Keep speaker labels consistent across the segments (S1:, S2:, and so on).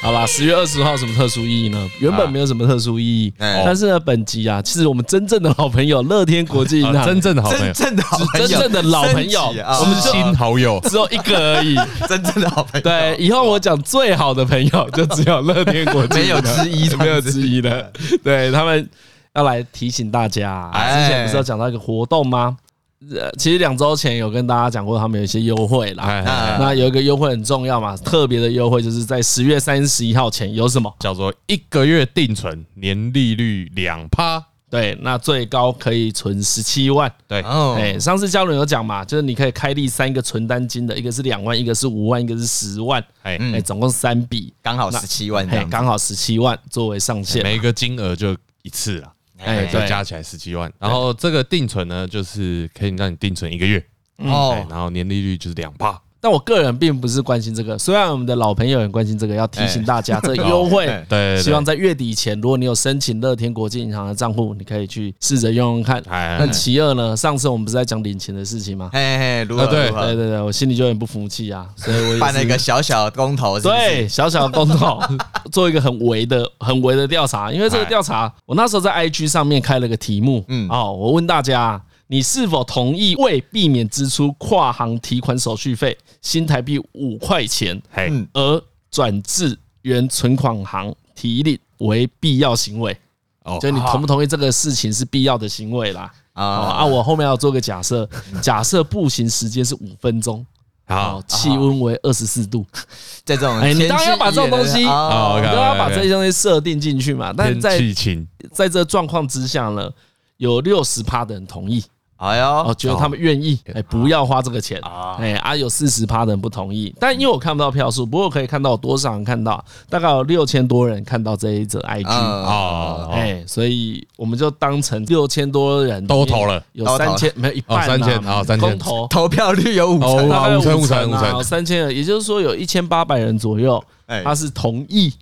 S1: 好啦，十月二十号有什么特殊意义呢？原本没有什么特殊意义，
S2: 啊
S3: 哎
S1: 但是呢，本集啊，其实我们真正的好朋友乐天国际银行，
S2: 啊真正的好朋友
S3: 真，正的好朋友
S1: 真正的老朋友
S3: 升级啊
S1: 我们
S2: 知心好友，
S1: 只有一个 而已。
S3: 真正的好朋友，
S2: 哦
S1: 对，以后我讲最好的朋友就只有乐天国际，
S3: 没有之一
S1: 没有之一的。对他们要来提醒大家，
S3: 哎
S1: 之前不是有讲到一个活动吗？呃，其实两周前有跟大家讲过，他们有一些优惠啦。
S2: 哎，哎
S3: 哎
S1: 那有一个优惠很重要嘛，特别的优惠就是在十月三十一号前有什么？
S2: 叫做一个月定存，年利率两趴，
S1: 对，那最高可以存十七万。
S2: 对，
S3: 哦，
S1: 哎、上次教人有讲嘛，就是你可以开立三个存单金的，一个是两万，一个是五万，一个是十万，
S2: 哎，
S1: 哎、总共三笔，
S3: 刚好十七嗯万这
S1: 哎，
S3: 样子，哎
S1: 刚好十七万作为上限。
S2: 每一个金额就一次啦，
S1: 哎
S2: 就
S1: 对
S2: 加起来十七万。然后这个定存呢，就是可以让你定存一个月，哎
S1: 嗯
S3: 哦，
S2: 然后年利率就是两趴，
S1: 但我个人并不是关心这个，虽然我们的老朋友很关心这个，要提醒大家，这个优 惠
S3: 哎，
S2: 对，对
S1: 希望在月底前，如果你有申请乐天国际银行的账户，你可以去试着用用看。
S2: 哎，
S1: 那
S2: 哎
S1: 其二呢，上次我们不是在讲领钱的事情吗？
S3: 嘿嘿，哎如何
S2: 啊对
S3: 如
S1: 对
S3: 何？
S1: 对对，我心里就很不服气啊，所以我也是
S3: 办了一个小小的公投，是不是
S1: 对，小小的公投，做一个很围的、很围的调查。因为这个调查，我那时候在 IG 上面开了个题目，嗯，哦，我问大家，你是否同意为避免支出跨行提款手续费新台币五块钱
S2: 哎
S3: 嗯
S1: 而转至原存款行提领为必要行为？
S2: 哦
S1: 就你同不同意这个事情是必要的行为啦？哦
S3: 啊，
S1: 啊，我后面要做个假设，假设步行时间是五分钟，
S2: 好
S1: 哦，，气温为二十四度。
S3: 在这种
S1: 哎你
S3: 天
S1: 当然
S3: 气
S1: 要把这种东西
S3: 哦
S4: 啊
S2: 哦
S1: 我
S2: OK
S1: 们都要把这些东西设定进去嘛。但
S2: 天
S1: 在
S2: 气晴，
S1: 在这状况之下呢，有六十趴的人同意
S3: 哎呦
S1: 哦，，觉得他们愿意，哎，不要花这个钱，哎啊，有四十趴的人不同意。但因为我看不到票数，不过我可以看到有多少人看到，大概有六千多人看到这一则 IG。
S3: 嗯，
S2: 哦，哦
S1: 哎，所以我们就当成六千多人
S2: 都投了，
S1: 有
S3: 都投
S1: 三
S3: 了
S1: 千没有一半啊
S2: 哦3000哦3000
S1: 公投
S3: 投票率有五成，
S2: 哦
S1: 大概
S2: 五成
S1: 五成
S2: 五成
S1: 啊，
S2: 五成
S1: 三千人，也就是说有一千八百人左右，
S3: 哎
S1: 他是同意，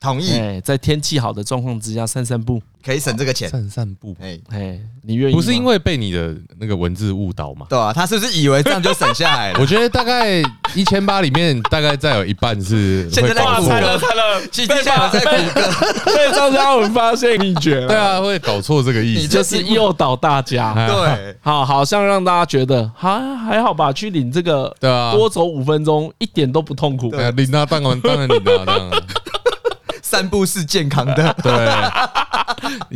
S3: 同意
S1: 哎，在天气好的状况之下散散步，
S3: 可以省这个钱，
S2: 散散步，
S3: 哎，
S1: 哎，你愿意吗？
S2: 不是因为被你的那个文字误导吗？
S3: 对啊，他是不是以为这样就省下来了？
S2: 我觉得大概一千八里面，大概再有一半是
S3: 现在
S2: 会
S3: 在
S2: 搞
S3: 哭
S2: 错
S3: 了，
S2: 的，
S3: 惨了，其实下有在哭歌，
S1: 被张嘉文发现秘诀
S2: 对
S1: 了，
S2: 啊，会搞错这个意
S3: 你
S2: 思。
S3: 这
S1: 就是诱导大家，
S2: 哎
S3: 对，
S1: 好，好像让大家觉得还还好吧，去领这个，
S2: 对啊
S1: 多走五分钟一点都不痛苦。
S2: 哎领到当然当然领到当然，
S3: 散步是健康的，
S2: 对，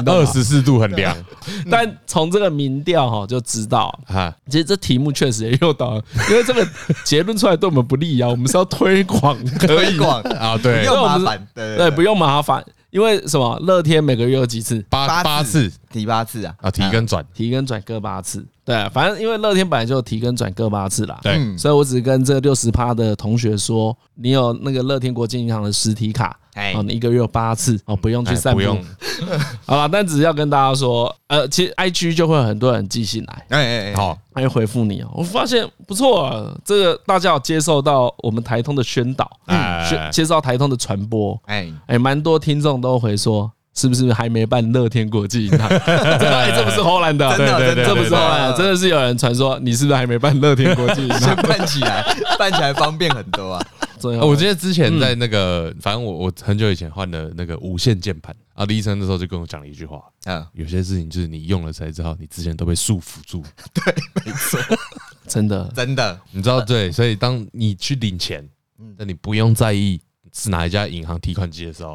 S2: 二十四度很凉
S3: 嗯
S1: 但从这个民调哈就知道，
S2: 啊，
S1: 其实这题目确实也诱导， 因为这个结论出来对我们不利啊，我们是要推广可
S3: 推
S1: 以，
S3: 广
S2: 啊 对
S3: 不用麻烦，对
S1: 对，不用麻烦，因为什么？乐天每个月有几次？
S2: 八八次
S3: 第八次啊，
S2: 啊，提跟转，
S1: 提跟转各八次，对啊，反正因为乐天本来就有提跟转各八次啦，
S2: 对，
S3: 嗯
S1: 所以我只跟这六十趴的同学说，你有那个乐天国际银行的实体卡，
S3: 哎
S1: 哦，你一个月有八次哦，不用去
S2: 哎
S1: 散步。
S2: 不用，
S1: 好了，但只是要跟大家说，呃，其实 IG 就会有很多人寄信来，
S3: 哎哎哎，
S2: 好，
S1: 他就回复你哦。我发现不错、啊，这个大家有接受到我们台通的宣导，
S2: 哎
S1: 宣接受到台通的传播，
S3: 哎，
S1: 哎，蛮多听众都回说。是不是还没办乐天国际银 行？真的，哎这不是荷兰的，
S3: 真的
S2: 对对
S3: 真的，
S2: 对
S1: 这不是
S2: 对
S1: 荷
S2: 对
S1: 兰的，真的是有人传说你是不是还没办乐天国际银行？ 哦
S3: 先办起来，办起来方便很多啊，
S1: 最
S2: 啊
S1: 后
S2: 我记得之前在那个，反正我我很久以前换了那个无线键盘啊，李医生那时候就跟我讲了一句话，
S3: 嗯，
S2: 有些事情就是你用了才知道，你之前都被束缚住。
S1: 真的
S3: 真的，
S2: 你知道对，所以当你去领钱，那你不用在意是哪一家银行提款机的时候，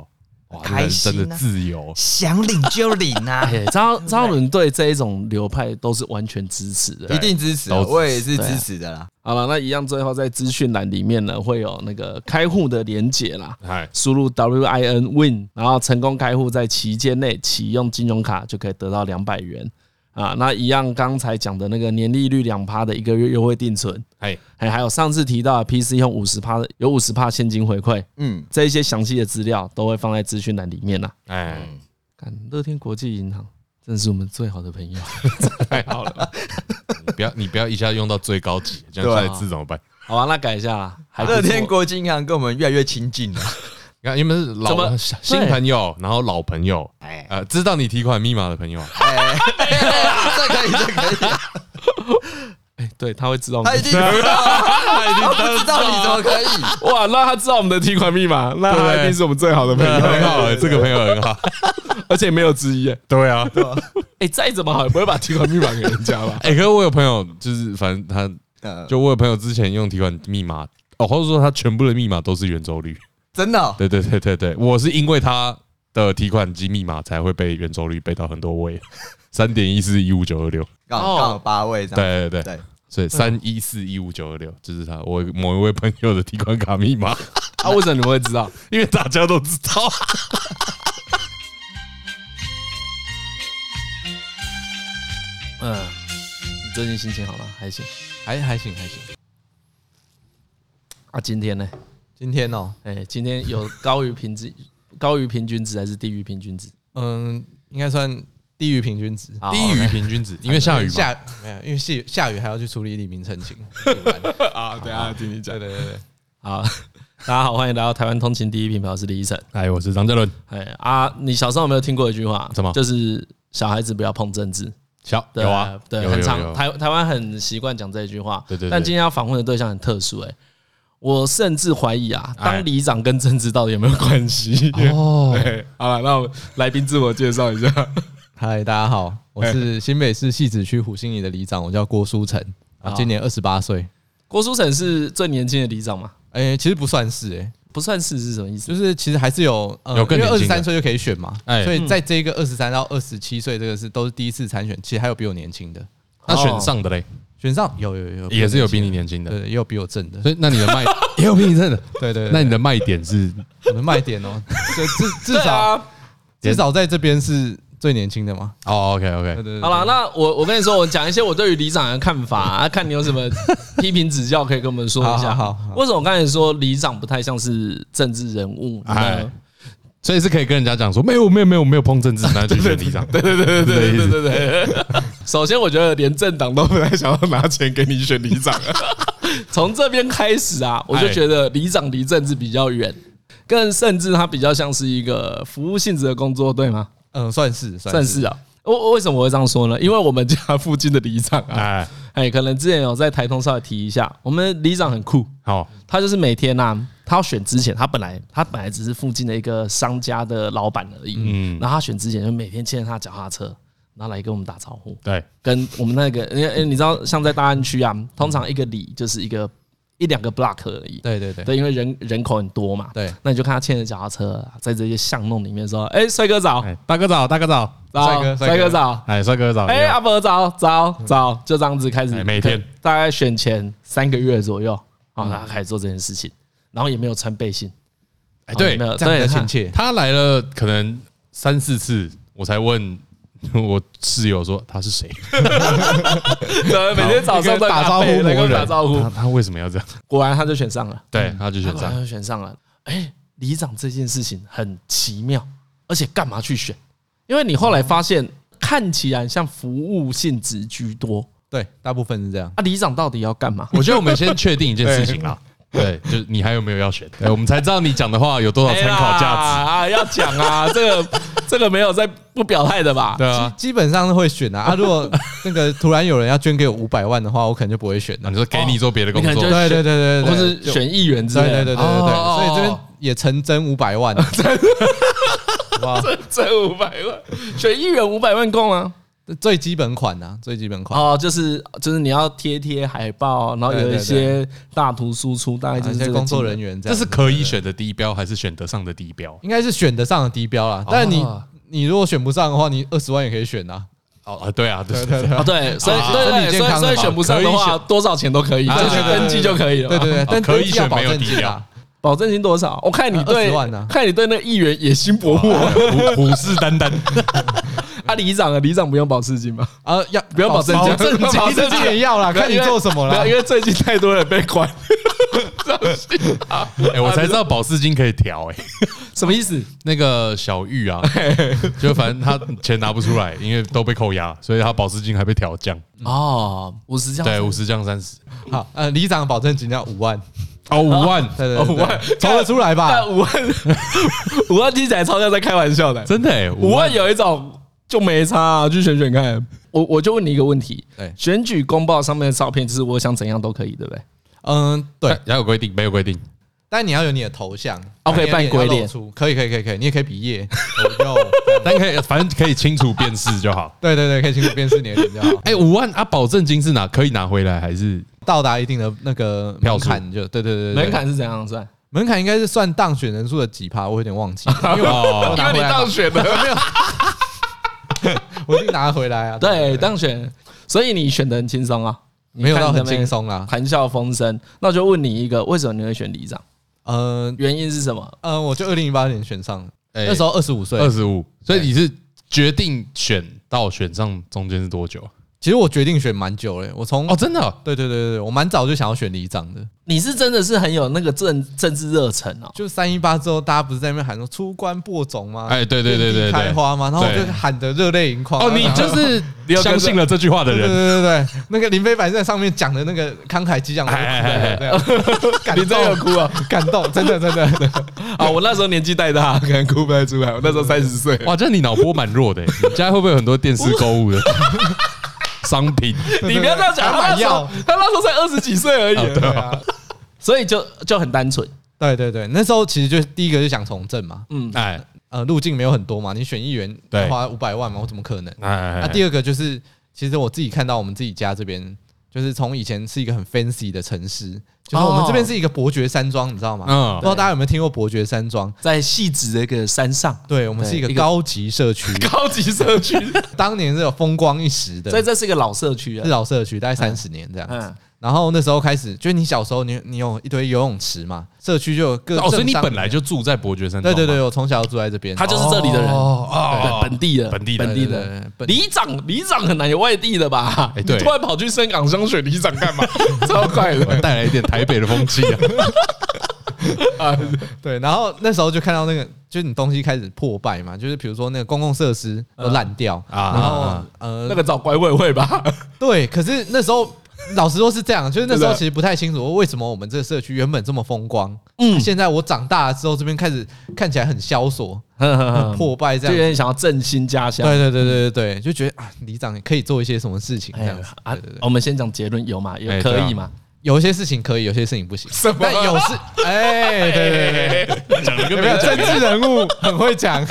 S2: 哇，那
S3: 开
S2: 人
S3: 心啊
S2: 真的自由。
S3: 想领就领啊，
S1: 哎，张张伦对这一种流派都是完全支持的。
S3: 一定支持啊，
S2: 都支持
S3: 我也是支持的啦，
S1: 好了，那一样，最后在资讯栏里面呢，会有那个开户的连结啦，
S2: 哎，
S1: 输入 WIN WIN，然后成功开户在期间内启用金融卡就可以得到两百元啊。那一样，刚才讲的那个年利率两趴的一个月优惠定存，
S2: 哎，
S1: 还还有上次提到的 PC 用五十趴的有五十趴现金回馈，
S3: 嗯，
S1: 这一些详细的资料都会放在资讯栏里面啦。
S2: 哎，
S1: 看乐天国际银行，真的是我们最好的朋友。
S2: 太好了！你不要，你不要一下用到最高级，这样
S3: 对
S2: 下一次怎么办？
S1: 好啊，那改一下啦。还不错
S3: 乐天国际银行跟我们越来越亲近了，
S2: 你看，你们是
S1: 怎么
S2: 老新朋友，然后老朋友，
S3: 哎，
S2: 呃，知道你提款密码的朋友，
S3: 哎，这可以，这可以，
S1: 哎，对，他会知道我
S3: 他
S1: 们
S3: 已经知道了，
S2: 他一定
S3: 不知道你怎么可以？
S1: 哇，那他知道我们的提款密码，那他一定是我们最好的朋
S2: 对很
S1: 友，
S2: 好、欸，这个朋友很好。
S1: 而且没有之一耶。
S2: 对啊，
S1: 哎，再怎么好也不会把提款密码给人家吧？
S2: 哎、可是我有朋友，就是反正他，
S3: 呃，
S2: 就我有朋友之前用提款密码，哦，或者说他全部的密码都是圆周率。
S3: 真的哦
S2: 对对对对对，我是因为他的提款机密码才会被圆周率背到很多位， 三点一四一五九二六。
S3: 刚好刚好八位这样。
S2: 对对对。
S3: 对，
S2: 所以三一四一五九二六，这是他我某一位朋友的提款卡密码，
S1: 啊，为什么你们会知道？
S2: 因为大家都知道。
S1: 嗯，你最近心情好吗？还行。
S3: 还还行还行。
S1: 啊，今天呢？
S3: 今天哦，
S1: 哎，今天有高于平均，高于平均值还是低于平均值？
S4: 嗯，应该算低于平均值。
S1: 好
S2: 低于平均值，因为下雨嘛。
S4: 下没有，因为下雨下雨还要去处理李明澄清。
S1: 啊，等下听你讲。
S4: 对对对对，
S1: 好，啊 大家好，欢迎来到台湾通勤第一品牌，我是李依晨。
S2: 哎，我是张嘉伦，
S1: 哎啊，你小时候有没有听过一句话？
S2: 什么
S1: 就是小孩子不要碰政治。
S2: 小
S1: 对
S2: 有啊，
S1: 对，
S2: 有
S1: 很
S2: 有
S1: 常
S2: 有
S1: 台台湾很习惯讲这一句话。
S2: 对对对
S1: 但今天要访问的对象很特殊，哎，我甚至怀疑啊，当里长跟政治到底有没有关系？
S2: 哎 哦，
S1: 对， 好了，那我们来宾自我介绍一下。
S4: 嗨，大家好，我
S2: 哎
S4: 是新北市戏子区虎心里的里长，我叫郭书成，啊，今年二十八岁。
S1: 郭书成是最年轻的里长嘛？
S4: 哎，其实不算是哎，
S1: 不算是是什么意思？
S4: 就是其实还是有，呃
S2: 有更
S4: 因为
S2: 年
S4: 二
S2: 轻
S4: 十
S2: 的
S4: 三岁就可以选嘛，
S2: 哎
S4: 所以在这个二十三到二十七岁这个是都是第一次参选，其实还有比我年轻的
S2: 那选上的嘞，
S4: 选上，有有有，
S2: 也是有比你
S4: 年
S2: 年轻
S4: 轻
S2: 的
S4: 的，，对，也有比我正的，
S2: 所以那你的卖哦 也有比你正的，
S4: 对对，
S2: 那你的卖点是
S4: 我的卖点 哦，就至至
S1: 对
S4: 少
S1: 啊，
S4: 至少在这边是最年轻的嘛。
S2: 哦，OK
S4: 对
S2: OK，
S4: 对对，
S1: 好了，那我我跟你说，我讲一些我对于里长的看 法、啊，看你有什么批评指教可以跟我们说一下。
S4: 好好好好
S1: 为什么我刚才说里长不太像是政治人物
S2: 哎
S1: 呢？
S2: 所以是可以跟人家讲说没有没有没有没有碰政治，那就选里长，对对对对对对对，
S1: 首先，我觉得连政党都不太想要拿钱给你选里长。 从这边开始
S4: 哎
S1: 啊，我就觉得里长离政治比较远，更甚至它比较像是一个服务性质的工作，对吗？
S4: 嗯，算是
S1: 算是啊。我为什么我会这样说呢？因为我们家附近的里长啊，
S2: 哎，
S1: 哎，可能之前有在台通稍微提一下，我们里长很酷，
S2: 好，
S1: 他就是每天呐、他要选之前，他本来他本来只是附近的一个商家的老板而已，嗯，然后他选之前就每天牵着他脚踏车，然后来跟我们打招呼，
S2: 对，
S1: 跟我们那个，因为因为你知道，像在大安区啊，通常一个里就是一个一两个 block 而已。
S4: 对对对
S1: 对，因为人人口很多嘛。
S4: 对，
S1: 那你就看他牵着脚踏车啊在这些巷弄里面说：“哎，帅哥早，
S2: 哎，大哥早，大哥早，
S1: 早
S4: 帅哥帅
S1: 帅哥
S4: 哥
S1: 早，
S2: 哦哎，帅哥早，
S1: 哎，阿伯嗯早，早早。”就这样子开始
S2: 哎，每天
S1: 大概选前三个月左右，啊，然后开始做这件事情，然后也没有穿背心，
S2: 哎，
S1: 然后也
S2: 对
S1: 没，有
S4: 这样
S1: 对
S4: 比较亲
S1: 他
S4: 切。
S2: 他来了可能三四次，我才问我室友说他是谁，
S1: 对，每天早上都
S2: 打招呼
S1: 来
S2: 魔
S1: 跟我
S2: 人，
S1: 打招呼嗯
S2: 他，他为什么要这样？
S1: 果然他就选上了。
S2: 对，他就选
S1: 他
S2: 上，
S1: 就选上了。哎，里长这件事情很奇妙，而且干嘛去选？因为你后来发现，看起来像服务性质居多
S4: 对，大部分是这样。
S1: 啊，里长到底要干嘛？
S2: 我觉得我们先确定一件事情啦， 对，就是你还有没有要选？ 哎对，我们才知道你讲的话有多少参考价值。
S1: 哎啊，要讲啊，这个这个没有在不表态的 吧？
S2: 对啊，
S4: 基本上会选啊，啊，如果那个突然有人要捐给我五百万的话，我可能就不会选
S2: 那
S4: 了。
S2: 你说给你做别的工
S1: 你
S2: 作
S1: 可能就，
S4: 对对对对对，
S1: 或是
S4: 就
S1: 选议员之
S4: 对
S1: 类
S4: 对
S1: 的。
S4: 对对对对，
S2: 哦
S4: 所以这边也成真五百万，啊哇，
S1: 哦 这五百万，选议员五百万够吗？
S4: 最基本款呐，最基本款，
S1: 哦，就是就是你要贴贴海报，然后有一
S4: 对对
S1: 些大图输出，大概就
S4: 啊一
S1: 是
S4: 些
S1: 这个
S4: 工作
S1: 金额
S4: 人员这
S2: 这
S4: 样，
S2: 是可以选的低标还是选得上的低标？
S4: 应该是选得上的低标啦。但你
S2: 哦
S4: 你如果选不上的话，你二十万也可以选啊。
S2: 哦啊，对啊，对对
S1: 啊，对，所以
S2: 啊
S1: 对
S4: 身
S1: 对，
S4: 体健
S1: 所以
S4: 康
S1: 所以
S4: 的嘛
S1: 选不上的
S2: 可以
S1: 话，
S2: 选
S1: 多少钱都可以，
S2: 啊
S1: 就去
S4: 对对对
S1: 登记就啊可以了。
S4: 对对，对，但
S2: 可以
S4: 登记要
S2: 选
S4: 保
S2: 没有
S4: 证
S2: 低
S4: 金
S2: 标
S4: 啊。
S1: 保证金多少？我看你
S4: 啊
S1: 对
S4: 20万啊
S1: 看你对那个议员野心勃勃
S2: 哎虎虎视眈 眈，
S1: 啊！里长啊，里长不用保释金吗？
S4: 啊，要
S1: 不要保证金，
S4: 证 金
S1: 保证
S4: 证
S1: 金
S4: 金也要啦，啊看你做什么
S1: 没
S4: 啦
S1: 有。因为最近太多人被关， 这样是啊
S2: 哎，我才知道保释金可以调，哎，
S1: 什么意思？
S2: 那个小玉 啊，就反正他钱拿不出来，因为都被扣押，所以他保释金还被调降，
S1: 哦，五十这
S2: 对，
S1: 样
S2: 五
S1: 子，
S2: 十降三十，
S4: 好，呃，里长保证金要五万，
S2: 哦，五万，
S4: 对对
S1: 哦
S4: 对，
S1: 五万
S4: 筹得出来吧？
S1: 但五万 五万听起来超像在开玩笑的，
S2: 真的哎，五
S1: 五
S2: 万
S1: 万有一种就没差、啊，去选选看。我我就问你一个问题
S4: 对，
S1: 选举公报上面的照片，就是我想怎样都可以，对不对？
S4: 嗯，对，
S2: 哎还有规定没有规定？
S4: 但你要有你的头像啊
S1: OK，
S4: 你的
S1: 扮
S4: 脸
S1: 鬼
S4: 要露
S1: 脸
S4: 出可以，可以，可以，可以，你也可以比耶，哦哟，
S2: 但 可以，反正可以清楚辨识就好。
S4: 对对对，可以清楚辨识你的脸就好。
S2: 哎，五万啊，保证金是拿可以拿回来还是？
S4: 到达一定的那个
S2: 票
S4: 门
S2: 数
S4: 槛就对对对对
S1: 门槛是怎样算？
S4: 门槛应该是算当选人数的几趴，我有点忘记，因为
S2: 哦，
S4: 拿回来吧
S2: 选了，
S4: 我一定拿回来啊。
S1: 对，当选，所以你选的很轻松啊，
S4: 没有到很轻松啦。
S1: 谈笑风生。那我就问你一个，为什么你会选里长？
S4: 呃
S1: 原因是什么？
S4: 呃，我就二零一八年选上，那时
S2: 候
S4: 候二十五岁
S2: 二，十五，所以你是决定选到选上中间是多久啊？
S4: 其实我决定选蛮久了，我从
S2: 哦，真的哦
S4: 对对对对对，我蛮早就想要选里长的，
S1: 你是真的是很有那个政政治热忱哦。
S4: 就三一八之后，大家不是在那边喊说出关播种吗？
S2: 哎，对对对对
S4: 遍地开
S2: 对，
S4: 花吗？然后我
S2: 对
S4: 就喊得热泪盈眶。
S2: 哦， 你就是相信了这句话的
S4: 对对
S2: 人，
S4: 对对 对，那个林飞凡在上面讲的那个慷慨激昂，我
S2: 哎
S4: 就哭了，你
S1: 你真的有哭啊？
S4: 感动，真的真的真 的，
S1: 啊，我那时候年纪太大，可能哭不太出来。我那时候三十 岁，
S2: 哇，这你脑波蛮弱的欸，你家会不会有很多电视购 物的商品？
S1: 你不要这哦样讲，他那
S4: 打
S1: 时候
S2: 哦
S4: 药
S1: 他那时候才二十几岁而已，
S4: 对啊
S1: 所以就就很单纯。
S4: 对对对，那时候其实就第一个就想从政嘛，
S1: 嗯，
S2: 哎
S4: 呃，路径没有很多嘛，你选议员
S2: 对
S4: 要花五百万嘛，我怎么可能？
S2: 哎，
S4: 啊那第二个就是，其实我自己看到我们自己家这边，就是从以前是一个很 fancy 的城市，就是
S1: 哦
S4: 我们这边是一个伯爵山庄，你知道吗？
S2: 嗯
S4: 不知道大家有没有听过伯爵山庄？
S1: 在戏子的一个山上，
S4: 对，我们是一个
S1: 对一个
S4: 高级社区，
S1: 高级社区，
S4: 当年是有风光一时的，
S1: 所以
S4: 是
S1: 这是一个老社区啊。
S4: 老社区，大概三十年这样子
S1: 嗯。
S4: 然后那时候开始，就是你小时候你你有一堆游泳池嘛，社区就有各
S2: 哦，所以你
S4: 政商
S2: 本来就住在伯爵山
S4: 对
S2: 庄吗，
S4: 对对，我从小就住在这边，
S1: 哦他就是这里的人，
S2: 哦哦
S1: 对本地的，
S2: 本地的
S1: 本地
S4: 对对对
S1: 的。
S4: 本
S1: 里长，里长很难有外地的吧？
S2: 哎对
S1: 你突然跑去深港乡选里长干 嘛？超快
S2: 我
S1: 的
S2: 带来一点台北的风气啊，
S1: 啊！
S4: 对，然后那时候就看到那个，就是你东西开始破败嘛，就是比如说那个公共设施
S1: 嗯
S4: 都烂掉
S2: 啊
S4: 啊，然后呃，
S1: 那个找管委会吧。
S4: 对，可是那时候老实说是这样，就是那时
S1: 对
S4: 候
S1: 的
S4: 其实不太清楚为什么我们这个社区原本这么风光，
S1: 嗯
S4: 嗯，现在我长大了之后，这边开始看起来很萧索、
S2: 嗯
S4: 很
S1: 破
S4: 破败这
S1: 嗯就有
S4: 样。
S1: 点想要振兴家乡。
S4: 对对对对对对，就觉得啊，里长可以做一些什么事情这样子。
S1: 啊，我们先讲结论，有吗？有
S2: 哎
S1: 可
S2: 对啊
S1: 以吗？
S4: 有些事情可以，有些事情不行。
S1: 什么
S4: 但有事，哎，对对对 对，
S2: 讲了个
S4: 有没有政治人物很会讲？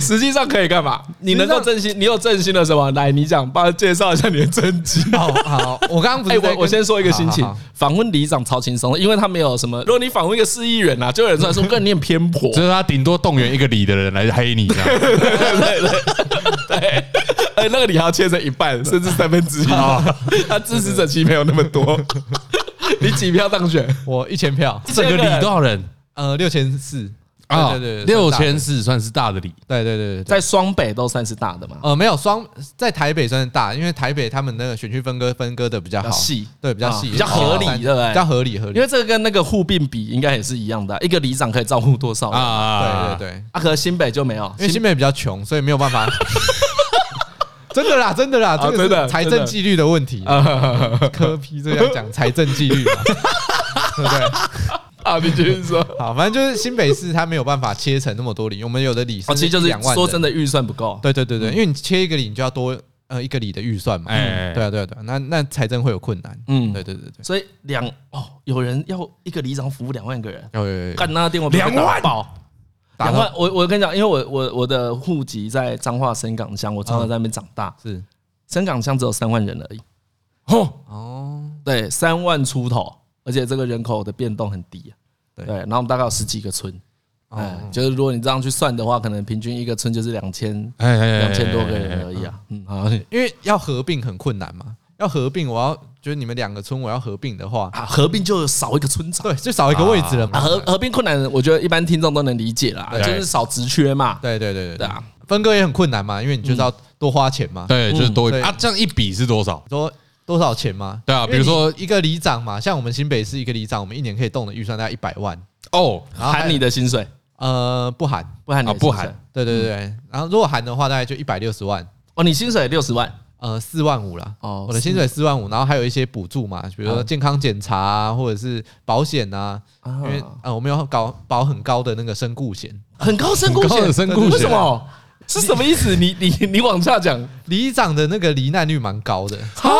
S1: 实际上可以干嘛？你能
S4: 实
S1: 够
S4: 际上
S1: 振兴，你有振兴了什么？来，你讲，帮我介绍一下你的政绩。
S4: 好好，我刚刚不
S1: 哎、
S4: 是在
S1: 我
S4: 跟
S1: 我先说一个心情
S4: 好好好，
S1: 访问里长超轻松，因为他没有什么。如果你访问一个市议员啊，就有人出来说，更念偏颇。
S2: 就是他顶多动员一个里的人来黑你这样。
S1: 哎，那个你还要切成一半，甚至三分之一。 他支持者其实没有那么多。 你几票当 选？
S4: 我一千票，
S2: 整个里多少人
S4: 呃，六千四
S2: 啊？
S4: 对对对，
S2: 六
S4: 算大
S2: 千
S4: 的，
S2: 四算是大的里，
S4: 对对对对对，
S1: 在双北都算是大的嘛，
S4: 呃，没有双在台北算是大，因为台北他们那个选区分割分割的比较
S1: 比
S4: 好
S1: 较，细，
S4: 对，比较
S1: 啊
S4: 细，
S1: 比较合理，对不
S4: 比
S1: 对？
S4: 较合理合理
S1: 因，为这个跟那个互并比应该也是一样的啊，一个里长可以照顾多少啊？
S2: 啊
S4: 对对，对，
S1: 啊，可是新北就没有，
S4: 因为新北比较穷，所以没有 办法。真的啦，真的啦，
S1: 啊
S4: 这个
S1: 真的
S4: 是财
S1: 真
S4: 政
S1: 的啊
S4: 纪律的问题。科批这样讲财政纪 律嘛，对不对？
S1: 啊，你继续说。
S4: 好，反正就是新北市它没有办法切成那么多里，我们有的里
S1: 哦，其实就是
S4: 两万人，
S1: 说真的，预算不够。
S4: 对对对对，因为你切一个里，你就要多呃一个里的预算嘛。
S2: 哎
S4: 嗯对啊对啊对啊，那那财政会有困难。
S1: 嗯
S4: 嗯，对对对对，
S1: 所以两哦，有人要一个里长服务两万个人，
S4: 有有有，
S1: 干那电话被
S2: 两万
S1: 打爆，
S4: 打
S1: 两
S4: 到
S1: 万。我我跟你讲，因为我我我的户籍在彰化深港乡，我从小在那边长大，
S4: 是
S1: 深港乡只有三万人而已，
S2: 哦，
S4: 啊哦，
S1: 对，三万出头，而且这个人口的变动很低、啊
S4: 对
S1: 对，然后我们大概有十几个村，哎、就是如果你这样去算的话，可能平均一个村就是两千
S2: 哎哎
S1: 两千多个人而已啊，嗯，好
S4: 因为要合并很困难嘛，要合并，我要就是你们两个村我要合并的话，
S1: 啊，合并就少一个村长。
S4: 对，就少一个位置了
S1: 啊，
S4: 嘛。
S1: 合合并困难，我觉得一般听众都能理解啦，
S2: 对
S1: 就是少职缺嘛。
S4: 对对对对
S1: 对
S4: 对
S1: 啊，
S4: 分割也很困难嘛，因为你就是要多花钱嘛。
S2: 对，就是多一
S4: 嗯
S2: 啊，这样一比是多少？
S4: 说多少钱嘛？
S2: 对啊
S4: 因为
S2: 比如说
S4: 你一个里长嘛，像我们新北市一个里长，我们一年可以动的预算大概一百万，
S2: 哦，
S4: 然后还
S1: 含你的薪水，
S4: 呃不含，
S1: 不含你的
S2: 啊不
S1: 薪水
S2: 含
S4: 对对对对，然后如果含的话，大概就一百六十万。
S1: 哦，你薪水六十万，
S4: 呃，四万五啦，
S1: 哦
S4: 哦，我的薪水四万五，然后还有一些补助嘛，比如说健康检查啊，或者是保险啊，
S1: 啊
S4: 因为呃我们要搞保很高的那个身故险，
S1: 很高身故
S2: 很高
S1: 险，
S2: 的身故险啊
S1: 为什么？是什么意思？你你你往下讲
S4: 里长的那个罹难率蛮高的，
S1: 啊？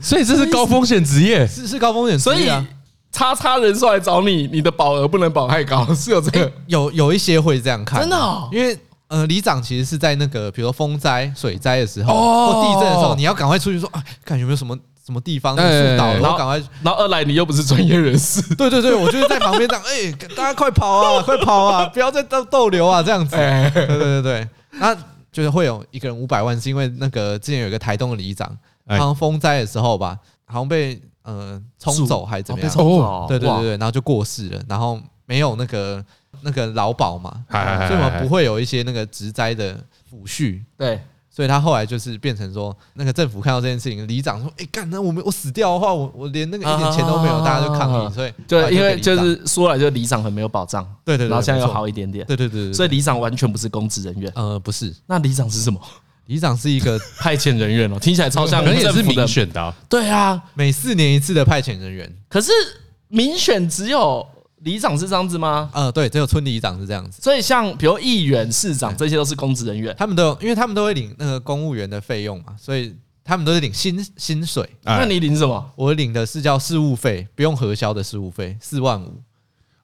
S2: 所以这是高风险职 业，
S4: 是是高风险，
S1: 所以
S4: 啊，
S1: 叉叉人数来找你，你的保额不能保太高，是有这个
S4: 有有一些会这样看，啊
S1: 真的哦
S4: 因为。呃，里长其实是在那个，比如说风灾、水灾的时候，
S1: 哦
S4: 或地震的时候，你要赶快出去说，哎，看有没有什么什么地方树
S2: 哎
S4: 倒了，
S1: 然
S4: 然
S1: 后
S4: 后哦赶快
S1: 然后二来你又不是专业人 士，
S4: 对对对，我就是在旁边这 样，哎、大家快跑啊，快跑啊，不要再逗逗留啊，这样子。
S1: 哎
S4: 对对对对，那就是会有一个人五百万，是因为那个之前有一个台东的里长，
S2: 哎
S4: 好像风灾的时候吧，好像被呃冲走还是怎么样？
S1: 哦
S4: 对对对对，然后就过世了，然后没有那个那个劳保嘛，
S2: 哎哎哎
S4: 所以我们
S2: 哎
S4: 不会有一些那个植灾的抚恤。
S1: 对，
S4: 所以他后来就是变成说，那个政府看到这件事情，里长说：“哎、干，那我们我死掉的话，我我连那个一点钱都没有，
S1: 啊
S4: 大家就抗议。”所以后
S1: 就
S4: 来
S1: 因为
S4: 给里
S1: 就
S4: 长
S1: 是说来就里长很没有保障，
S4: 对对对，
S1: 然后现在又
S4: 没错
S1: 好一点点，
S4: 对对对对，对
S1: 所以里长完全不是公职人员。
S4: 呃不是，
S1: 那里长是什么？
S4: 里长是一个
S1: 派遣人员哦，听起来超像
S2: 可能也
S1: 政
S2: 是
S1: 府的
S2: 民。选的啊，
S1: 对啊，
S4: 每四年一次的派遣人员，
S1: 可是民选只有里长是这样子吗？
S4: 呃对，只有村里长是这样子，
S1: 所以像比如议员、市长这些都是公职人员，
S4: 他们都有，因为他们都会领那个公务员的费用嘛，所以他们都是领薪薪水。
S2: 哎
S1: 那你领什么？
S4: 我领的是叫事务费，不用核销的事务费，四万五。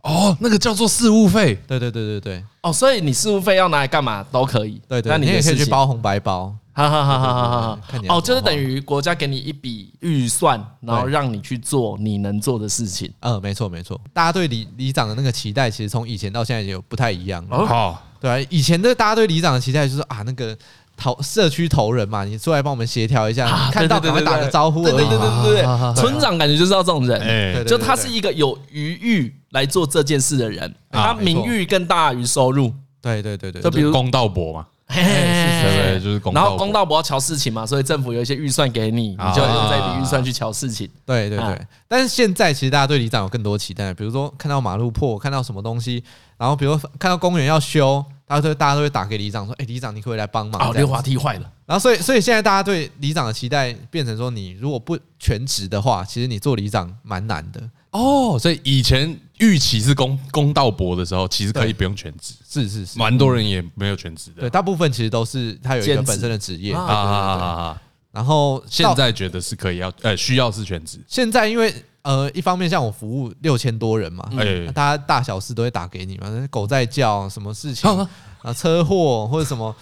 S2: 哦，那个叫做事务费，
S4: 对对对对对
S1: 哦，所以你事务费要拿来干嘛都可以。
S4: 对对，
S1: 那你
S4: 你
S1: 的
S4: 也可以
S1: 事
S4: 去
S1: 情
S4: 包红白包。
S1: 哈哈哈哈哈
S4: 对对对对看你要
S1: 哈！哦，
S4: 怎
S1: 就
S4: 么
S1: 是等于国家给你一笔预算，然后让你去做你能做的事情。
S4: 呃，没错没错，大家对里里长的那个期待，其实从以前到现在也有不太一样了。
S1: 哦
S2: 好，
S4: 对啊，以前的大家对里长的期待就是啊，那个头社区头人嘛，你出来帮我们协调一下，
S1: 啊
S4: 看到
S1: 对对
S4: 赶快
S1: 对
S4: 打个招呼而
S1: 对
S4: 已
S1: 对对
S4: 嘛
S1: 对对
S4: 啊啊
S1: 对，
S4: 啊
S1: 村长感觉就是要这种人，
S2: 哎
S4: 对，
S1: 就他是一个有余裕来做这件事的人，他
S4: 啊没
S1: 名
S4: 错
S1: 誉更大于收入。
S4: 对对对对，
S1: 就比如，
S2: 公道博嘛，
S1: 嘿
S2: 对不对？就是公
S1: 然
S2: 道
S1: 后
S2: 伯，
S1: 公道不要瞧事情嘛，所以政府有一些预算给你，你
S2: 啊
S1: 就用这笔预算去瞧事情。
S4: 对对
S1: 啊
S4: 对。但是现在其实大家对里长有更多期待，比如说看到马路破，看到什么东西，然后比如说看到公园要修，他都大家都会打给里长说：“哎，里长，你可不可以来帮忙？”
S1: 哦，
S4: 这
S1: 溜
S4: 样
S1: 滑梯坏了，
S4: 然后所以所以现在大家对里长的期待变成说，你如果不全职的话，其实你做里长蛮难的。
S2: 哦，所以以前预期是公公道博的时候，其实可以不用全职，
S4: 是是是，
S2: 蛮多人也没有全职的
S4: 对，大部分其实都是他有
S1: 啊
S4: 一
S1: 兼
S4: 个
S1: 职
S4: 本身的职业。
S1: 啊
S2: 啊啊
S4: 对
S2: 啊
S4: 对
S2: 啊
S4: 对
S2: 啊！
S4: 然后
S2: 现
S4: 在。
S2: 在觉得是可以要呃需要是全职，
S4: 现在因为呃，一方面像我服务六千多人
S1: 嗯
S4: 嘛，
S2: 哎
S4: 那大家大小事都会打给你嘛，那狗在叫，什么 事情啊，车祸或者什么，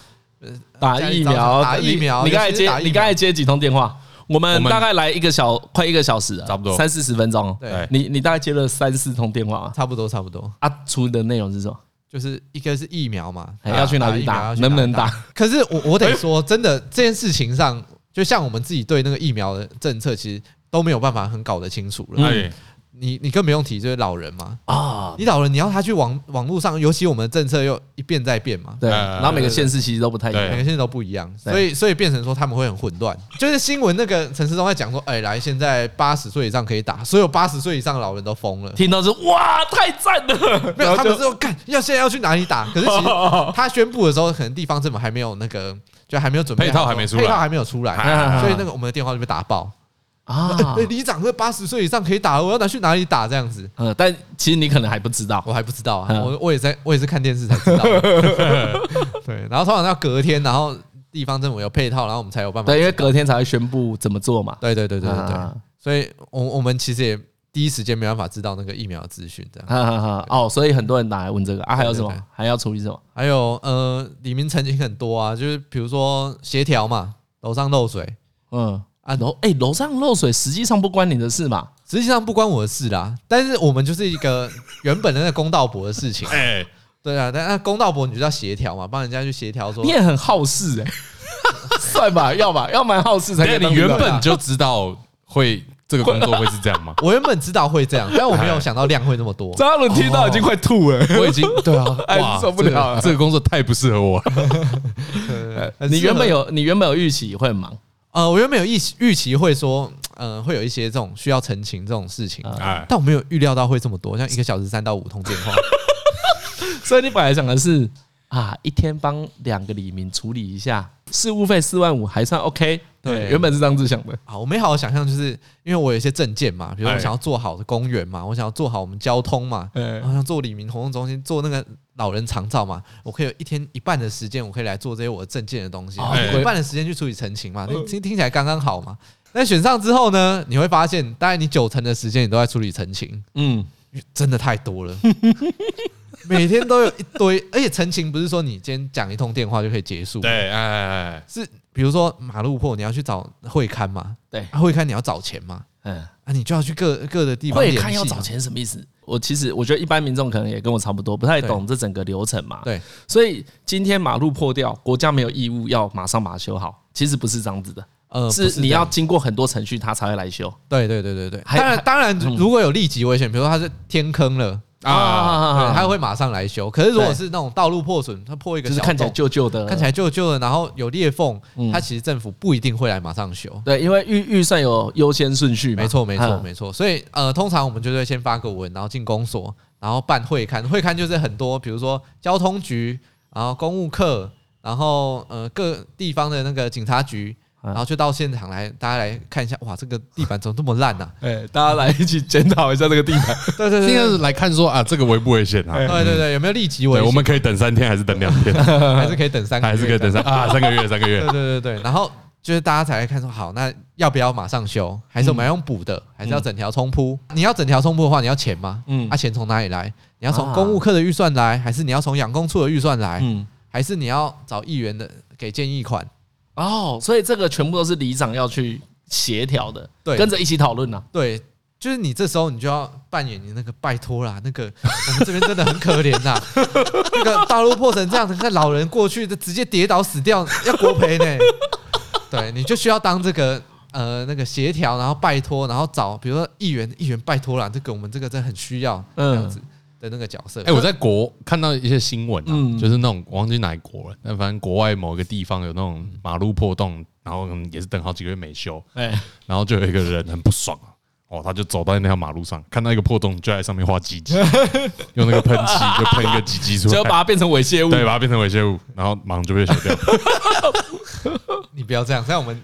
S1: 打
S4: 家里
S1: 疫
S4: 早
S1: 苗，
S4: 上打疫苗
S1: 你你刚才
S4: 尤其是
S1: 接
S4: 打疫苗
S1: 你刚才接几通电话？我们
S2: 我们
S1: 大概来一个小，快一个小时了，啊
S2: 差不多
S1: 三四十分钟哦。
S4: 对
S2: 哎
S1: 你你大概接了三四通电话啊
S4: 差不多差不多，
S1: 啊，出的内容是什么？
S4: 就是一个是疫苗嘛，
S1: 哎要去哪里
S4: 疫苗
S1: 打
S4: 要去
S1: 能不能
S4: 打
S1: 打？
S4: 可是我我得
S2: 哎
S4: 说，真的这件事情上，就像我们自己对那个疫苗的政策，其实都没有办法很搞得清楚了。
S1: 嗯
S2: 哎，
S4: 你你更不用提就是老人嘛，
S1: 啊？
S4: 你老人你要他去网网络上，尤其我们的政策又一变再变嘛，
S1: 对，
S2: 呃
S1: 然后每个县市其实都不太一
S2: 对
S1: 样。
S4: 每个县都不一样，
S1: 对
S4: 所以所以变成说他们会很混乱。就是新闻那个陈世忠在讲说，哎、来，现在八十岁以上可以打，所有八十岁以上的老人都疯了。
S1: 听到是哇，太赞了！
S4: 没
S1: 然
S4: 有，
S1: 后
S4: 他
S1: 就
S4: 们是说干要现在要去哪里打？可是其 实他宣布的时候，可能地方政府还没有那个，就还没有准备
S2: 配套
S4: 好
S2: 还没出来
S4: 配套还没有出来，
S1: 啊
S4: 所以那个我们的电话就被打爆。
S1: 啊
S4: 哎，，里长这八十岁以上可以打了，我要拿去哪里打？这样子，
S1: 呃，但其实你可能还不知道
S4: 我还不知道啊，
S1: 嗯
S4: 我我也在我也是看电视才知道。 对，然后通常要隔天，然后地方政府有配套，然后我们才有办法
S1: 对，因为
S4: 知道
S1: 隔天才会宣布怎么做嘛。
S4: 对对对对对对，
S1: 啊
S4: 所以我我们其实也第一时间没办法知道那个疫苗的资讯这样。
S1: 哈哈哈！哦，所以很多人打来问这个啊，还有什
S4: 对对
S1: 么？还要处理什么？
S4: 还有呃，里面曾经很多啊，就是比如说协调嘛，楼上漏水，
S1: 嗯啊，楼哎，楼上漏水实际上不关你的事嘛。
S4: 实际上不关我的事啦，但是我们就是一个原本的那个公道伯的事情，
S2: 哎，
S4: 对啊，但那公道伯你就要协调嘛，帮人家去协 调说？
S1: 你，也很好事哎， 算吧，要吧，要蛮好事才可
S2: 等一
S1: 以
S2: 下
S1: 当
S2: 你
S1: 领
S2: 原
S1: 导。
S2: 本就知道会这个工作会是这样吗
S4: 我原本知道会这样，但我没有想到量会那么多，
S1: 张嘉伦听到已经快吐了。
S2: 我已经对啊，
S1: 哎
S2: 哇，
S1: 受不
S2: 这个
S1: 了了
S2: 这个工作太不适合 我了。
S4: 很
S1: 你
S4: 适合
S1: 原本有你原本有预期会很忙，
S4: 呃，我原本有预期预期会说，呃，会有一些这种需要澄清这种事情，
S1: 啊
S2: 哎，
S4: 但我没有预料到会这么多，像一个小时三到五通电话。
S1: 所以你本来想的是啊，一天帮两个李明处理一下，事务费四万五还算 OK。
S4: 对
S1: 原本是这样子想的。
S4: 啊，我美好的想象就是因为我有一些证件嘛，比如说
S2: 哎
S4: 我想要做好的公园嘛，我想要做好我们交通嘛，
S1: 嗯
S4: 然后想做李明活动中心，做那个老人长照嘛，我可以有一天一半的时间，我可以来做这些我的证件的东西，
S1: 哦
S4: 然后
S2: 对
S4: 一半的时间去处理陈情嘛，听听起来刚刚好嘛。那选上之后呢，你会发现，大概你九成的时间你都在处理陈情，
S1: 嗯，
S4: 真的太多了， 每天都有一堆，而且陈情不是说你今天讲一通电话就可以结束，
S2: 对，哎哎哎，
S4: 是比如说马路破你要去找会刊嘛，
S1: 对
S4: 啊、会刊你要找钱嘛，
S1: 嗯，
S4: 啊，你就要去各各的地方
S1: 会
S4: 联
S1: 看
S4: 系
S1: 要
S4: 嘛
S1: 找，钱什么意思？我其实我觉得一般民众可能也跟我差不多，不太懂这整个流程嘛。
S4: 对，
S1: 所以今天马路破掉，国家没有义务要马上把它修好，其实不是这样子的，
S4: 呃，不
S1: 是
S4: 这
S1: 你
S4: 样
S1: 要经过很多程序，它才会来修
S4: 对对对对对，
S1: 还
S4: 当然
S1: 还
S4: 当然
S1: 嗯，
S4: 如果有立即危险，比如说他是天坑了，
S2: 啊，
S4: 对，他会马上来修。可是如果
S1: 对
S4: 是那种道路破损，它破一个
S1: 就是
S4: 小
S1: 看起来
S4: 洞
S1: 旧旧的，
S4: 看起来旧旧的，然后有裂缝
S1: 嗯，
S4: 它其实政府不一定会来马上修。
S1: 对，因为预预算有优先顺序嘛，
S4: 没错没错
S1: 嗯
S4: 没错，所以呃，通常我们就会先发个文，然后进公所，然后办会刊，会刊就是很多，比如说交通局，然后公务课，然后呃各地方的那个警察局。
S2: 嗯
S4: 然后就到现场来，大家来看一下，哇，这个地板怎么这么烂啊呢、
S2: 哎，大家来一起检讨一下这个地盘，
S4: 对对
S2: 今
S4: 对
S2: 天
S4: 对
S2: 是来看说啊，这个危不危险啊？
S4: 对对对，有没有立即危
S2: 对，
S4: 险？
S2: 我们可以等三天，还是等两 天，
S4: 还是可以等三个月，
S2: 还是可以等三啊三个月， 三个月
S4: 对。对对对，然后就是大家才来看说，好，那要不要马上修？还
S1: 嗯
S4: 是我们要用补的？还是要整条冲铺？你要整条冲铺的话，你要钱吗？
S1: 嗯
S4: 嗯，啊，钱从哪里来？你要从
S1: 啊
S4: 公务课的预算来，还是你要从养工处的预算来？
S1: 嗯，
S4: 还是你要找议员的给建议款？
S1: 哦，所以这个全部都是里长要去协调的，
S4: 对
S1: 跟着一起讨论啊呐。
S4: 对。就是你这时候你就要扮演你那个拜托啦，那个我们这边真的很可怜呐， 那个道路破成这样子，那老人过去就直接跌倒死掉，要国赔呢。 对，你就需要当这个呃那个协调，然后拜托，然后找比如说议员，议员拜托啦，这个我们这个真的很需要这样
S1: 嗯
S4: 子的那个角色。
S2: 哎、我在国看到一些新闻啊，
S1: 嗯
S2: 就是那种我忘记哪一国了，但反正国外某一个地方有那种马路破洞，然后可能也是等好几个月没修，
S1: 哎，
S2: 然后就有一个人很不爽啊，哦，他就走到那条马路上，看到一个破洞，就在上面画鸡 鸡，用那个喷漆就喷一个鸡鸡出
S1: 就要把
S2: 来。
S1: 它变成猥亵物。
S2: 对，把它变成猥亵物，然后马上就被修 掉。
S4: 你不要这样，这样我们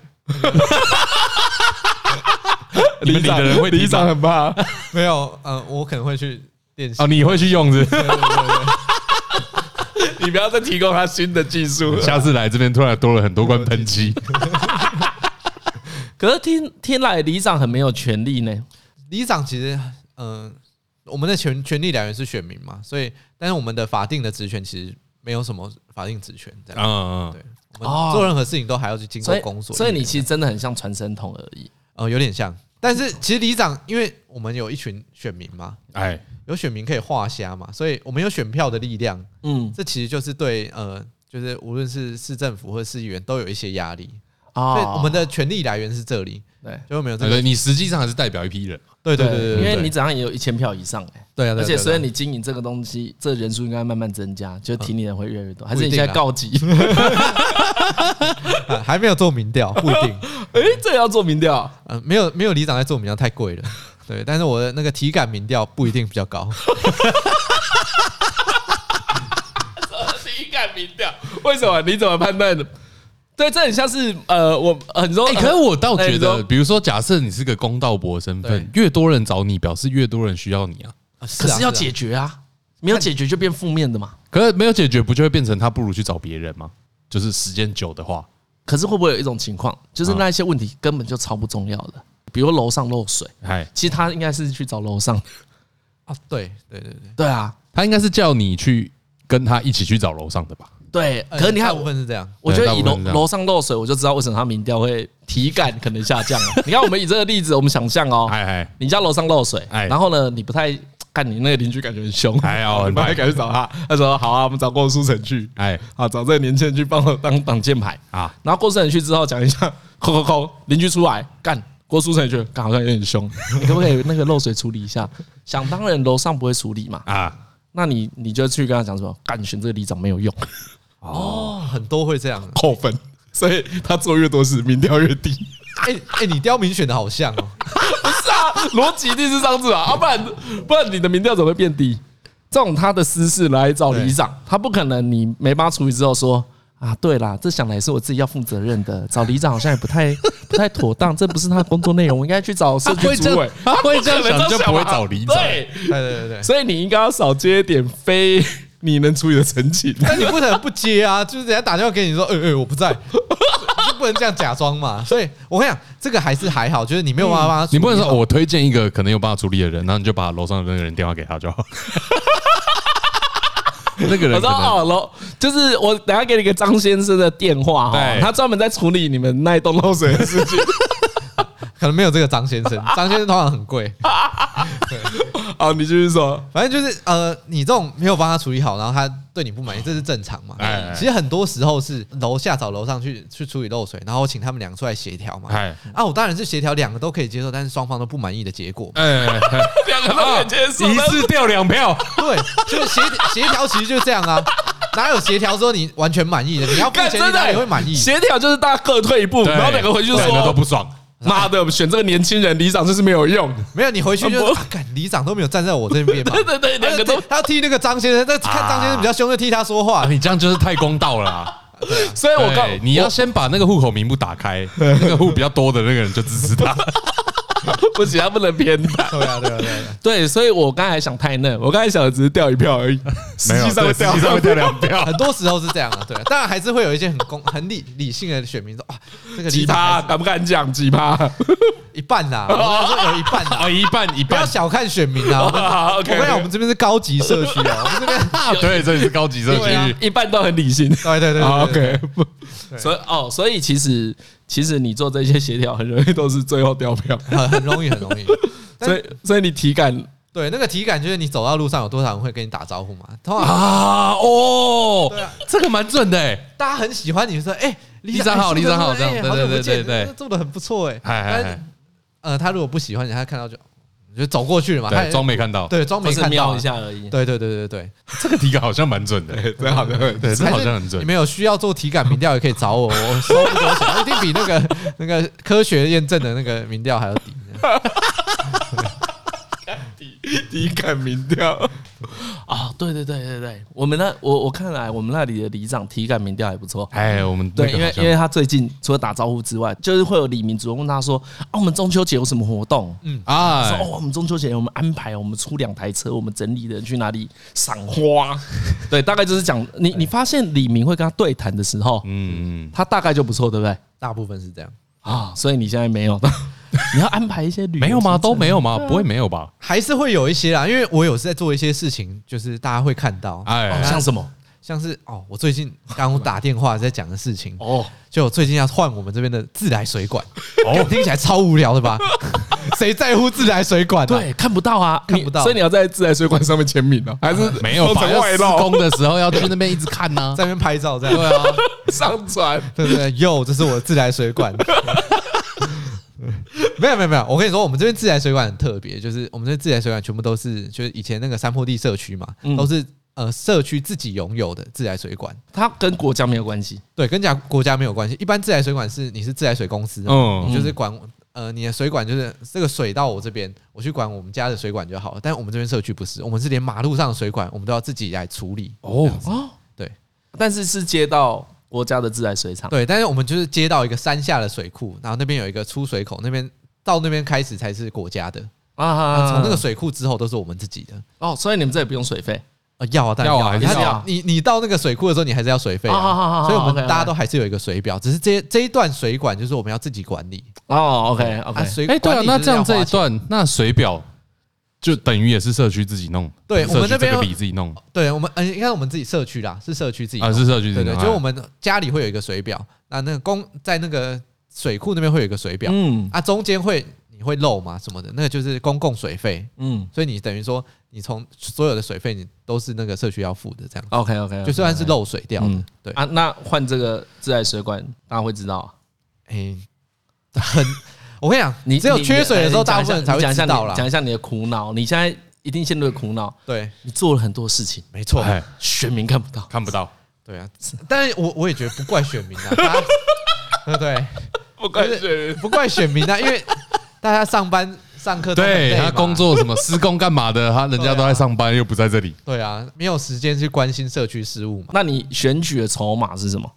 S2: 你们里的人会里长很怕
S4: 没有呃，我可能会去练习
S2: 哦，。你会去用是不是？
S4: 对对对 对
S1: 你不要再提供他新的技术。
S2: 下次来这边突然多了很多罐喷 漆，
S1: 可是听听来，里长很没有权利呢。
S4: 里长其实，嗯、我们的权权力来源是选民嘛，所以，但是我们的法定的职权其实没有什么法定职权这
S2: 嗯
S4: 样。
S2: 嗯，嗯
S4: 对，我们做任何事情都还要去经
S1: 所
S4: 过
S1: 以
S4: 公所
S1: 所以你其
S4: 其
S1: 实
S4: 实
S1: 真的很像传声筒而已。
S4: 呃有点像，但是其实里长，因为我们有一群选民嘛，
S2: 哎，
S4: 有选民可以画虾嘛，所以我们有选票的力量，
S1: 嗯
S4: 这其实就是对呃，就是无论是市政府或市议员都有一些压力，
S1: 啊
S4: 所以我们的权力来源是这里，
S1: 对
S4: 就没有这
S2: 对，
S4: 个，
S2: 呃你实际上还是代表一批人。
S4: 对对对对对，
S1: 因为
S4: 对
S1: 你早上也有一千票以上哎，
S4: 对啊，
S1: 而
S4: 对啊
S1: 且
S4: 对啊
S1: 随着
S4: 对啊
S1: 你经营这个东西，这人数应该慢慢增加，就提你的人会越来越多。还是你
S4: 不一
S1: 现
S4: 定啊
S1: 在告急？
S4: 啊还没有做民调，不一定。
S1: 哎，这要做民调。
S4: 嗯，没有没有里长在做民调太贵了， 对，但是我的那个体感民调不一定比较高，
S1: 情感民调，为什么？你怎么判断的？对，这很像是呃，我很多、
S2: 哎、可是我倒
S1: 哎
S2: 觉
S1: 你
S2: 得，
S1: 说
S2: 比如说，假设你是个公道伯的身份，越多人找你，表示越多人需要你啊。
S1: 呃可是要
S4: 解
S1: 解决啊，没有解决就变负面的嘛。
S2: 可是没有解决，不就会变成他不如去找别人吗？就是时间久的话，
S1: 可是会不会有一种情况，就是那一些问题根本就超不重要的，比如楼上漏水，
S2: 哎，
S1: 其实他应该是去找楼上。
S4: 啊，对对对对，
S1: 对啊，
S2: 他应该是叫你去跟他一起去找楼上的吧？
S1: 对。
S4: 呃
S1: 可是你
S4: 大
S1: 看
S4: 部
S1: 我。
S4: 分是这样，
S1: 我觉得
S2: 对
S1: 以
S2: 大部
S1: 楼
S2: 分是这样
S1: 楼上漏水，我就知道为什么他民调会体感可能下降 了。你看，我们以这个例子，我们想象哦，
S2: 哎哎
S1: 你家楼上漏水，
S2: 哎
S1: 然后呢，你不太看你那个邻居感觉很凶，
S2: 哎哦
S1: 你不太敢去找他。他说：“好啊，我们找郭书成去。”
S2: 哎
S1: 啊，找这个年轻人去帮我当挡箭牌。
S2: 啊，
S1: 然后郭书成去之后讲一下，扣扣扣，邻居出来干，郭书成也觉得干好像有点 凶，你可不可以那个漏水处理一下？想当然楼上不会处理嘛，
S2: 啊，
S1: 那你你就去跟他讲什么？干选这个里长没有用，
S4: 哦，很多会这样。
S1: 扣分。所以他做越多事，民调越低。
S4: 哎哎，你刁民选的好像哦，
S1: 不是啊， 逻辑一定是这样子啊，啊不然不然你的民调怎么会变低？这种他的私事来找里长，他不可能你没办法处理之后说啊，对啦，这想来是我自己要负责任的，找里长好像也不太 不太妥当，这不是他的工作内容，我应该去找社区主委。
S2: 他会这样
S1: 可能
S2: 想，就
S1: 这样
S2: 不会
S1: 嘛
S2: 找里长。
S1: 对，
S4: 对对对对，
S1: 所以你应该要少接一点非你能处理的陈情。
S4: 但你不能不接啊，就是人家打电话给你说，哎哎，我不在，不能这样假装嘛。所以我跟你讲，这个还是还好，就是你没有办法帮他处
S2: 嗯你
S4: 理好，
S2: 不能说我推荐一个可能有办法处理的人，然后你就把楼上的那个人电话给他就好。那个
S1: 我
S2: 人
S1: 说
S2: 可能
S1: 哦，楼就是我等下给你个张先生的电话哈，
S2: 对
S1: 他专门在处理你们那一栋漏水的事 情。
S4: 可能没有这个张先生，张先生通常很贵。
S2: 哦
S1: 好，你继续说。
S4: 反正就是呃，你这种没有帮他处理好，然后他对你不
S1: 哦
S4: 满意，这是正常嘛
S2: 哎哎哎。
S4: 其实很多时候是楼下找楼上去去处理漏水，然后请他们两个出来协调嘛。
S2: 哎
S4: 啊，我当然是协调两个都可以接受，但是双方都不满意的结 果嘛。
S2: 哎，两个
S1: 都可以接受
S2: 一次掉两票，
S4: 对，就是协协调，其实就是这样啊。哪有协调说你完全满意的？你要付
S1: 干
S4: 钱，
S1: 真
S4: 你
S1: 的
S4: 哪里会满意？
S1: 协调就是大家各退一步，
S2: 对
S1: 然后两个回去就
S2: 两个都
S1: 说
S2: 不爽。
S1: 妈的，选这个年轻人里长就是没有用。
S4: 没有，你回去
S1: 不
S4: 就啊干、里长都没有站在我这 边嘛。
S1: 对对对，两个都
S4: 他。他替那个张先生，但看张先生比较凶，就替他说话
S2: 啊，。你这样就是太公道了啊。
S1: 所以我告
S2: 对你要先把那个户口名簿打开，那个户比较多的那个人就支持他。
S1: 不行，他不能偏袒。
S4: 对啊，对啊，对啊。
S1: 对，所以我刚才想太嫩，我刚才想的只是掉一票而已，实际上会
S2: 对
S1: 掉
S2: 实际上会掉两 票。
S4: 很多时候是这样的、对、啊，当然还是会有一些很公、很理理性的选民说啊，这个
S1: 几
S4: 里
S1: 趴，
S4: 长还
S1: 敢不敢讲几趴？
S4: 是一半呐、啊，我们说有一半 呐、
S2: 啊，一半一
S4: 不要
S2: 半，
S4: 小看选民啊！ 我 们
S1: 好
S4: 我跟你讲，我们这边是高级社区啊，我们这边
S2: 对，这里是高级社
S4: 对啊
S2: 区。
S1: 一般都很理性。
S4: 对对对对
S1: 好
S4: 对对
S1: ，OK，不所以哦，所以其实其实你做这些协调，很容易都是最后掉票。
S4: 很很容易，很容易。但
S1: 所以所以你体感
S4: 对，那个体感就是你走到路上有多少人会跟你打招呼嘛？通 常
S2: 啊哦
S4: 对啊，
S2: 这个蛮准的欸，
S4: 大家很喜欢你，说哎，
S2: 里长好
S4: 哎
S2: 里长好
S4: 哎
S2: 这样对
S4: 好久
S2: 对
S4: 不
S2: 对
S4: 见
S2: 对对
S4: 那做的很不错哎。
S2: 哎
S4: 但
S2: 哎
S4: 是
S2: 哎
S4: 呃，他如果不喜欢你，他看到就就走过去了嘛，他
S2: 对，
S4: 也
S2: 装没看到，
S4: 对装没
S1: 不是
S4: 看到
S1: 瞄
S4: 啊
S1: 一。下而已。
S4: 对对对对对，
S2: 这 个体感好像蛮准的，
S1: 对，好的，
S2: 对，这
S4: 还
S2: 好
S4: 是
S2: 像很
S4: 你
S2: 准。
S4: 们有需要做体感民调也可以找我， 我收不多钱，一定比那个 那个科学验证的那个民调还要低。
S1: 体感民调 啊，对对对对对，我们那我我看来我们那里的里长体感民调还不错。
S2: 哎，我们
S1: 对，
S2: 那个
S1: 因为
S2: 好像
S1: 因为他最近除了打招呼之外，就是会有李明主动问他说：“啊，我们中秋节有什么活动？”
S2: 啊
S1: 说哦，我们中秋节我们安排，我们出两台车，我们整理人去哪里赏花， 哎对，大概就是讲你你发现李明会跟他对谈的时候，
S4: 哎
S2: 嗯，嗯
S1: 他大概就不错，对不对？
S4: 大部分是这样，
S1: 啊，所以你现在没 有，你要安排一些旅游
S2: 没有吗？
S1: 行程
S2: 都没有吗？不会没有吧？
S4: 还是会有一些啦，因为我有是在做一些事情，就是大家会看到，
S1: 哦
S2: 哎，
S1: 像什么？
S4: 像是哦，我最近刚我打电话在讲的事情，
S1: 哦，
S4: 就我最近要换我们这边的自来水管，
S2: 哦
S4: 听起来超无聊的 吧？谁在乎自来水管、啊？
S1: 对，看不到啊，
S4: 看不到
S1: 你所以你要在自来水管上面签名啊，还是
S2: 没有吧？
S1: 封成
S2: 要
S1: 外
S2: 施
S1: 露
S2: 工的时候要去那边一直看呢。
S4: 在那边拍照这
S2: 对
S4: 样，
S2: 啊，
S1: 上传？
S4: 对对对，哟，这是我的自来水管。 没有没有没有，我跟你说，我们这边自来水管很特别，就是我们这边自来水管全部都是，就是以前那个山坡地社区嘛，
S2: 嗯
S4: 都是呃社区自己拥有的自来水管，
S1: 它跟国家没有关系，
S4: 对，跟家国家没有关系。一般自来水管是你是自来水公司嘛，
S2: 嗯
S4: 你就是管呃你的水管就是这个水到我这边，我去管我们家的水管就好了。但我们这边社区不是，我们是连马路上的水管我们都要自己来处理。
S2: 哦，
S1: 哦，
S4: 对
S1: 但是是接到国家的自来水厂，
S4: 对，但是我们就是接到一个山下的水库，然后那边有一个出水口，那边到那边开始才是国家的，
S1: 啊
S4: 从那个水库之后都是我们自己的。
S1: 哦，所以你们这里不用水费，
S4: 呃，要啊，当然
S2: 要啊还是
S4: 他
S1: 要啊
S4: 你你到那个水库的时候，你还是要水费
S1: 啊好好
S4: 啊，
S1: 好
S4: 所以我们
S1: OK，OK
S4: 大家都还是有一个水表，只是这这一段水管就是我们要自己管理。
S1: 哦，OK OK，
S4: 啊，水
S2: 哎，对啊
S4: 管，理
S2: 那
S4: 就是
S2: 这样
S4: 要
S2: 这
S4: 花
S2: 一
S4: 钱
S2: 段，那水表就等于也是社区自己弄，
S4: 对
S2: 社
S4: 我们
S2: 区
S4: 那边
S2: 这
S4: 要
S2: 个笔自己弄
S4: 对我们，嗯，应该是我们自己社区啦，是社区自己
S2: 啊，
S4: 弄
S2: 是社区自
S4: 对
S2: 己
S4: 对，
S2: 弄，
S4: 就是我
S2: 哎
S4: 们家里会有一个水表，那那个公在那个水库那边会有一个水表，
S1: 嗯
S4: 啊，中间会你会漏嘛什么的，那个就是公共水费，
S1: 嗯
S4: 所以你等于说你从所有的水费你都是那个社区要付的，这样
S1: ，OK OK，
S4: 就算是漏水掉的
S1: 嗯，
S4: 对，
S1: 啊，那换这个自来水管，大家会知道啊。
S4: 哎，很， 我跟你讲，
S1: 你哎
S4: 只有缺水的时候，
S1: 你讲
S4: 大
S1: 一
S4: 部
S1: 下
S4: 分人才
S1: 讲
S4: 会
S1: 一下
S4: 知
S1: 你
S4: 道啦，
S1: 讲一下你的苦恼，你现在一定陷入苦恼，
S4: 对，
S1: 你做了很多事情，
S4: 没错，
S2: 哎
S1: 选民看不到。
S2: 看不到，
S4: 对啊，但是我我也觉得不怪选民啊，大家对 不对？
S1: 不
S4: 怪
S1: 选民，
S4: 不怪选民啊，因为大家上班上课都很
S2: 对
S4: 累
S2: 他
S4: 嘛啊
S2: 工，作什么施工干嘛的，他人家都在上班，又不在这里，
S4: 对啊，没有时间去关心社区事务嘛。
S1: 那你选举的筹码是什么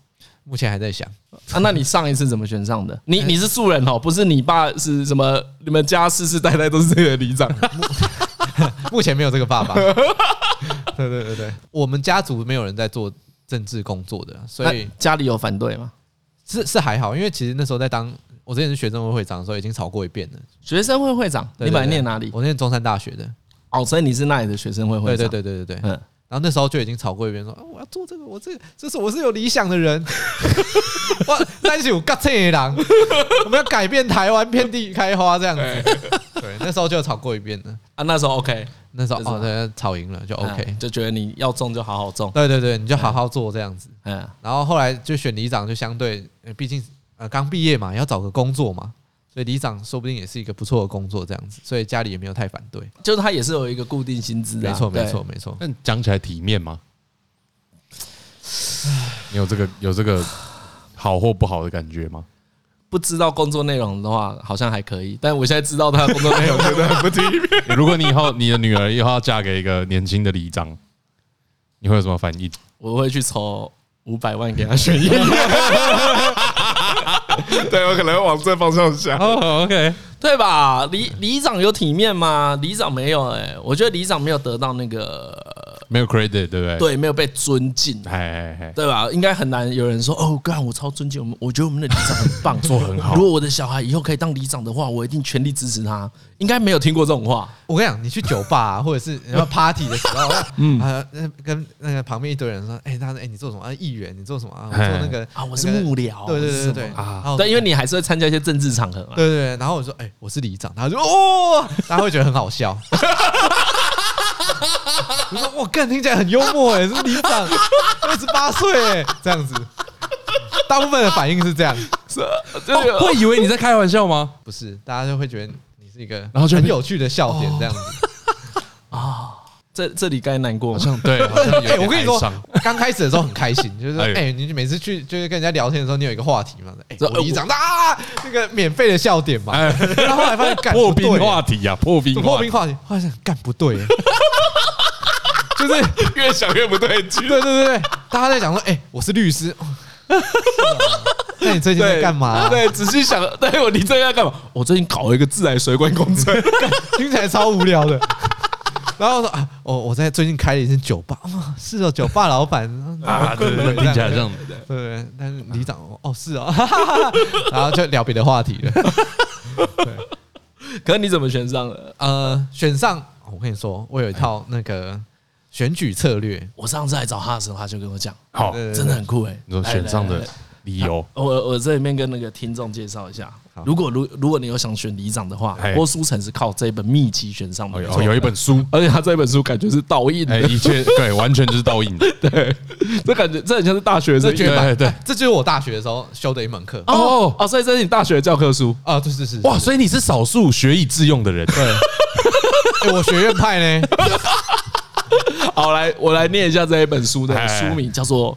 S4: 目前还在想，
S1: 啊？那你上一次怎么选上的？
S4: 哎
S1: 你你是素人哦，不是你爸是什么？你们家世世代代都是这个里长，
S4: 目前没有这个 爸爸。对对 对对，我们家族没有人在做政治工作的，所以
S1: 那家里有反对吗？
S4: 是是还好，因为其实那时候在当我之前是学生会会长的时候，已经吵过一遍了。
S1: 学生会会长，
S4: 对对
S1: 你本来
S4: 对
S1: 念哪里？
S4: 我念中山大学的，
S1: 哦，所以你是那里的学生会会
S4: 对
S1: 长。
S4: 对对对对
S1: 嗯，
S4: 对。然后那时候就已经吵过一遍，说、啊、我要做这个，我这个，这是我是有理想 的人，我但是有嘎切狼，我们要改变台湾遍地开花这样
S1: 哎
S4: 子。对，那时候就有吵过一遍了。
S1: 啊，那时候 OK
S4: 那时候
S1: 那时候
S4: 哦，对，吵赢了就 OK。
S1: 嗯就觉得你要中就好好中。
S4: 对对对，你就好好做这样子。
S1: 嗯，
S4: 然后后来就选里长，就相对，呃毕竟呃刚毕业嘛，要找个工作嘛，所以里长说不定也是一个不错的工作这样子，所以家里也没有太反对。
S1: 就是他也是有一个固定薪资的
S4: 没
S1: 啊，
S4: 错没
S1: 对
S4: 错。没错，
S2: 但讲起来体面吗？ 你有这个有这个好或不好的感觉吗？
S1: 不知道工作内容的话，好像还可以，但我现在知道他的工作内容，觉得很不体面。
S2: 如果你以后你的女儿以后要嫁给一个年轻的里长，你会有什么反应？
S1: 我会去筹五百万给他选一年。
S2: 对我可能会往这方向想。哦，OK，
S1: 对吧？里里长有体面吗？里长没有哎、我觉得里长没有得到那个
S2: 没有 credit，对不对？，
S1: 对，没有被尊敬，
S2: 哎哎哎，
S1: 对吧？应该很难有人说哦，干我超尊敬我们，我觉得我们的里长很棒，做
S2: 很好
S1: 如果我的小孩以后可以当里长的话，我一定全力支持他。应该没有听过这种话，
S4: 我跟你讲，你去酒吧、啊、 或者是你要 party 的时候，嗯，啊，那跟那个旁边一堆人说，哎、他说，哎、你做什么？啊，议员，你做什么啊？我做那个
S1: 啊我是
S4: 那个
S1: 幕僚
S4: 对对对对对
S1: 我是什么哦
S4: 然后
S1: 对，因为你还是会参加一些政治场合嘛。
S4: 对对对，然后我说，哎、我是里长，他说，哦，大家会觉得很好笑。我说，我干，听起来很幽默哎、是里长，二十八岁哎，这样子，大部分的反应是这样，
S1: 对
S2: 哦会以为你在开玩笑吗？
S4: 不是，大家就会觉得你是一个
S2: 然后就哦
S4: 很有趣的笑点这样 子。
S1: 这这里该难过吗？
S2: 嗯对，好像有
S4: 哎、
S2: 点
S4: 我跟你
S2: 哀
S4: 说
S2: 伤，
S4: 刚开始的时候很开心，就是说，
S2: 哎
S4: 哎、你每次去就是跟人家聊天的时候，你有一个话题嘛，哎、
S1: 说
S4: 我里长啊，那个免费的笑点嘛，
S2: 哎
S4: 然后后来发现干
S2: 破
S4: 不对
S2: 冰话题啊，破冰
S4: 破冰话题，后来想干不对，就是
S2: 越想越不对劲。
S4: 对对对对，大家在讲说，哎、我是律师，哦是啊那你最近在干嘛、
S1: 对，仔细想， 对我你这个要干嘛？我最近搞了一个自来水管工 程，
S4: 听起来超无聊的。然后说啊，我我在最近开了一间酒吧，哦、是哦，酒吧老板
S2: 啊，对对对，听起来像
S4: 对对，但是里长哦哦是哦，然后就聊别的话题了。
S1: 可是你怎么选上了？
S4: 呃，选上，哦我跟你说，我有一套那个选举策略，
S1: 我上次来找他的时候，他就跟我讲，
S2: 好。
S4: 对
S1: 真的很酷哎、
S2: 你说选上
S1: 来。来
S2: 的
S1: 来来
S2: 理由，
S1: 我我这里面跟那个听众介绍一下，如果如如果你有想选里长的话
S2: 哎，
S1: 郭书成是靠这本秘籍选上的
S2: 哦，有，
S1: 没错
S2: 哦有一本书，
S1: 而且他这本书感觉是倒印
S2: 哎，
S1: 的，
S2: 一切对，完全就是倒影的。
S1: 这感觉这很像是大学生
S4: 这绝版，
S2: 对对
S4: 哎这就是我大学的时候修的一门课
S1: 哦哦，所以这是你大学的教科书
S4: 啊，对是是是
S2: 哇，所以你是少数学以致用的人。对，
S4: 哎我学院派呢，
S1: 好，来，我来念一下这一本书的
S2: 哎
S1: 书名，叫做《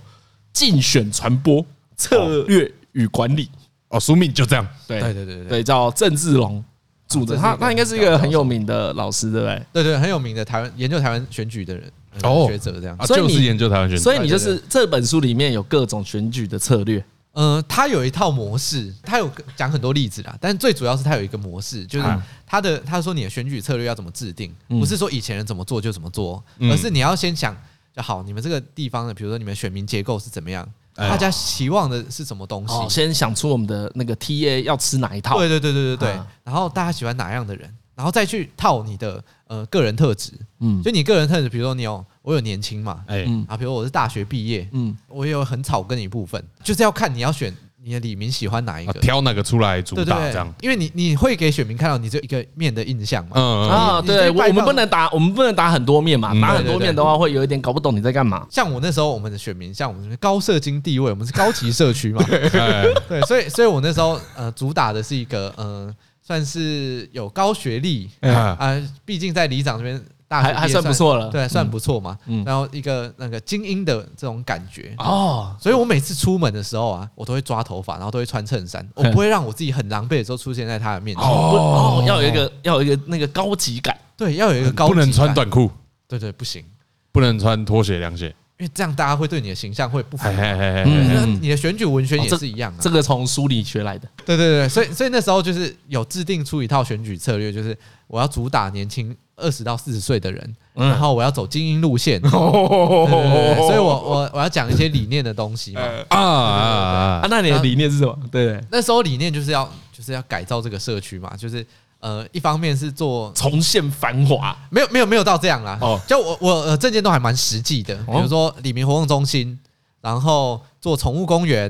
S1: 竞选传播 策略与管理》。
S2: 哦，苏敏就这样。
S1: 对
S4: 对对对对
S1: 对，叫郑志龙著的，
S4: 啊这是一个
S1: 他他应该是一个很有名的老师，对不对？
S4: 对对，很有名的台湾研究台湾选举的人呃
S2: 哦
S4: 学者这样
S2: 啊，。
S1: 所以
S2: 就
S1: 你
S2: 是研究台湾选举，
S1: 所以你就是这本书里面有各种选举的策略，
S4: 嗯，他有一套模式，他有讲很多例子啦，但是最主要是他有一个模式，就是
S2: 啊
S4: 他的他说你的选举策略要怎么制定，不是说以前人怎么做就怎么做，
S2: 嗯
S4: 而是你要先想，就好你们这个地方的，比如说你们选民结构是怎么样，
S2: 哎
S4: 大家期望的是什么东
S1: 哦，
S4: 西，
S1: 先想出我们的那个 TA 要吃哪一套，
S4: 对对对对对对
S1: 啊，
S4: 然后大家喜欢哪样的人，然后再去套你的呃个人特质，
S1: 嗯
S4: 就你个人特质，比如说你有我有年轻嘛，
S2: 哎，
S1: 嗯
S4: 啊，比如我是大学毕业，
S1: 嗯，
S4: 我也有很草根的一部分，就是要看你要选你的李明喜欢哪一
S2: 啊
S4: 个。
S2: 挑哪个出来主
S4: 对对
S2: 打
S4: 对，
S2: 这样。
S4: 因为你你会给选民看到你这一个面的印象嘛。
S2: 嗯，嗯
S1: 啊，
S4: 你
S1: 对，
S4: 你
S1: 我
S4: 拜
S1: 我
S4: 票
S1: 们不能打，我们不能打很多面嘛，
S2: 嗯
S1: 打很多面的话会有一点搞不懂你在干嘛。
S4: 像我那时候，我们的选民，像我们是高社经地位，我们是高级社区嘛，
S2: 嗯哎，
S4: 对，所以所以我那时候呃，主打的是一个呃，算是有高学历
S2: 嗯
S4: 啊，毕竟在里长这边大学
S1: 还还
S4: 毕业
S1: 算不错了
S4: 对，
S1: 嗯
S4: 算不错嘛。
S1: 嗯
S4: 然后一个那个精英的这种感觉，
S1: 哦，
S4: 所以我每次出门的时候啊，我都会抓头发，然后都会穿衬衫，我
S1: 嗯
S4: 不会让我自己很狼狈的时候出现在他的面前。
S1: 不哦，要有一个要有一个那个高级感，
S4: 对，要有一个高级
S2: 不能穿
S4: 感，
S2: 短裤，
S4: 对对，不行。
S2: 不能穿拖鞋、凉鞋。
S4: 因为这样大家会对你的形象会不服。
S2: 嘿嘿嘿嘿
S1: 嗯
S2: 嘿，
S4: 那你的选举文宣
S1: 哦
S4: 也
S1: 这
S4: 是一样啊，
S1: 这个从书里学来的。
S4: 对对对，所以所以那时候就是有制定出一套选举策略，就是我要主打年轻二十到四十岁的人，
S1: 嗯
S4: 然后我要走精英 路线，对对对对所以我我我要讲一些理念的东
S1: 嗯
S4: 西嘛。
S2: 啊啊
S1: 啊，！那你的理念是什么？对，
S4: 那时候理念就是要就是要改造这个社区嘛，就是呃，一方面是做
S1: 重现繁华。
S4: 没有没有没有到这样啦，
S1: 哦
S4: 就我我呃证件都还蛮实际的，比
S1: 哦
S4: 如说里民活动中心，然后做宠物公园，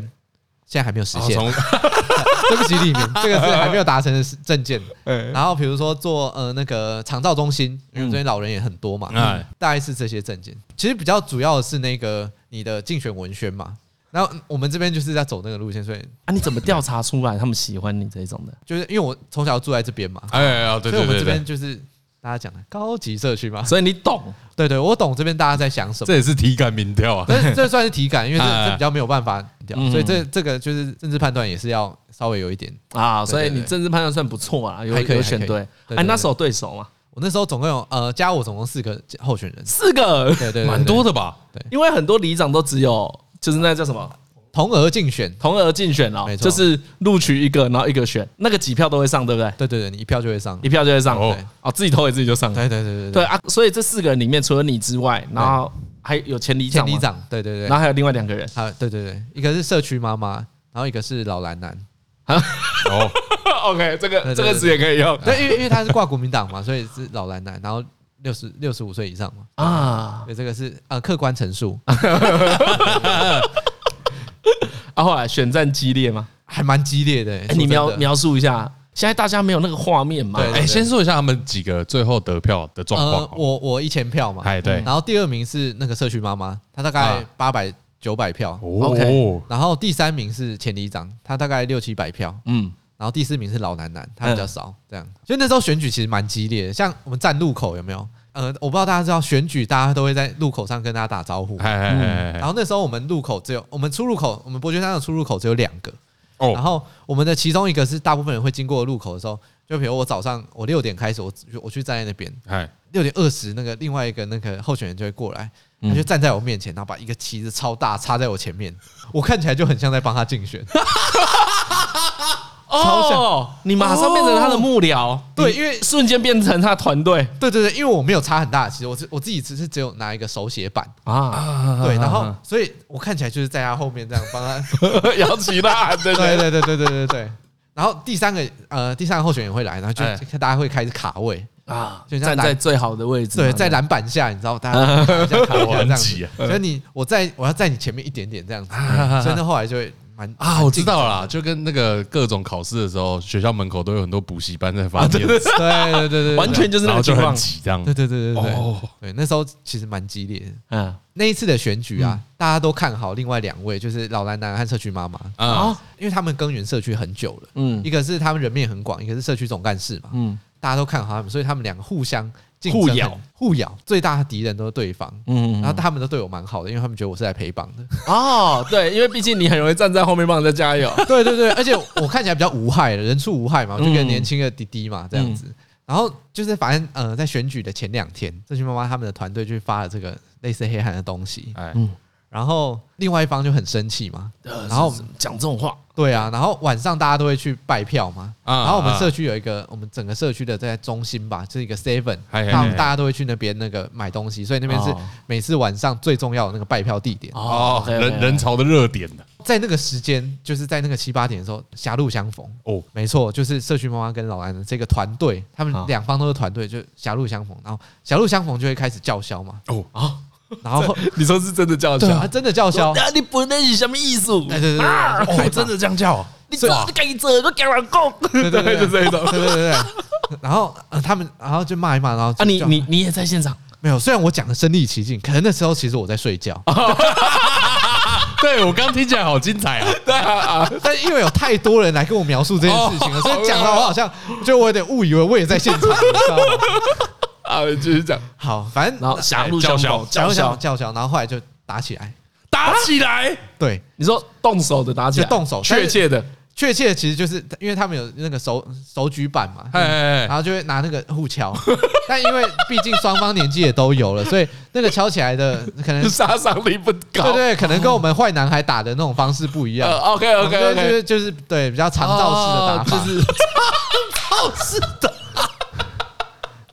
S4: 现在还没有实
S1: 哦
S4: 现，
S2: 从
S4: 对不起李明，这个是还没有达成的证件。
S1: 哎
S4: 然后比如说做呃那个长照中心，因为这边老人也很多嘛，
S2: 嗯哎
S4: 大概是这些证件。其实比较主要的是那个你的竞选文宣嘛。然后我们这边就是在走那个路线，所以
S1: 啊，你怎么调查出来他们喜欢你这种的？
S4: 就是因为我从小住在这边嘛，
S2: 哎啊，对
S4: 所以
S2: 对
S4: 我们
S2: 对
S4: 这
S2: 对
S4: 边，就是大家讲的高级社区嘛。
S1: 所以你懂
S4: 对对，我懂这边大家在想什么。
S2: 这也是体感民调啊。
S4: 这这算是体感，因为这
S2: 哎
S4: 这比较没有办法掉，
S1: 嗯
S4: 所以这这个就是政治判断也是要稍微有一点。
S1: 啊，
S4: 对
S1: 所以
S4: 对
S1: 你
S4: 对
S1: 政治判断算不错啊，有
S4: 还可以
S1: 有选
S4: 还可以
S1: 对。
S4: 对对
S1: 哎，那
S4: 对
S1: 时候对手嘛，
S4: 我那时候总共有呃加我总共四个候选人，
S1: 四个，
S4: 对对，对
S2: 蛮
S4: 对
S2: 多的吧？
S1: 因为很多里长都只有就是那叫什么
S4: 同额竞选，
S1: 同额竞选哦，
S4: 没错
S1: 就是录取一个，然后一个选，那个几票都会上，对不对？
S4: 对对对，你一票就会上。
S1: 一票就会上，
S2: 哦
S1: 对哦，自己投给自己就上了。
S4: 对对对
S1: 对，啊，所以这四个人里面，除了你之外，然后还有前里
S4: 县
S1: 长嘛，
S4: 里长，对对
S1: 然
S4: 对，
S1: 后还有另外两个人，
S4: 还有对对对，一个是社区妈妈，然后一个是老蓝男。
S2: 哦，
S1: OK，这个
S4: 对对对
S1: 这个词也可以用
S4: 对，因为因为他是挂国民党嘛， 所以是老蓝男，然后六十六十五岁以上嘛，
S1: 啊。
S4: 所以这个是呃客观陈述，
S1: 啊，后来选战激烈吗？
S4: 还蛮激烈的欸。
S1: 哎，你
S4: 说真
S1: 描
S4: 的
S1: 描述一下，现在大家没有那个画面嘛？
S4: 对
S2: 哎，先说一下他们几个最后得票的状
S4: 呃
S2: 况，哦。
S4: 我我一千票嘛，
S2: 哎，对，
S4: 然后第二名是那个社区妈妈，她大概
S2: 啊
S4: 八百九百票，
S2: 哦，
S4: 然后第三名是前里长，他大概六七百票，
S1: 嗯，
S4: 然后第四名是老男男，他比较少，这样。所以那时候选举其实蛮激烈的，像我们站路口有没有？呃，我不知道大家知道选举，大家都会在路口上跟大家打招呼。
S2: 哎哎哎哎
S4: 然，后那时候我们路口只有我们出入口，我们伯爵山的出入口只有两个。然
S2: 哦，
S4: 后我们的其中一个是大部分人会经过的路口的时候，就比如我早上我六点开始，我我去站在那边，
S2: 哎，
S4: 六点二十，那个另外一个那个候选人就会过来，他就站在我面前，然后把一个旗子超大插在我前面，我看起来就很像在帮他竞选。 超
S1: 哦，你马上变成他的幕僚，
S4: 对
S1: 你
S4: 因为
S1: 瞬间变成他的团队
S4: 对对对，因为我没有插很大的旗，我只我自己只是只有拿一个手写板，
S1: 啊。
S4: 对，然后所以我看起来就是在他后面这样帮他。
S1: 摇旗呐喊，对
S4: 对
S1: 对，
S4: 对对对对对对。然后第三个呃，第三个候选人会来，然后就
S2: 哎
S4: 就大家会开始卡位，
S1: 啊，
S4: 就像
S1: 站
S4: 篮
S1: 在最好的位置嘛，
S4: 对，在篮板下，你知道，大家卡一下卡一下这样
S2: 我很急
S4: 子
S2: 啊，
S4: 所以你我在我要在你前面一点点这样子，所以那后来就会蛮
S2: 啊，我知道了啦，
S4: 啦，
S2: 就跟那个各种考试的时候，学校门口都有很多补习班在
S1: 啊
S2: 发电，
S4: 啊对对对对，
S1: 完全就是那个
S2: 然后就
S1: 情
S2: 很
S1: 况。
S2: 挤这样
S4: 对。对对对对对
S2: 哦，
S4: 对，那时候其实蛮激烈的。
S1: 嗯，
S4: 那一次的选举啊，大家都看好另外两位，就是老蓝男和社区妈妈，
S2: 啊，
S4: 因为他们耕耘社区很久了，
S1: 嗯
S4: 一个是他们人面很广，一个是社区总干事嘛，
S1: 嗯
S4: 大家都看好他们，所以他们两个互相竞
S1: 互
S4: 争
S1: 咬
S4: 很互咬，最大的敌人都是对方。
S1: 嗯
S4: 然后他们都对我蛮好的，因为他们觉得我是来陪绑的。
S1: 哦，对，因为毕竟你很容易站在后面帮人家加油。
S4: 对对对，而且我看起来比较无害的，人畜无害嘛，我就跟
S1: 嗯
S4: 年轻的弟弟嘛这样
S2: 嗯
S4: 子。然后就是反正呃，在选举的前两天，社区妈妈他们的团队就发了这个类似黑函的东西，
S2: 哎，
S4: 然后另外一方就很生气嘛，
S1: 然
S4: 然后
S1: 后呃讲这种话，
S4: 对啊，然后晚上大家都会去拜票嘛，
S2: 嗯啊
S4: 然后我们
S2: 啊
S4: 社区有一个，我们整个社区的在中心吧，就是一个 Seven，
S2: 嗨嗨
S4: 那我
S2: 嗨
S4: 们大家都会去那边那个买东西，所以那边是
S1: 哦
S4: 每次晚上最重要的那个拜票地点。
S2: 哦，
S1: OK，OK，OK
S2: 人人潮的热点的
S4: 在那个时间，就是在那个七八点的时候，狭路相逢。
S2: 哦，
S4: 没错，就是社区妈妈跟老安的这个团队，他
S1: 好
S4: 们两方都是团队，就狭路相逢，然后狭路相逢就会开始叫嚣嘛。
S2: 哦
S4: 啊，然后
S1: 你说是真的叫
S4: 对
S1: 嚣
S4: 啊，？真的叫嚣
S1: 说，啊，你不能是什么艺术？
S4: 对对对对
S1: 啊
S4: 对
S2: 哦，真的这样叫
S1: 你这你敢做，你敢乱讲？
S4: 啊对对对，
S1: 就这一 种。
S4: 对对对对。然后、呃、他们，然后就骂一骂，然后
S1: 啊，
S4: 就
S1: 你
S4: 叫
S1: 你你也在现场？
S4: 没有？虽然我讲的身临其境，可能那时候其实我在睡觉，
S2: 对我刚听起来好 精彩啊！
S1: 对啊，
S4: 但因为有太多人来跟我描述这件事情了，所以讲到我好像就我有点误以为我也在现场，你知道吗？
S1: 啊，继续讲。
S4: 好，反正
S1: 然后狭路相逢，
S4: 讲
S1: 叫
S4: 一讲
S1: 嚣，
S4: 哎叫嚣，然后后来就打起来，
S2: 打起来，
S4: 对，
S1: 啊你说动手的打起来，
S4: 就动手
S1: 确切 的
S4: 确切其实就是因为他们有那个手手举板嘛，嗯
S2: 哎
S4: 然后就会拿那个互敲， 但因为毕竟双方年纪也都有了，所以那个敲起来的可能
S1: 杀伤力不高。
S4: 对对，可能跟我们坏男孩打的那种方式不一样。
S1: ，OK
S4: 我们
S1: OK
S4: 就
S1: OK，哦
S4: 是就是对比较长哦照式的打法，
S1: 就是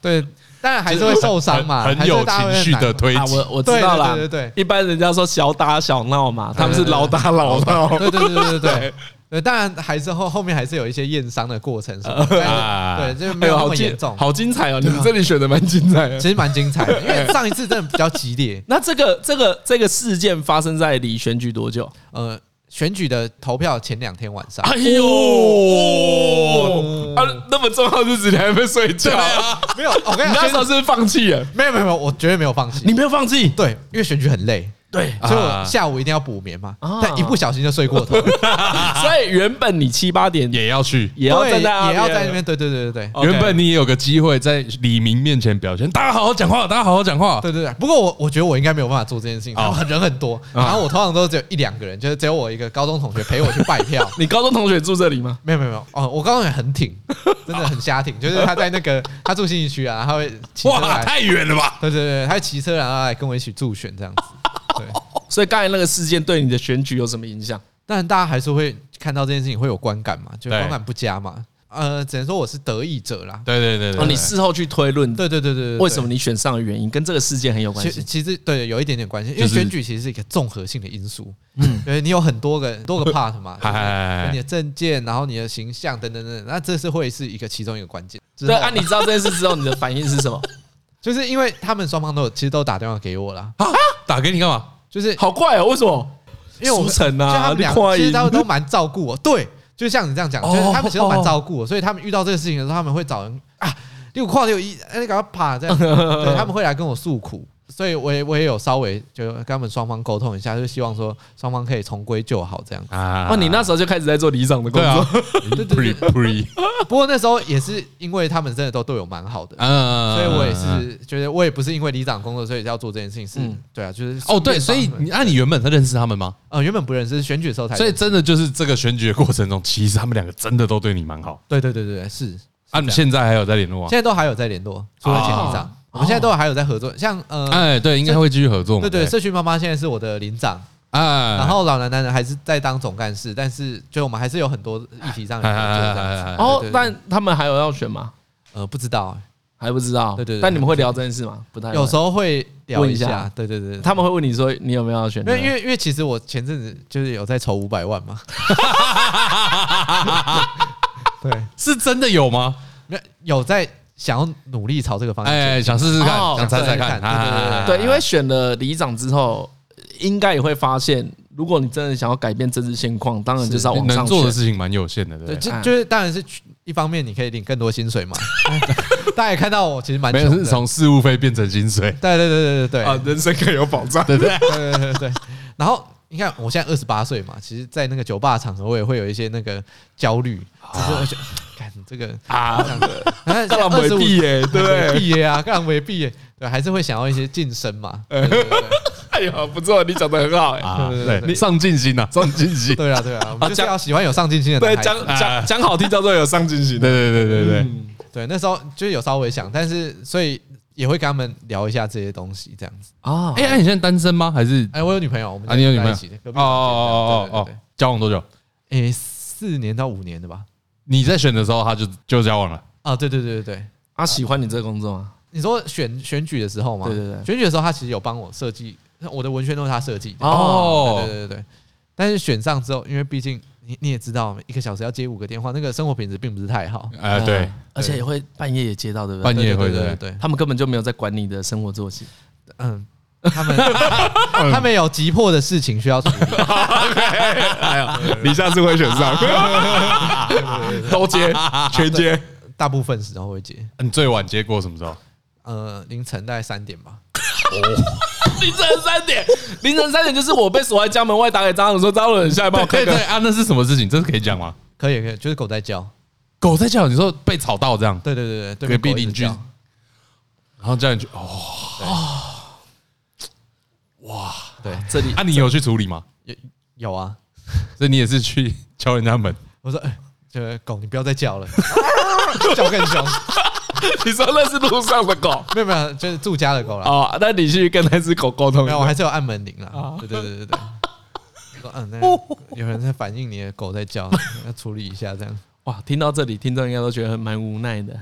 S4: 对当然还是会受伤嘛，
S2: 很
S4: 还
S2: 很
S4: 是
S2: 有
S4: 大家会
S2: 情绪的
S4: 很难嘛
S2: 推
S1: 啊，
S2: 挤
S1: 我我知
S4: 对
S1: 道啦，
S4: 对对对
S1: 一般人家说小打小闹嘛，他们是
S4: 对对
S1: 老打老闹。
S4: 对对对对对对对，当然还是后后面还是有一些验伤的过程什么的，
S2: 啊
S4: 但是对，就没
S1: 哎
S4: 有
S1: 呦，
S4: 那
S1: 好
S4: 么
S1: 精
S4: 严重，啊
S1: 好精彩哦！你们这里选的蛮精彩的
S4: 其。实蛮精彩的，因为上一次真的比较激烈，
S1: 那这个这个这个事件发生在离选举多久？
S4: 呃，选举的投票前两天晚上，
S1: 哎呦，
S4: 哦
S1: 啊，那么重要的日子你还没睡觉？
S4: 没有，我跟
S1: 你
S4: 你
S1: 那时候
S4: 讲，
S1: 是不是放弃了？
S4: 没有没有没有，我绝对没有放弃啊
S1: 你，没有放弃？
S4: 对，因为选举很累，
S1: 对，
S4: 所以我下午一定要补眠嘛
S1: 啊，
S4: 但一不小心就睡过头，
S1: 所以原本你七八点
S2: 也要去。
S1: 也要
S4: 啊对
S1: 站在
S4: 也要在那边，对对对对对。
S1: OK
S2: 原本你也有个机会在李明面前表现，大家好好讲话，大家好好讲话。
S4: 对对对，不过我我觉得我应该没有办法做这件事情，他们人很多，然后我通常都只有一两个人，就是只有我一个高中同学陪我去拜票，
S1: 你高中同学住这里吗？
S4: 没有没有没有哦，我刚刚也很挺，真的很瞎挺，就是他在那个他住信义区啊，他会骑车
S2: 哇，
S4: 来，
S2: 太远了吧！
S4: 对对对，他会骑车然后来跟我一起助选这样子。对，
S1: 所以刚才那个事件对你的选举有什么影响？
S4: 当然大家还是会看到这件事情会有观感嘛，就
S2: 对
S4: 观感不佳嘛。呃，只能说我是得益者啦。
S2: 对对对
S1: 哦，
S2: 对，
S1: 你事后去推论，
S4: 对对对对对，对
S1: 为什么？你选上的原因跟这个事件很有关
S4: 其
S1: 系
S4: 实。其实对有一点点关系，因为
S2: 就是
S4: 选举其实是一个综合性的因素，嗯，对你有很多个 多个 part 嘛，
S2: 嗨
S4: 就是
S2: 嗨
S4: 你
S2: 嗨
S4: 的证件，然后你的形象等等等等，那这是会是一个其中一个关键。之
S1: 对
S4: 后
S1: 啊，你知道这件事之后，你的反应是什 么？
S4: 就是因为他们双方都有，其实都打电话给我啦，
S2: 啊，打给你干嘛？
S4: 就是
S1: 好怪哦，为什么？
S4: 因为我
S1: 俗成
S4: 就他
S1: 啊，
S4: 们
S1: 你
S4: 俩
S1: 快
S4: 其
S1: 赢
S4: 实他们都蛮照顾我，对，就像你这样讲，
S2: 哦
S4: 就是他们其实都蛮照顾我，所以他们遇到这个事情的时候，他们会找人啊，六跨六一，哎，你赶快爬这样， 对，他们会来跟我诉苦，所以我也我也有稍微就跟他们双方沟通一下，就希望说双方可以重归旧好这样。
S2: 啊
S1: 哦，你那时候就开始在做里长的工
S2: 对啊
S1: 作，
S2: ，pre pre，
S4: 不过那时候也是因为他们真的都对我蛮好的。
S2: 嗯，
S4: 所以我也是觉得，我也不是因为里长工作，所以要做这件事情，是、
S1: 嗯
S4: 对啊，就是
S2: 哦，对，所以你那你原本认识他们吗？
S4: 呃原本不认识，是选举的时候才
S2: 所以
S4: 认识
S2: 真的就是这个选举的过程中，其实他们两个真的都对你蛮好。
S4: 对对对对对是
S2: 啊，你们现在还有在联络啊
S4: 现？在都还有在联络，除了前里
S2: 哦
S4: 长，我们现在都还有在合作。像呃，
S2: 哎，对，应该会继续合作嘛。
S4: 对对，社区妈妈现在是我的领长，
S2: 哎，
S4: 然后老奶奶呢还是在当总干事，但是就我们还是有很多议题上的
S2: 哎
S4: 合作
S2: 哎
S4: 这样
S2: 哎
S4: 子。
S2: 哎，
S1: 哦
S4: 对对，对
S1: 但他们还有要选吗？
S4: 呃，不知道，
S1: 还不知道。
S4: 对对对
S1: 但你们会聊这件事吗？不太会
S4: 有时候会聊
S1: 问一
S4: 一
S1: 下
S4: 下，对对对，
S1: 他们会问你说你有没有要选？
S4: 因为因为因为其实我前阵子就是有在筹五百万嘛，对，
S2: 是真的有吗？
S4: 没有有在想要努力朝这个方向前进。
S2: 哎，想试试看，
S1: 哦
S2: 想猜
S4: 想
S2: 猜看
S4: 试试看对对对
S2: 啊，
S1: 对，因为选了里长之后，应该也会发现，如果你真的想要改变政治现况，当然就是要往
S2: 能
S1: 上
S2: 做的
S1: 选。
S2: 事情蛮有限的，对
S4: 对，
S2: 不
S4: 就
S2: 对。
S1: 哎
S4: 就是当然是一方面，你可以领更多薪 水嘛。大家也看到我其实蛮
S2: 没
S4: 穷
S2: 有
S4: 的，
S2: 是从事务费变成薪水，
S4: 对对对对对对，
S1: 人生更有保障，对不对？
S4: 对对对对。然后你看，我现在二十八岁嘛，其实，在那个酒吧场合，我也会有一些那个焦虑，只是我觉得，干这个
S1: 啊，
S4: 啊，
S1: 当然
S4: 二十
S1: 没
S4: 五
S1: 必耶，对不对？
S4: 毕业啊，干没毕业，对，还是会想要一些晋升嘛。对对对
S1: 哎呦，不错，你讲的很好哎。
S2: 啊，
S4: 对对对
S2: 对，上进心呐，上进心，对
S4: 对啊，对啊，我们就是要喜欢有上进心的
S1: 对，
S4: 男孩
S1: 讲
S4: 子。
S1: 讲讲好听叫做有上进心。
S2: 对对对对
S1: 嗯
S4: 对，那时候就是有稍微想，但是所以也会跟他们聊一下这些东西，这样子。
S1: 啊
S2: 对。哎，那你现在单身吗？还是
S4: 哎，我有女朋友，我们
S2: 啊，你有女朋友？
S4: 在一起
S2: 哦哦哦哦，
S4: 隔壁房间这样对对对
S2: 哦，交往多久？
S4: 对哎，四年到五年的吧。
S2: 你在选的时候，他就就交往了。
S4: 啊，对对对对对。
S1: 他啊喜欢你这个工作吗？
S4: 你说选选举的时候吗？
S1: 对对对
S4: 选举的时候他其实有帮我设计，我的文宣都是他设计的。
S1: 哦
S4: 对对对对。但是选上之后，因为毕竟你你也知道，一个小时要接五个电话，那个生活品质并不是太好。
S2: 哎，对，，
S1: 啊而且也会半夜也接到，对不对？
S2: 半夜会
S4: 对对
S2: 对
S4: 对对，对
S1: 他们根本就没有在管你的生活作息。
S4: 嗯，他们他们有急迫的事情需要处理。
S1: 哎呀， 你下次会选上，都接全接。
S4: 大部分时候会接，
S2: 你最晚接过什么时候？
S4: 呃，凌晨大概三点吧。
S1: 凌晨三点，凌晨三点就是我被锁在家门外，打给张总说：“张总，你下来帮我开
S2: 对对
S1: 个
S2: 啊，那是什么事情？这是可以讲吗？
S4: 可以可以，就是狗在叫。
S2: 狗在叫，你说被吵到这样，
S4: 对对对对，对
S2: 隔
S4: 面
S2: 壁
S4: 狗一直
S2: 邻居，
S4: 叫
S2: 然后叫你去哦，
S4: 对
S1: 这 里
S2: 啊，你有去处理吗？
S4: 有啊。
S2: 所以你也是去敲人家门，
S4: 我说，哎这个狗你不要再叫了，叫更凶。
S1: 你说那是路上的狗
S4: 没有没有，就是住家的狗啦。
S1: 哦，那你去跟那只狗沟通一
S4: 没有，我
S1: 下。
S4: 还是有按门铃啦。对对对 对对。说嗯，那有人在反映你的狗在叫，要处理一下这样。
S1: 哇，听到这里，听众应该都觉得很蛮无奈的。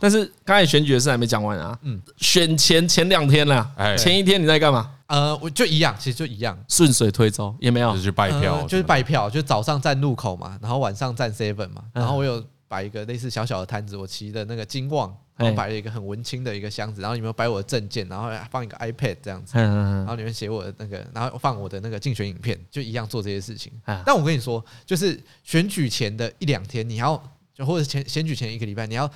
S1: 但是刚才选举的事还没讲完啊，嗯，选前前两天啦，
S2: 哎
S1: 前一天你在干嘛？
S4: 呃，我就一样，其实就一样，
S1: 顺水推舟也没有
S2: 就是，去拜票，啊
S4: 呃就是拜票，就早上站路口嘛，然后晚上站 seven 嘛，然后我有摆一个类似小小的摊子，我骑的那个金旺，然
S1: 哎
S4: 后摆了一个很文青的一个箱子，然后里面有摆我的证件，然后放一个 iPad 这样子，
S1: 嗯
S4: 然后里面写我的那个，然后放我的那个竞选影片，就一样做这些事情
S1: 啊。
S4: 但我跟你说，就是选举前的一两天，你要就或者前选举前一个礼拜，你要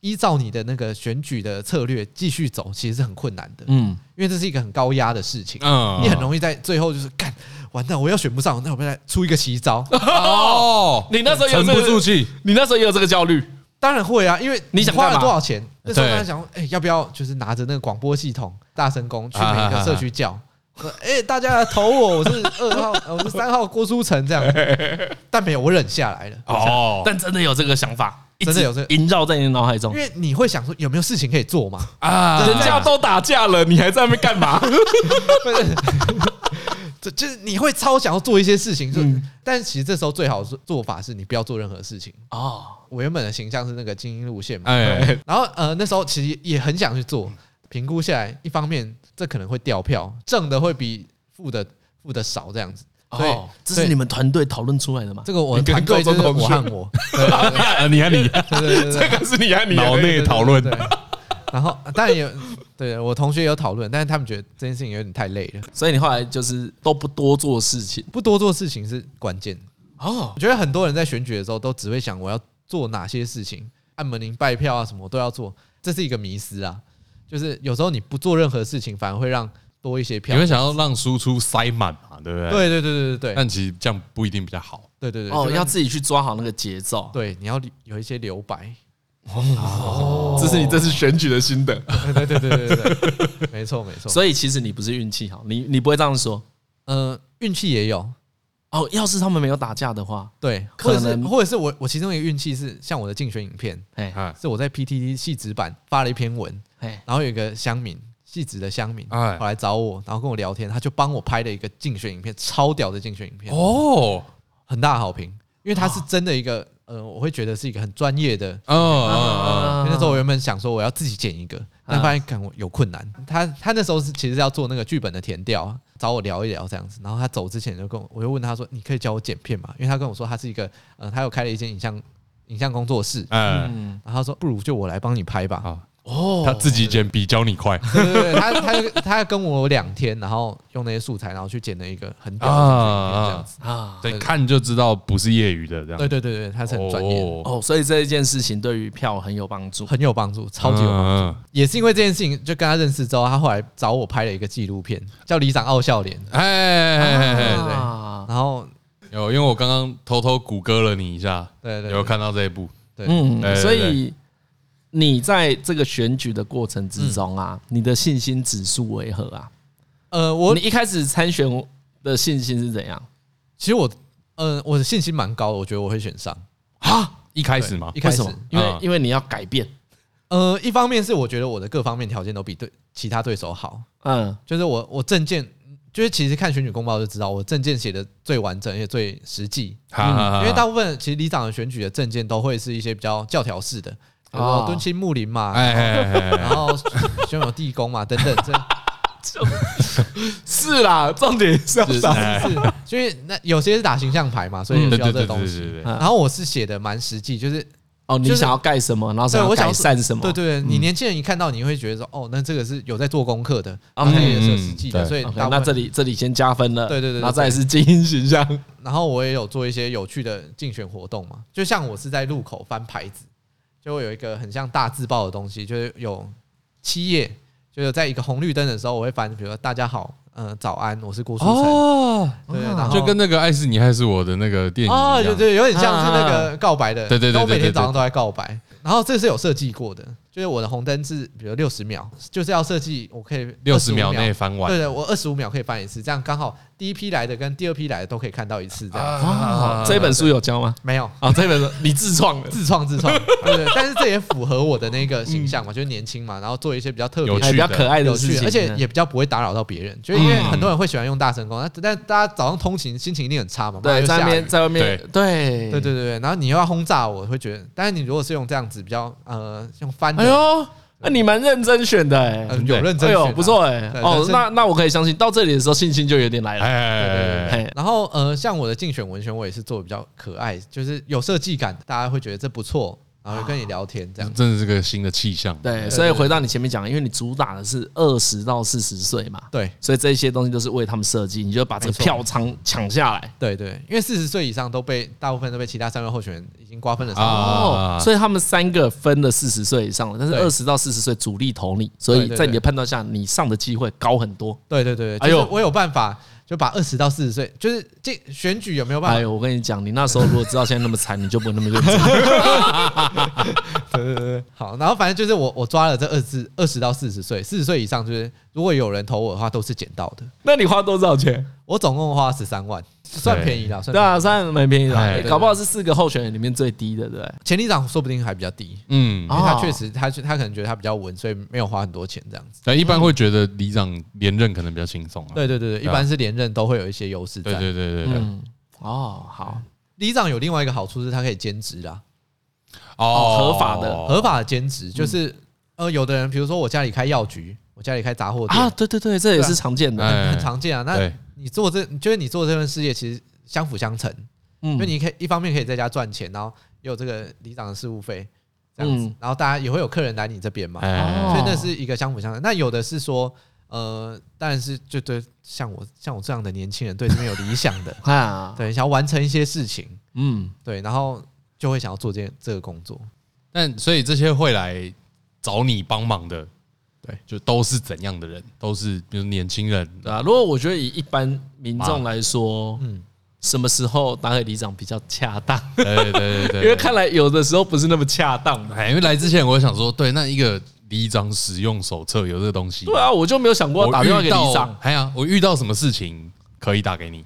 S4: 依照你的那个选举的策略继续走，其实是很困难的，
S1: 嗯，啊
S4: 因为这是一个很高压的事情。
S2: 嗯
S4: 你很容易在最后就是干完蛋，我要选不上，那我们来出一个 奇招。
S2: 哦，
S1: 你那时候有
S2: 沉
S1: 这
S2: 不住
S1: 个，
S2: 气，
S1: 你那时候也有这个焦虑，
S4: 当然会啊，因为
S1: 你想干
S4: 花
S1: 嘛
S4: 了多少钱？那时候
S2: 对
S4: 当然想说，哎、要不要就是拿着那个广播系统大声公去每一个社 区叫，说哎、大家来投我，我是二号， 呃我是三号郭书成这样。但没有，我忍下来了，
S2: 哦，
S1: 但真的有这个想法，一直
S4: 真的有这个
S1: 萦绕在你的脑海中
S4: 因。为你会想说有没有事情可以做嘛？
S2: 啊
S1: 人家都打架了，你还在那边干嘛？
S4: 不是这 就是你会超想要做一些事情，就、
S1: 嗯
S4: 但其实这时候最好的做法是你不要做任何事情。
S1: 哦，
S4: 我原本的形象是那个精英路线嘛，
S2: 哎，
S4: 然后呃那时候其实也很想去
S2: 嗯
S4: 做，评估下来，一方面这可能会掉票，挣的会比负的负的少这样子，所以、
S1: 哦，这是你们团队讨论出来的嘛？
S4: 这个我
S2: 你跟
S4: 团队就是
S2: 高中同
S4: 我
S2: 学
S4: 和 我，
S2: 啊你看你
S4: 对对对对对
S1: 这个是你还你
S2: 脑内讨论
S4: 对。然后当然也对我同学也有讨论，但是他们觉得这件事情有点太累了，
S1: 所以你后来就是都不多做事情
S4: 不多做事情是关键。
S1: 哦。
S4: 我觉得很多人在选举的时候都只会想我要做哪些事情，按门铃拜票啊什么我都要做，这是一个迷失啊。就是有时候你不做任何事情，反而会让多一些
S2: 你
S4: 票。
S2: 会想要让输出塞满嘛，对不
S4: 对
S2: 对？。
S4: 对对对对对
S2: 但其实这样不一定比较好。
S4: 对对对，
S1: 哦，
S4: 就
S1: 要
S4: 让
S1: 自己去抓好那个节奏，
S4: 对你要留有一些留白。
S1: 这是你这次选举的心得。
S4: 对对对对对对，没错没 错。
S1: 所以其实你不是运气好，你你不会这样说。
S4: 嗯，运气也有，
S1: 哦，要是他们没有打架的话，
S4: 对，
S1: 可
S4: 或者是
S1: 能
S4: 或者是我我其中一个运气是像我的竞选影片，
S1: 哎
S2: 哎
S4: 是我在 PTT 戏子版发了一篇文，
S1: 哎，
S4: 然后有一个乡民，戏子的乡民，
S2: 哎
S4: 跑来找我，然后跟我聊天，他就帮我拍了一个竞选影片，超屌的竞选影片，
S2: 哦，
S4: 很大好评，因为他是真的一个，呃，我会觉得是一个很专业的。
S2: 嗯
S4: 呃
S2: 嗯嗯，
S1: 啊
S4: 因为那时候我原本想说我要自己剪一个，
S2: 嗯
S4: 但发现看我有困难。他他那时候是其实是要做那个剧本的填调，找我聊一聊这样子。然后他走之前就跟我，我就问他说：“你可以教我剪片吗？”因为他跟我说他是一个，呃，他有开了一间影像影像工作室，
S2: 哎，
S1: 嗯，
S4: 然后他说：“不如就我来帮你拍吧。”
S2: 好
S1: 哦，
S2: 他自己剪比教你快
S4: 对对对，他他他跟我两天，然后用那些素材，然后去剪了一个很屌的影片这样
S2: 啊
S4: 子。，
S1: 啊，
S2: 对，看就知道不是业余的这样。
S4: 对对对对，他是很专业，
S2: 哦，
S1: 哦，所以这一件事情对于票很有帮助。
S4: 很有帮助，超级有帮助。
S2: 嗯
S4: 也是因为这件事情，就跟他认识之后，他后来找我拍了一个纪录片，叫《里长傲笑脸》。
S2: 哎哎，哎哎
S1: 啊，
S4: 然后，
S2: 有，因为我刚刚偷偷谷歌了你一下，
S4: 对对对
S2: 有看到这一部，
S4: 对，
S1: 嗯，
S2: 对对
S1: 所以你在这个选举的过程
S4: 嗯
S1: 之中啊，你的信心指数为何啊？
S4: 呃，我
S1: 你一开始参选的信心是怎样？
S4: 其实我，呃，我的信心蛮高的，我觉得我会选上。
S2: 一开始嘛
S4: 一，开始啊
S1: 为什么，因为
S2: 嗯
S1: 因为你要改变，
S4: 呃，一方面是我觉得我的各方面条件都比对其他对手好，
S1: 嗯，
S4: 就是我我证件，就是其实看选举公报就知道，我证件写的最完整，也最实际。
S2: 哈哈哈
S4: 因为大部分其实里长的选举的证件都会是一些比较教条式的，比如
S1: 哦
S4: 说敦亲睦邻嘛，
S2: 哎哎哎哎
S4: 然后兄友弟恭嘛等等，这
S1: 是啦，重点是要
S2: 是
S1: 打
S2: 哎
S4: 是所以那有些是打形象牌嘛，所以也
S2: 对
S4: 需要
S2: 对
S4: 这个
S2: 对
S4: 东
S2: 对
S4: 西。
S2: 对
S1: 嗯
S2: 对，
S4: 然后我是写的蛮实际，就是
S1: 哦，你
S4: 就是
S1: 想要盖什么，然后想
S4: 对
S1: 要
S4: 我想
S1: 改
S4: 要
S1: 善什么？嗯
S4: 对对对，你年轻人一看到你会觉得说，哦，那这个是有在做功课的，
S1: 嗯
S4: 然后也是有实际的，
S2: 嗯
S4: 所以
S1: OK，
S4: 大部
S1: 那
S4: 分
S1: 这里这里先加分了，
S4: 对对对对
S1: 然后再来是精英形象，
S4: 然后我也有做一些有趣的竞选活动嘛，就像我是在路口翻牌子，就会有一个很像大字报的东西，就是有七页，就是在一个红绿灯的时候，我会翻，比如说大家好，嗯、早安，我是郭书成，
S2: 哦，
S4: 对，然后
S2: 就跟那个爱是你还是我的那个电影
S4: 哦，
S2: 一
S4: 对
S2: 样，
S4: 对，有点
S1: 啊
S4: 像是那个告白的，
S2: 对对对对
S4: 我每
S2: 对对
S4: 天早上都在告白，然后这是有设计过的，就是我的红灯是比如六十秒，就是要设计我可以
S2: 六十
S4: 25
S2: 秒
S4: 秒
S2: 内翻完
S4: 对，对，我二十五秒可以翻一次，这样刚好第一批来的跟第二批来的都可以看到一次这样。
S1: 啊， 这本书有教吗？
S4: 没有
S1: 啊，这本书你自创的，
S4: 自创自创，对对，但是这也符合我的那个形象嘛，就是年轻嘛，然后做一些比较特别
S2: 嗯有
S4: 的
S2: 趣嗯
S1: 还比较可爱的
S4: 有
S1: 事
S4: 趣，
S1: 情，
S4: 而且也比较不会打扰到别人，就因为很多人会喜欢用大声公，但但大家早上通勤心情一定很差嘛，
S1: 对，
S4: 又
S1: 在
S4: 下
S1: 外面，
S4: 雨。
S1: 在外面，对，
S4: 对对对对，然后你又要轰炸我，会觉得，但是你如果是用这样子比较呃用翻的，
S1: 哎呦，那你蛮认真选的哎、
S4: 呃有认真
S1: 哎
S4: 选
S1: 呦
S4: 啊，
S1: 不错哎、
S4: 对
S1: 哦
S4: 人，生
S1: 那那我可以相信，到这里的时候信心就有点来了。
S2: 哎，
S1: 嘿，
S4: 然后呃，像我的竞选文宣，我也是做的比较可爱，就是有设计感，大家会觉得这不错，然后跟你聊天
S1: 嗯
S4: 这样。
S2: 真的是个新的气象。
S1: 对，所以回到你前面讲，因为你主打的是二十到四十岁嘛，
S4: 对
S1: 所以这些东西都是为他们设计，你就把这个
S4: 没错
S1: 票仓抢下来
S4: 对对，因为四十岁以上都被大部分都被其他三位候选人已经瓜分了三
S2: 啊
S4: 分
S1: 哦。所以他们三个分了四十岁以上了，但是
S4: 对
S1: 二十到四十岁主力投你，所以
S4: 对对
S1: 在你的
S4: 对
S1: 判断下，你上的机会高很多。
S4: 对对对，
S1: 哎
S4: 就
S1: 呦
S4: 是我有办法，就把二十到四十岁，就是这选举有没有办
S1: 哎
S4: 法？
S1: 呦，我跟你讲，你那时候如果知道现在那么惨，你就不会那么认真。
S4: 对对对，好，然后反正就是我我抓了这二十二十到四十岁，四十岁以上就是如果有人投我的话，都是捡到的。
S1: 那你花多少 钱？
S4: 我总共花十三万，算便宜了，算
S1: 对
S4: 便宜。
S1: 啊，算蛮便宜的啊，
S2: 哎
S1: 哎搞不好是四个候选人里面最低的，对不对？
S4: 前里长说不定还比较低，
S2: 嗯
S1: 啊，
S4: 因为他确实他他可能觉得他比较稳，所以没有花很多钱这样子。
S2: 但一般会觉得里长连任可能比较轻松啊。
S4: 对对对对，一
S2: 对啊
S4: 般是连任都会有一些优势
S2: 对
S4: 在。
S2: 对对对对，
S1: 嗯，哦，好，
S4: 里长有另外一个好处是，他可以兼职啦，
S1: 哦合法的
S4: 合法的兼职就是呃，有的人比如说我家里开药局，我家里开杂货
S1: 啊，
S4: 店，
S1: 对对对，这也是嗯常见的，
S2: 哎
S4: 很常见啊。那
S2: 对
S4: 你做这，就是你做这份事业其实相辅相成，
S1: 嗯
S4: 因为你可以一方面可以在家赚钱，然后也有这个里长的事务费这样子
S1: 嗯，
S4: 然后大家也会有客人来你这边嘛，
S2: 哎
S1: 哦
S4: 所以那是一个相辅相成。那有的是说，呃，当然是就对像我像我这样的年轻人，对这边有理想的，
S1: 啊，
S4: 对，想要完成一些事情，
S1: 嗯，
S4: 对，然后就会想要做这这个工作。
S2: 但所以这些会来找你帮忙的，
S4: 对，
S2: 就都是怎样的人？都是比如年轻 人
S1: 对啊。如果我觉得以一般民众来说，嗯，什么时候打给里长比较恰当？
S2: 对哎对对对对，
S1: 因为看来有的时候不是那么恰当嘛。
S2: 哎，因为来之前我想说，对，那一个里长使用手册有这个东西，
S1: 对啊，，我就没有想过要打电话给里长。
S2: 哎呀，我遇到什么事情可以打给你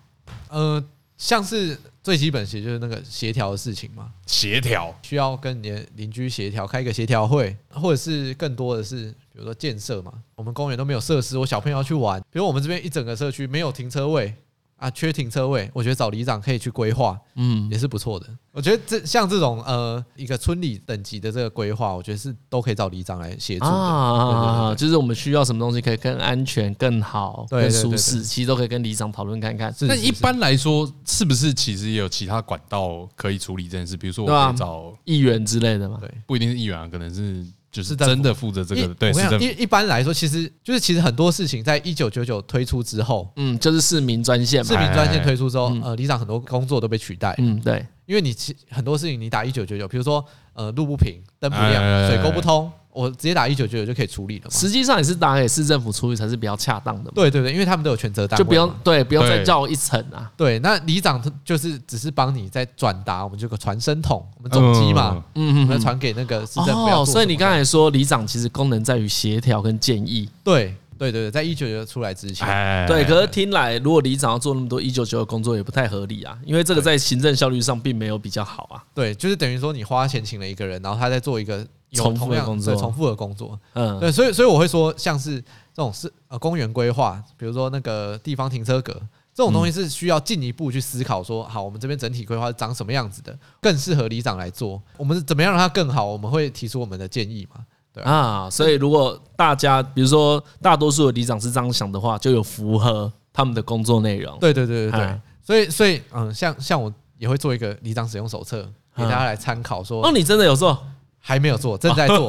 S4: 呃，像是最基本其实就是那个协调的事情嘛，
S2: 协调，
S4: 需要跟你的邻居协调，开一个协调会，或者是更多的是，比如说建设嘛，我们公园都没有设施，我小朋友要去玩，比如我们这边一整个社区没有停车位啊，缺停车位，我觉得找里长可以去规划，
S1: 嗯，
S4: 也是不错的。我觉得这像这种呃一个村里等级的这个规划，我觉得是都可以找里长来协助的。
S1: 啊，
S4: 对对对
S1: 就是我们需要什么东西可以更安全、更好、
S4: 对
S1: 更
S4: 对对
S1: 舒
S4: 对
S1: 适，其实都可以跟里长讨论看看。
S4: 是
S2: 那
S4: 是
S2: 一
S4: 是
S2: 般来说，是不是其实也有其他管道可以处理这件事？比如说，我
S1: 对啊
S2: 可以找
S1: 议员之类的嘛，
S4: 对
S2: 不一定是议员啊，可能是就是
S4: 市政府
S2: 真的负责这
S4: 一
S2: 个对
S4: 我
S2: 市
S4: 跟你
S2: 政
S4: 讲，
S2: 府
S4: 一一般来说，其实就是其实很多事情在一九九九推出之后，
S1: 嗯，就是市民专线
S4: 视
S1: 嘛，
S4: 频
S2: 哎
S4: 专线推出之后，呃，里长很多工作都被取代，
S1: 嗯，对，
S4: 因为你其很多事情你打一九九九，比如说呃路不平、灯不亮
S2: 哎哎哎、哎
S4: 水沟不通，我直接打一九九九就可以处理了嘛。
S1: 实际上也是打给市政府处理才是比较恰当的嘛，
S4: 对对对，因为他们都有权责单位
S1: 就
S4: 嘛，
S1: 不用对，不用再
S2: 对
S1: 绕一层啊。
S4: 对。那里长他就是只是帮你在转达，我们这个传声筒，我们总机嘛，我
S1: 嗯
S4: 们传给那个市政府要
S1: 哦，
S4: 做什么
S1: 所以你刚才说里长其实功能在于协调跟建议，
S4: 对对对对，在一九九九出来之前，
S2: 哎
S1: 对。可是听来，如果里长要做那么多一九九的工作，也不太合理啊，因为这个在行政效率上并没有比较好啊。
S4: 对，就是等于说你花钱请了一个人，然后他在做一个有
S1: 重复的
S4: 同样
S1: 工作
S4: 对重复的工作，
S1: 嗯，
S4: 对，所以所以我会说，像是这种是呃公园规划，比如说那个地方停车格这种东西是需要进一步去思考说，好，我们这边整体规划是长什么样子的，更适合里长来做，我们是怎么样让它更好，我们会提出我们的建议嘛。对
S1: 啊，所以如果大家比如说大多数的里长是这样想的话，就有符合他们的工作内容。
S4: 对对对对对
S1: 啊，
S4: 所以所以嗯，像像我也会做一个里长使用手册给大家来参
S1: 嗯
S4: 考，
S1: 哦，
S4: 说
S1: 你真的有做？
S4: 还没有做，正 在做，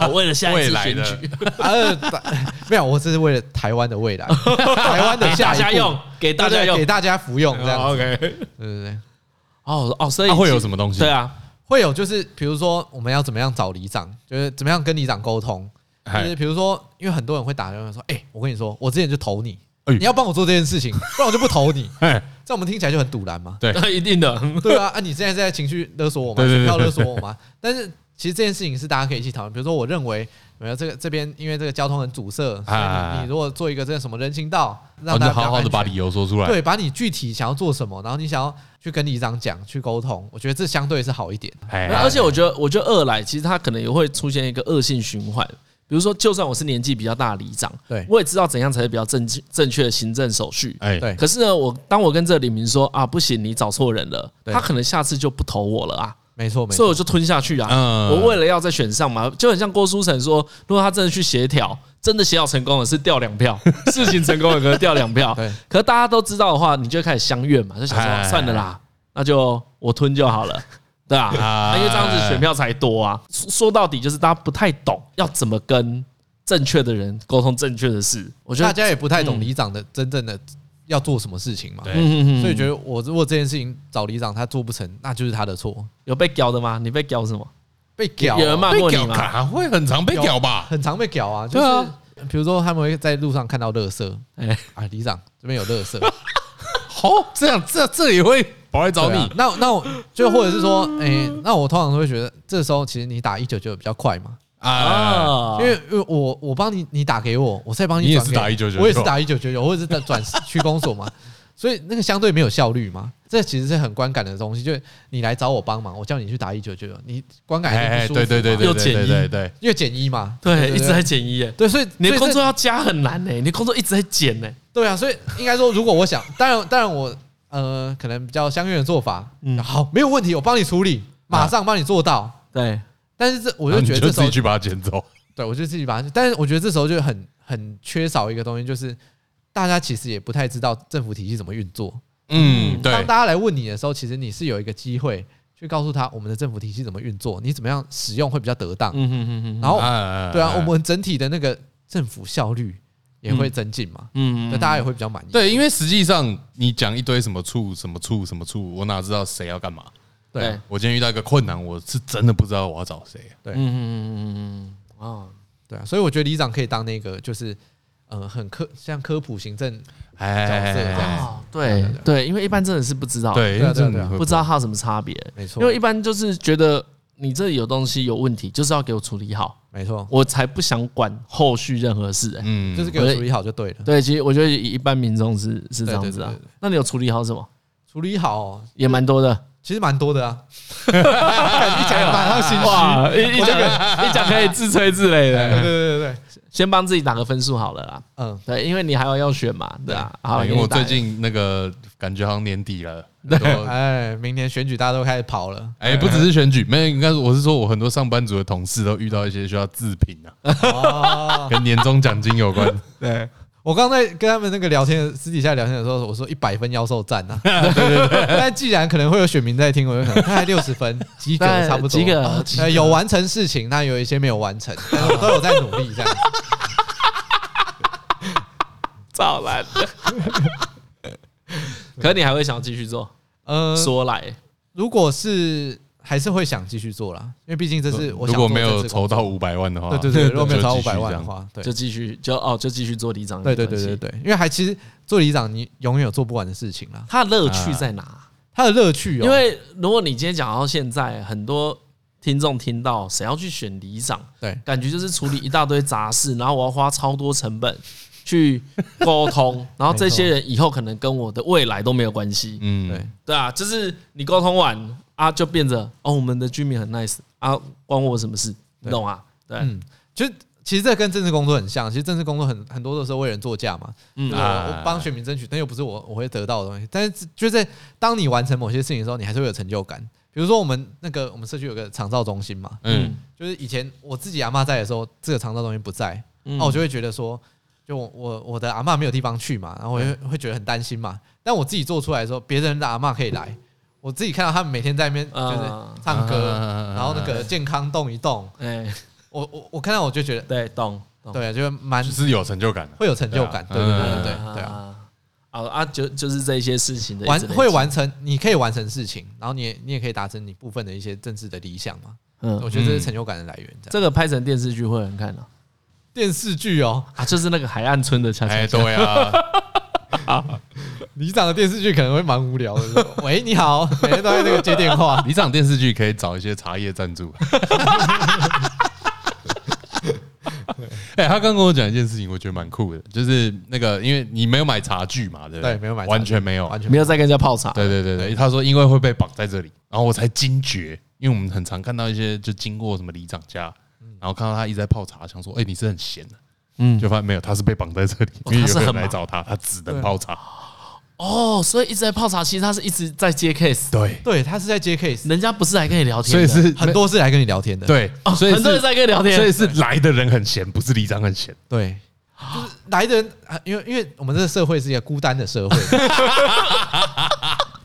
S1: 我为了下一
S2: 未
S1: 次
S2: 来
S1: 选
S2: 的
S1: 举，
S4: 呃，没有，我这是为了台湾的未 来，台湾的
S1: 给
S4: 下
S1: 大
S4: 一
S1: 家
S4: 步
S1: 用，给大
S4: 对
S1: 家
S4: 对
S1: 用
S4: 给。大家服用这样子，
S2: OK，
S4: 对对对。
S1: 哦哦，所以
S2: 它会有
S1: 么？
S2: 什么东西？
S1: 对，啊，
S4: 会有就是比如说我们要怎么样找里长，就是怎么样跟里长沟通，就是
S2: 哎，
S4: 比如说因为很多人会打电话说，哎、我跟你说，我之前就投你，
S2: 哎
S4: 你要帮我做这件事情，不然我就不投你。
S2: 哎
S4: 这样我们听起来 就很堵然嘛，
S2: 对
S1: 一定的。
S4: 对啊，啊你现在是在情绪勒索我吗？
S2: 对
S4: 选
S2: 对对
S4: 票勒索我吗？但是其实这件事情是大家可以一起讨论。比如说，我认为没有这个这边因为这个交通很阻塞，所以
S2: 哎
S4: 你你如果做一个这个什么人行道，
S2: 然
S4: 让
S2: 后哦你
S4: 大
S2: 就
S4: 家比较
S2: 好好的
S4: 安
S2: 把
S4: 全
S2: 理由说出来。
S4: 对，把你具体想要做什么，然后你想要去跟里长讲，去沟通，我觉得这相对是好一点。
S2: 哎，
S1: 而且我觉得，我觉得二来其实它可能也会出现一个恶性循环。比如说，就算我是年纪比较大的里长，
S4: 对
S1: 我也知道怎样才是比较正确正确的行政手续。
S2: 哎，
S4: 对
S1: 可是呢，我当我跟这个李明说啊，不行，你找错人了，
S4: 对
S1: 他可能下次就不投我了啊，
S4: 没错，没
S1: 所以
S4: 错，
S1: 我就吞下去啊。
S2: 嗯
S1: 我为了要再选上嘛，就很像郭书成说，如果他真的去协调，真的协调成功了是掉两 票，事情成功了可能掉两票，
S4: 对，
S1: 可是大家都知道的话，你就会开始相怨嘛，就想说哦
S2: 哎
S1: 算了啦，那就我吞就好了，对 吧、啊？
S2: 哎
S1: 因为这样子选票才多啊。说说到底就是大家不太懂要怎么跟正确的人沟通正确的事，我觉
S4: 大
S1: 得，
S4: 家也不太
S1: 嗯
S4: 懂里长的真正的要做什么事情嘛，
S2: 对
S1: 嗯
S4: 所以觉
S1: 得
S4: 得我如果这件事情找里长他做不成，那就是他的错，
S1: 有被屌的吗？你被屌什么？
S4: 被屌啊
S1: 有人骂
S2: 被
S1: 过你
S2: 屌
S1: 吗？
S2: 卡会很常被屌吧？
S4: 很常被屌啊，就
S2: 对啊
S4: 是比如说他们会在路上看到垃圾，
S1: 哎
S4: 啊，里长这边有 垃圾，
S2: 好，这样这这也会跑来找
S4: 对啊
S2: 你。
S4: 那那我就或者是说，哎，那我通常都会觉得这时候其实你打一九九比较快嘛，
S2: 啊，
S1: 啊，
S4: 因为因为我我帮你，你打给我，我再帮
S2: 你也
S4: 转
S2: 是
S4: 给
S2: 打1999
S4: 我也是打一九九九，或者是转转区公所嘛，所以那个相对没有效率嘛。这其实是很观感的东西，就是你来找我帮忙，我叫你去打一九九九，你观感
S2: 哎，
S4: 一定不
S2: 哎
S4: 舒服嘛
S2: 对对对对
S1: 又
S2: 对
S1: 减
S2: 对
S1: 一
S2: 对对，
S4: 越减一嘛，
S1: 对，一直在减一耶。
S4: 对，所以
S1: 你的
S4: 所以
S1: 工
S4: 这
S1: 作要加很难呢、你的工作一直在减呢、
S4: 对啊，所以应该说，如果我想，当然当然我呃，可能比较相愿的做法，
S1: 嗯
S4: 好，没有问题，我帮你处理，马上帮你做到。
S1: 对，
S4: 但是这我
S2: 我
S4: 就觉得这时
S2: 自
S4: 候
S2: 己去把它捡走。
S4: 对，我就自己把它。但是我觉得这时候就很很缺少一个东西，就是大家其实也不太知道政府体系怎么运作。
S2: 嗯，
S4: 当
S2: 对，
S4: 大家来问你的时候，其实你是有一个机会去告诉他我们的政府体系怎么运作，你怎么样使用会比较得当。
S1: 嗯哼哼哼，哎
S4: 然后，
S2: 啊
S4: 对啊，我们整体的那个政府效率也会增进嘛，
S1: 嗯
S4: 对，大家也会比较满意。
S2: 对，因为实际上你讲一堆什么处什么处什么处，我哪知道谁要干嘛？
S1: 对，
S4: 对啊
S2: 我今天遇到一个困难，我是真的不知道我要找谁。
S1: 嗯嗯嗯嗯嗯，啊，
S4: 对啊，所以我觉得里长可以当那个就是。呃，很科像科普行政，
S2: 哎，
S4: 角色这样
S1: 哦，对对，因为一般真的是不知道，
S2: 对，
S4: 啊对啊
S2: 因为真的
S4: 对啊
S2: 会
S1: 不知道它有什么差别，
S4: 没错
S1: 因为一般就是觉得你这里有东西有问题，就是要给我处理好，
S4: 没错，
S1: 我才不想管后续任何事、欸。
S2: 嗯，
S4: 就是给我处理好就对了。
S1: 对，其实我觉得一般民众是是这
S4: 对
S1: 样子啊
S4: 对对对对。
S1: 那你有处理好什么？
S4: 处理好哦、
S1: 也蛮多的。
S4: 其实蛮多的啊。你讲马上心虚。
S1: 哇，一一讲一讲可以自吹自擂
S4: 对
S1: 的。
S4: 对对对，对
S1: 先帮自己打个分数好了啦。
S4: 嗯，
S1: 对，因为你还有要选嘛，对啊。好，
S2: 因为
S1: 给
S2: 我
S1: 你打
S2: 最近那个感觉好像年 底了，
S4: 哎，明年选举大家都开始跑了，
S2: 哎，不只是选举，没有，应该是我是说我很多上班族的同事都遇到一些需要自评 啊，
S4: 哦
S2: 跟年终奖金有关。
S4: 对。我刚才跟他们那个聊天，私底下聊天的时候，我说一百分妖兽战啊， 对对对。但既然可能会有选民在听，我就想，他才六十 分，及格
S1: 但
S4: 差不多，
S1: 及格
S4: 啊
S1: 及
S4: 呃有完成事情，那有一些没有完成，但是我都有在努力这 样。
S1: 造烂 的。可你还会想继续做？
S4: 嗯，
S1: 说来，
S4: 如果是还是会想继续做啦，因为毕竟这是我
S2: 如
S4: 想做
S2: 果没
S4: 这
S2: 有
S4: 次
S2: 筹
S4: 工
S2: 到
S4: 作，
S2: 五百万的话，
S4: 对对对，如果没有
S2: 就
S4: 筹到五
S2: 继续
S4: 百万
S2: 这
S4: 的
S2: 样，
S4: 话，对
S1: 就继续就哦，就继续做里长。
S4: 对对对对，对，因为还其实做里长你永远有做不完的事情啦，
S1: 他的乐趣在哪？
S4: 它的乐趣哦，
S1: 因为如果你今天讲到现在，很多听众听到谁要去选里长，
S4: 对
S1: 感觉就是处理一大堆杂事，然后我要花超多成本去沟 通，然后这些人以后可能跟我的未来都没有关系，
S4: 对
S2: 嗯，
S1: 对啊，就是你沟通完啊，就变着哦，我们的居民很 nice 啊，关我什么事？你懂啊？对，
S4: 嗯，就是其实这跟政治工作很像，其实政治工作很很多的时候为人作嫁嘛，
S1: 嗯
S4: 嗯，
S2: 啊
S4: 我帮选民争取，但又不是我我会得到的东西，但是就在当你完成某些事情的时候，你还是会有成就感。比如说我们那个我们社区有个长照中心嘛，
S2: 嗯，
S4: 就是以前我自己阿妈在的时候，这个长照中心不在，
S1: 嗯
S4: 那我就会觉得说，就我我我的阿嬷没有地方去嘛，然后我会
S2: 嗯
S4: 会觉得很担心嘛。但我自己做出来的时候，别人的阿嬷可以来，我自己看到他们每天在那边
S1: 啊
S4: 就是唱歌，
S2: 啊
S4: 然后那个健康动一动，
S1: 哎，
S4: 我我我看到我就觉得，
S1: 对，懂，懂，
S4: 对，就是蛮
S2: 就是有成就感的，
S4: 会有成就感，对
S2: 对
S4: 对
S2: 啊
S4: 对对
S2: 嗯
S4: 对对啊，
S1: 啊，啊啊，就就是这些事情的
S4: 完
S1: 一直累积
S4: 会，完成，你可以完成事情，然后你也你也可以达成你部分的一些政治的理想嘛。
S1: 嗯，
S4: 我觉得这是成就感的来源。这样
S1: 这个拍成电视剧会有人看的
S4: 电视剧哦，
S2: 哎
S1: 啊，就是那个海岸村的恰恰
S2: 哎，对啊，
S4: 里长的电视剧可能会蛮无聊的。 喂，你好，每天都在那个接电话，
S2: 里长电视剧可以找一些茶叶赞助。 哎、他刚跟我讲一件事情，我觉得蛮酷的，就是那个，因为你没有买茶具嘛，对不对？
S4: 对没有买茶具
S2: 完全没有，
S4: 完全
S1: 没有在跟人家泡茶。
S2: 对对对对，他说因为会被绑在这里，然后我才惊觉，因为我们很常看到一些就经过什么里长家，
S4: 嗯
S2: 然后看到他一直在泡茶，想说哎、你是很闲的，嗯，就发现没有，他是被绑在这里，
S1: 哦
S2: 因为有
S1: 他是
S2: 人
S1: 很
S2: 来
S1: 忙
S2: 找他，他只能泡茶。
S1: 哦，所以一直在泡茶，其实他是一直在接 case，
S2: 对，
S4: 对他是在接 case，
S1: 人家不是来跟你聊天
S2: 所
S1: 的，
S2: 以是
S4: 很多是来跟你聊天的。
S2: 对，
S1: 哦，
S2: 所以
S1: 很多人
S2: 是
S1: 在跟你聊天，
S2: 所以是来的人很闲，不是里长很闲。
S4: 对，就是来的人，啊因为因为我们这个社会是一个孤单的 社会，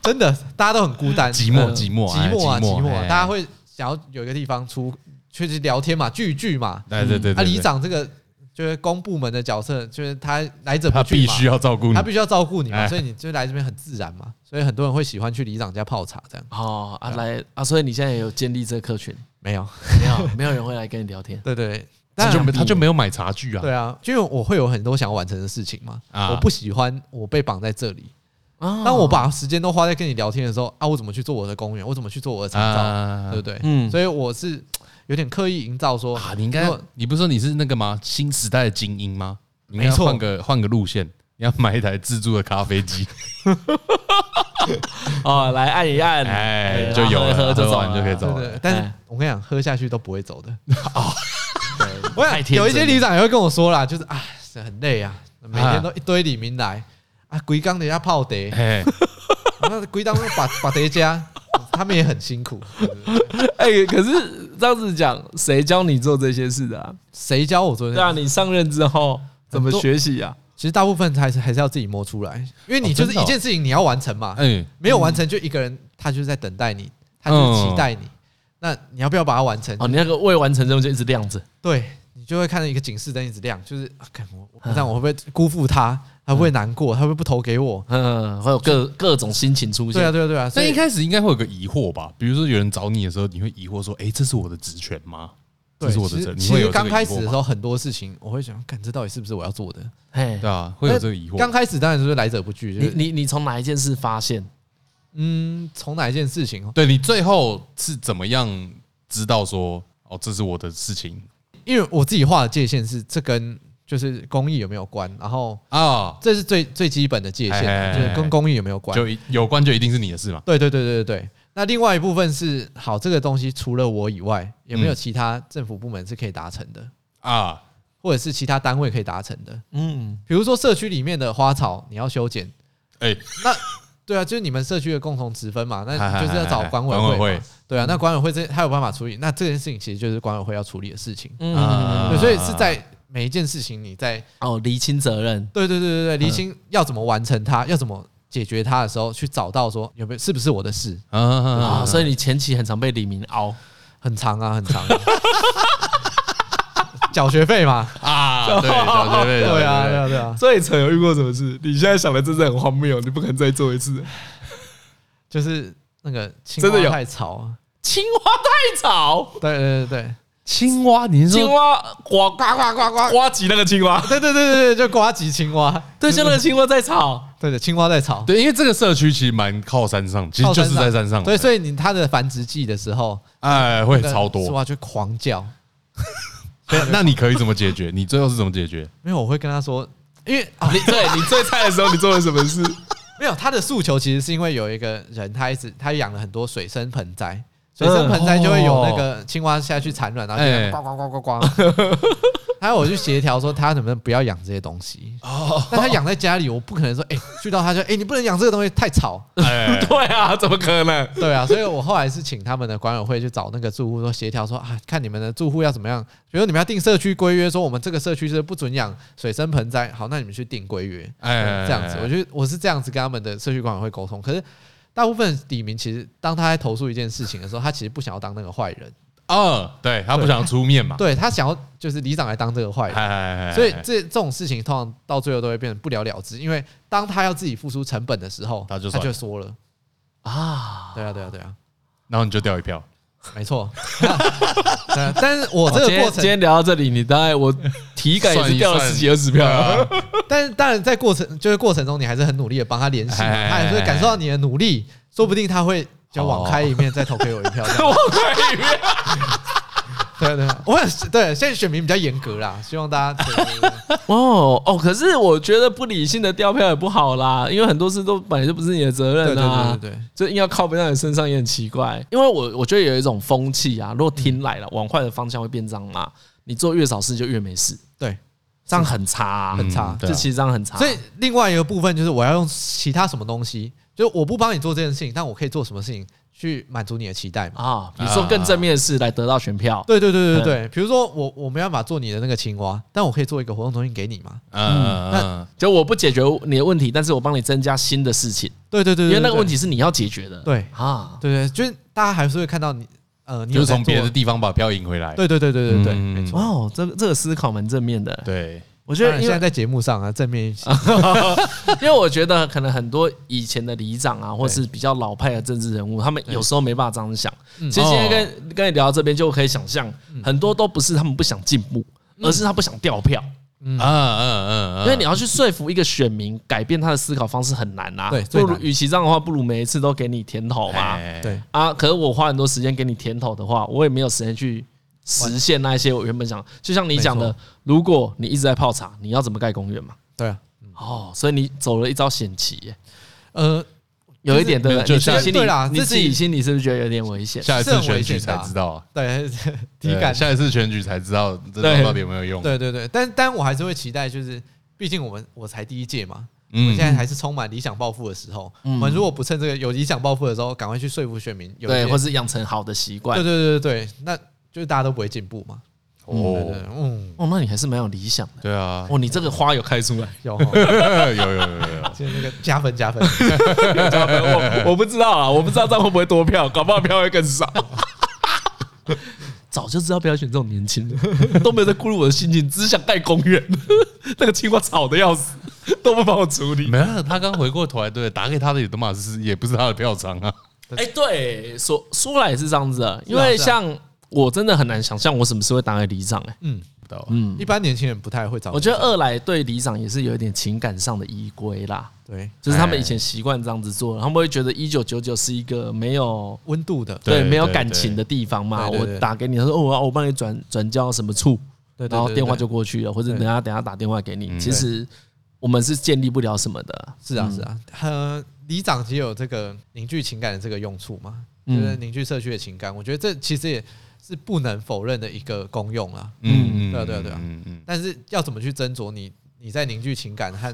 S4: 真的，大家都很孤单，
S2: 寂寞
S4: 嗯
S2: 寂寞
S4: 寂寞啊，
S2: 哎
S4: 寂
S2: 寂寞
S4: 寞啊，
S2: 哎
S4: 大家会想要有一个地方出去聊天嘛，聚一聚嘛。
S2: 对对对，
S4: 啊，
S2: 对
S4: 里，长这个就是公部门的角色，就是他来者
S2: 对
S4: 不
S2: 他
S4: 拒
S2: 必
S4: 嘛，
S2: 须要照顾你
S4: 他。必须要照顾你嘛，
S2: 哎
S4: 所以你就来这边很自然嘛，所以很多人会喜欢去里长家泡茶这样。
S1: 哦啊来啊，所以你现在也有建立这个客群，
S4: 没有，
S1: 没有没有人会来跟你聊天。
S4: 对对对，
S2: 他
S4: 但
S2: 就没他就没有买茶具啊，
S4: 对啊，因为我会有很多想要完成的事情嘛，
S2: 啊
S4: 我不喜欢我被绑在这里。
S1: 啊
S4: 当我把时间都花在跟你聊天的时候啊，我怎么去做我的公园？我怎么去做我的长照？
S2: 啊
S4: 对不对？
S1: 嗯
S4: 所以我是有点刻意营造说
S2: 啊，你应该
S4: 如果，
S2: 你不是说你是那个吗？新时代的精英吗？你应该
S4: 没错
S2: 换个换个路线，你要买一台自助的咖 啡机，
S1: 哦，来按一按，
S2: 哎，就有了，
S1: 喝
S2: 喝
S1: 这
S2: 完就可以
S1: 走了。
S2: 走
S4: 对
S2: 了
S4: 对。，但是
S1: 哎
S4: 我跟你讲，喝下去都不会走 的。
S1: 对
S4: 我
S1: 太
S4: 想
S1: 天真
S4: 有一些
S1: 了
S4: 里长也会跟我说啦，就是啊，是很累啊，每天都一堆里民来啊，鬼刚人家泡茶，啊
S2: 哎，
S4: 那鬼当把 把茶家，他们也很辛苦。
S1: 哎、可是这样子讲，谁教你做这些事的、啊？
S4: 谁教我做这
S1: 对啊，
S4: 样？
S1: 你上任之后怎么
S4: 很多
S1: 学习啊？
S4: 其实大部分还是还是要自己摸出来，因为你就是
S2: 真的哦
S4: 一件事情你要完成嘛，
S2: 哎，
S4: 没有完成就一个人他就是在等待你，他就是期待
S2: 嗯
S4: 你。那你要不要把它完成？
S1: 哦，你那个未完成任务就一直亮着，
S4: 对你就会看到一个警示灯一直亮，就是啊，看我我这样我会不会辜负他？他会不会难过？他会不会不投给我？
S1: 嗯，会有各各种心情出现。
S4: 对啊，对啊，对啊。所
S2: 所以一
S4: 以
S2: 开始应该会有个疑惑吧？比如说有人找你的时候，你会疑惑说：“哎，这是我的职权吗？这
S4: 对，
S2: 是我
S4: 其
S2: 的责
S4: 实
S2: 任。”你
S4: 其
S2: 会
S4: 实
S2: 有这
S4: 刚
S2: 个疑惑
S4: 开始的时
S2: 吗，
S4: 候，很多事情我会想，看这到底是不是我要做的？
S1: 嘿，
S2: 对啊，会有这个疑惑。
S4: 刚开始当然就是来者不拒，就
S1: 你
S4: 是
S1: 你你从哪一件事发现？
S4: 嗯，从哪一件事情？
S2: 对你最后是怎么样知道说哦，这是我的事情
S4: 因为我自己画的界限是这跟就是公益有没有关，然后
S2: 啊？
S4: 这是最最基本的界限
S2: 哎哎哎
S4: 啊，就是跟公益有没有关。
S2: 就一有关就一定是你的事嘛？
S4: 对对对对对对。那另外一部分是，好，这个东西除了我以外，有没有
S2: 嗯
S4: 其他政府部门是可以达成的，
S2: 啊，
S4: 或者是其他单位可以达成的？
S1: 嗯，
S4: 比如说社区里面的花草你要修剪，
S2: 哎，
S4: 对啊，就是你们社区的共同职分嘛，那
S2: 嗨嗨
S4: 你就是要找
S2: 嗨
S4: 管委
S2: 管委
S4: 会
S2: 会嗯
S4: 嘛，对啊，那管委会这他有办法处理，那这件事情其实就是管委会要处理的事情，
S1: 嗯
S2: 啊
S4: 对，所以是在每一件事情你在
S1: 哦，厘清责任，
S4: 对对对对对，厘清要怎么完成它，要怎么解决它的时候，去找到说有没有是不是我的事，
S2: 啊啊啊
S1: 啊、
S2: 啊
S1: 所以你前期很常被李明凹，
S4: 很长啊，很长、啊， 缴学费嘛，
S2: 啊，对，小
S4: 对啊，
S2: 学妹，小学
S4: 对
S2: 妹
S4: 啊，对啊，
S1: 最曾有遇过什么事？你现在想的真是很荒谬，你不可能再做一次。
S4: 就是那个青
S1: 真的
S4: 蛙
S1: 有
S4: 太吵啊，
S1: 青蛙太吵，
S4: 对对对对
S2: 青蛙，你是
S1: 青
S2: 说
S1: 蛙呱呱呱呱呱呱唧那个青蛙，
S4: 对对对对对，就呱唧青蛙，
S1: 对，就那个青蛙在 吵。
S4: 对的，青蛙在吵，
S2: 对？因为这个社区其实蛮靠山上，其实就是在山上，
S4: 对，所以你它的繁殖季的时候，
S2: 哎，会超
S4: 青
S2: 多。
S4: 蛙就狂叫，
S2: 对，那你可以怎么解决？你最后是怎么解决？
S4: 没有，我会跟他说，因为啊，
S1: 你对你最菜的时候，你做了什么事？
S4: 没有，他的诉求其实是因为有一个人，他一直他养了很多水生盆栽，水生盆栽就会有那个青蛙下去产卵，然后就
S2: 哎
S4: 呱呱呱呱呱。还有我去协调说他能不能不要养这些东西。哦，但他养在家里，我不可能说，哎、去到他就，哎、你不能养这个东西，太吵。
S2: 哎，
S1: 对啊，怎么可能？
S4: 对啊，所以我后来是请他们的管委会去找那个住户说协调说啊，看你们的住户要怎么样，比如你们要定社区规约，说我们这个社区是不准养水生盆栽，好，那你们去定规约。
S2: 哎
S4: 这样子，我觉得我是这样子跟他们的社区管委会沟通。可是大部分李明其实当他在投诉一件事情的时候，他其实不想要当那个坏人，
S2: 哦，对他不想出面嘛，
S4: 对他想要就是里长来当这个坏
S2: 哎，
S4: 人。
S2: 哎哎
S4: 所以这这种事情通常到最后都会变成不了了之，因为当他要自己付出成本的时候，
S2: 他就
S4: 他
S2: 算
S4: 就说了，
S1: 啊，
S4: 对啊对啊对啊，
S2: 然后你就掉一票，
S4: 没 错。呃但是我这
S1: 今
S2: 哦
S4: 个
S1: 天今
S4: 过程，
S1: 天聊到这里，你大概我体 感也是掉了十几二十票啊。
S2: 啊，
S4: 但是当然在过程就是过程中，你还是很努力的帮他联系嘛，
S2: 哎
S4: 他也是会感受到你的努力，说不定他会就网开一面再投给我一票。这样对对，对 我很对现在选民比较严格 啦，希望大家对对对
S1: 哦哦，可是我觉得不理性的掉票也不好啦，因为很多事都本来就不是你的责任啊。
S4: 对对对对对
S1: 就硬要靠背到你身上也很奇怪。因为我我觉得有一种风气啊，如果听来
S4: 嗯
S1: 了，往坏的方向会变脏嘛。你做越少事就越没事，
S4: 对，
S1: 这样很差、啊，
S4: 很差
S1: 这其实这样很差。
S4: 所以另外一个部分就是我要用其他什么东西，就是我不帮你做这件事情，但我可以做什么事情去满足你的期待嘛？
S1: 啊，你说更正面的事来得到选票，
S4: 对对对对对，比如说我我没办法做你的那个青蛙，但我可以做一个活动中心给你嘛？
S2: 嗯，那
S1: 就我不解决你的问题，但是我帮你增加新的事情，
S4: 对对
S1: 嗯
S4: 对
S1: 因
S4: 对，
S1: 为那个
S4: 对
S1: 问，题是你要解决的。
S4: 对
S1: 啊，
S4: 对对，就是大家还是会看到你，呃，你
S2: 就
S4: 有
S2: 是
S4: 在
S2: 从别的
S1: 嗯
S4: 做
S2: 地方把票赢回来。
S4: 对对对对对对，
S2: 嗯
S4: 没错。
S1: 哦，这个这个思考蛮正面的。
S2: 对，
S1: 我觉
S4: 当
S1: 得
S4: 然
S1: 因
S4: 现
S1: 为
S4: 在在节目上啊，正面一些，
S1: 因为我觉得可能很多以前的里长啊，或是比较老派的政治人物，他们有时候没办法这样想。
S4: 嗯
S1: 其实今天跟
S4: 哦
S1: 跟你聊到这边，就可以想象，很多都不是他们不想进步，
S4: 嗯
S1: 而是他不想掉票。
S2: 嗯嗯嗯嗯，
S1: 因为你要去说服一个选民改变他的思考方式很难啊。
S4: 对
S1: 不
S4: 最
S1: 如
S4: 难
S1: 与其这样的话，不如每一次都给你甜头嘛。
S2: 哎
S4: 对，
S1: 啊，可是我花很多时间给你甜头的话，我也没有时间去实现那一些我原本想。就像你讲
S4: 没
S1: 的，如果你一直在泡茶，你要怎么盖公园嘛？
S4: 对啊，
S1: 哦，所以你走了一招险棋耶。
S4: 呃，
S1: 有一点对不对？
S2: 就
S1: 你
S2: 是
S1: 自己心
S4: 对
S1: 里
S4: 啦
S1: 你
S4: 自
S1: 自己
S4: 己
S1: 心里是不是觉得有点危险？
S2: 下一
S4: 是
S2: 次
S4: 很
S2: 选
S4: 危
S2: 举
S4: 险的
S2: 才
S4: 啊
S2: 知道啊，
S4: 对， 体
S2: 对
S4: 感
S2: 下一次选举才知道这
S1: 对
S2: 招到底有没有用。
S4: 对对对，但但我还是会期待，就是毕竟我们我才第一届嘛，我
S2: 嗯
S4: 现在还是充满理想抱负的时候。
S1: 嗯
S4: 我们如果不趁这个有理想抱负的时候，赶快去说服选民，有一
S1: 对，
S4: 些
S1: 或是养成好的习惯
S4: 对对。对对对，那就是大家都不会进步嘛。对对
S2: 哦
S4: 对，嗯，
S1: 哦，那你还是蛮有理想的。
S2: 对啊，
S1: 哦，你这个花有开 出来，
S4: 有吼，
S2: 有有有有，
S4: 就是那个加分加分。
S1: 我我不知道啊，我不知道这样会不会多票，搞不好票会更少。 早就知道不要选这种年轻人， 都没有在顾虑我的心情，只想盖公园。 那个青蛙吵的要死，都不帮我处理。
S2: 没有，他刚回过头来，对，打给他的也都嘛是也不是他的票仓啊。
S1: 哎、对，说说来也是这样子的，因为像我真的很难想象我什么时候会当个里长、哎，
S4: 嗯，
S2: 不知道啊
S4: 一般年轻人不太会找理想。
S1: 我觉得二来对里长也是有一点情感上的依归啦。
S4: 对
S1: 就是他们以
S4: 哎
S1: 前习惯这样子做，他们会觉得一九九九是一个没有
S4: 温度的，
S2: 对
S1: 对没有
S2: 对
S1: 感
S2: 对
S1: 情的地方嘛。
S4: 对对
S1: 我
S4: 对
S1: 打给你，他说哦，我我帮你转转交什么处，
S4: 对对
S1: 然后
S4: 对
S1: 电话
S4: 对
S1: 就嗯过去了，或者
S4: 对
S1: 等下等下打电话给你。
S2: 嗯
S1: 其实我们是建立不了什么的，
S4: 是啊是啊，呃，里长其实有这个凝聚情感的这个用处嘛，就
S1: 嗯
S4: 是凝聚社区的情感。我觉得这其实也是不能否认的一个功用啊。
S2: 嗯嗯，
S4: 对啊对啊对啊
S2: 嗯嗯，
S4: 但是要怎么去斟酌你你在凝聚情感和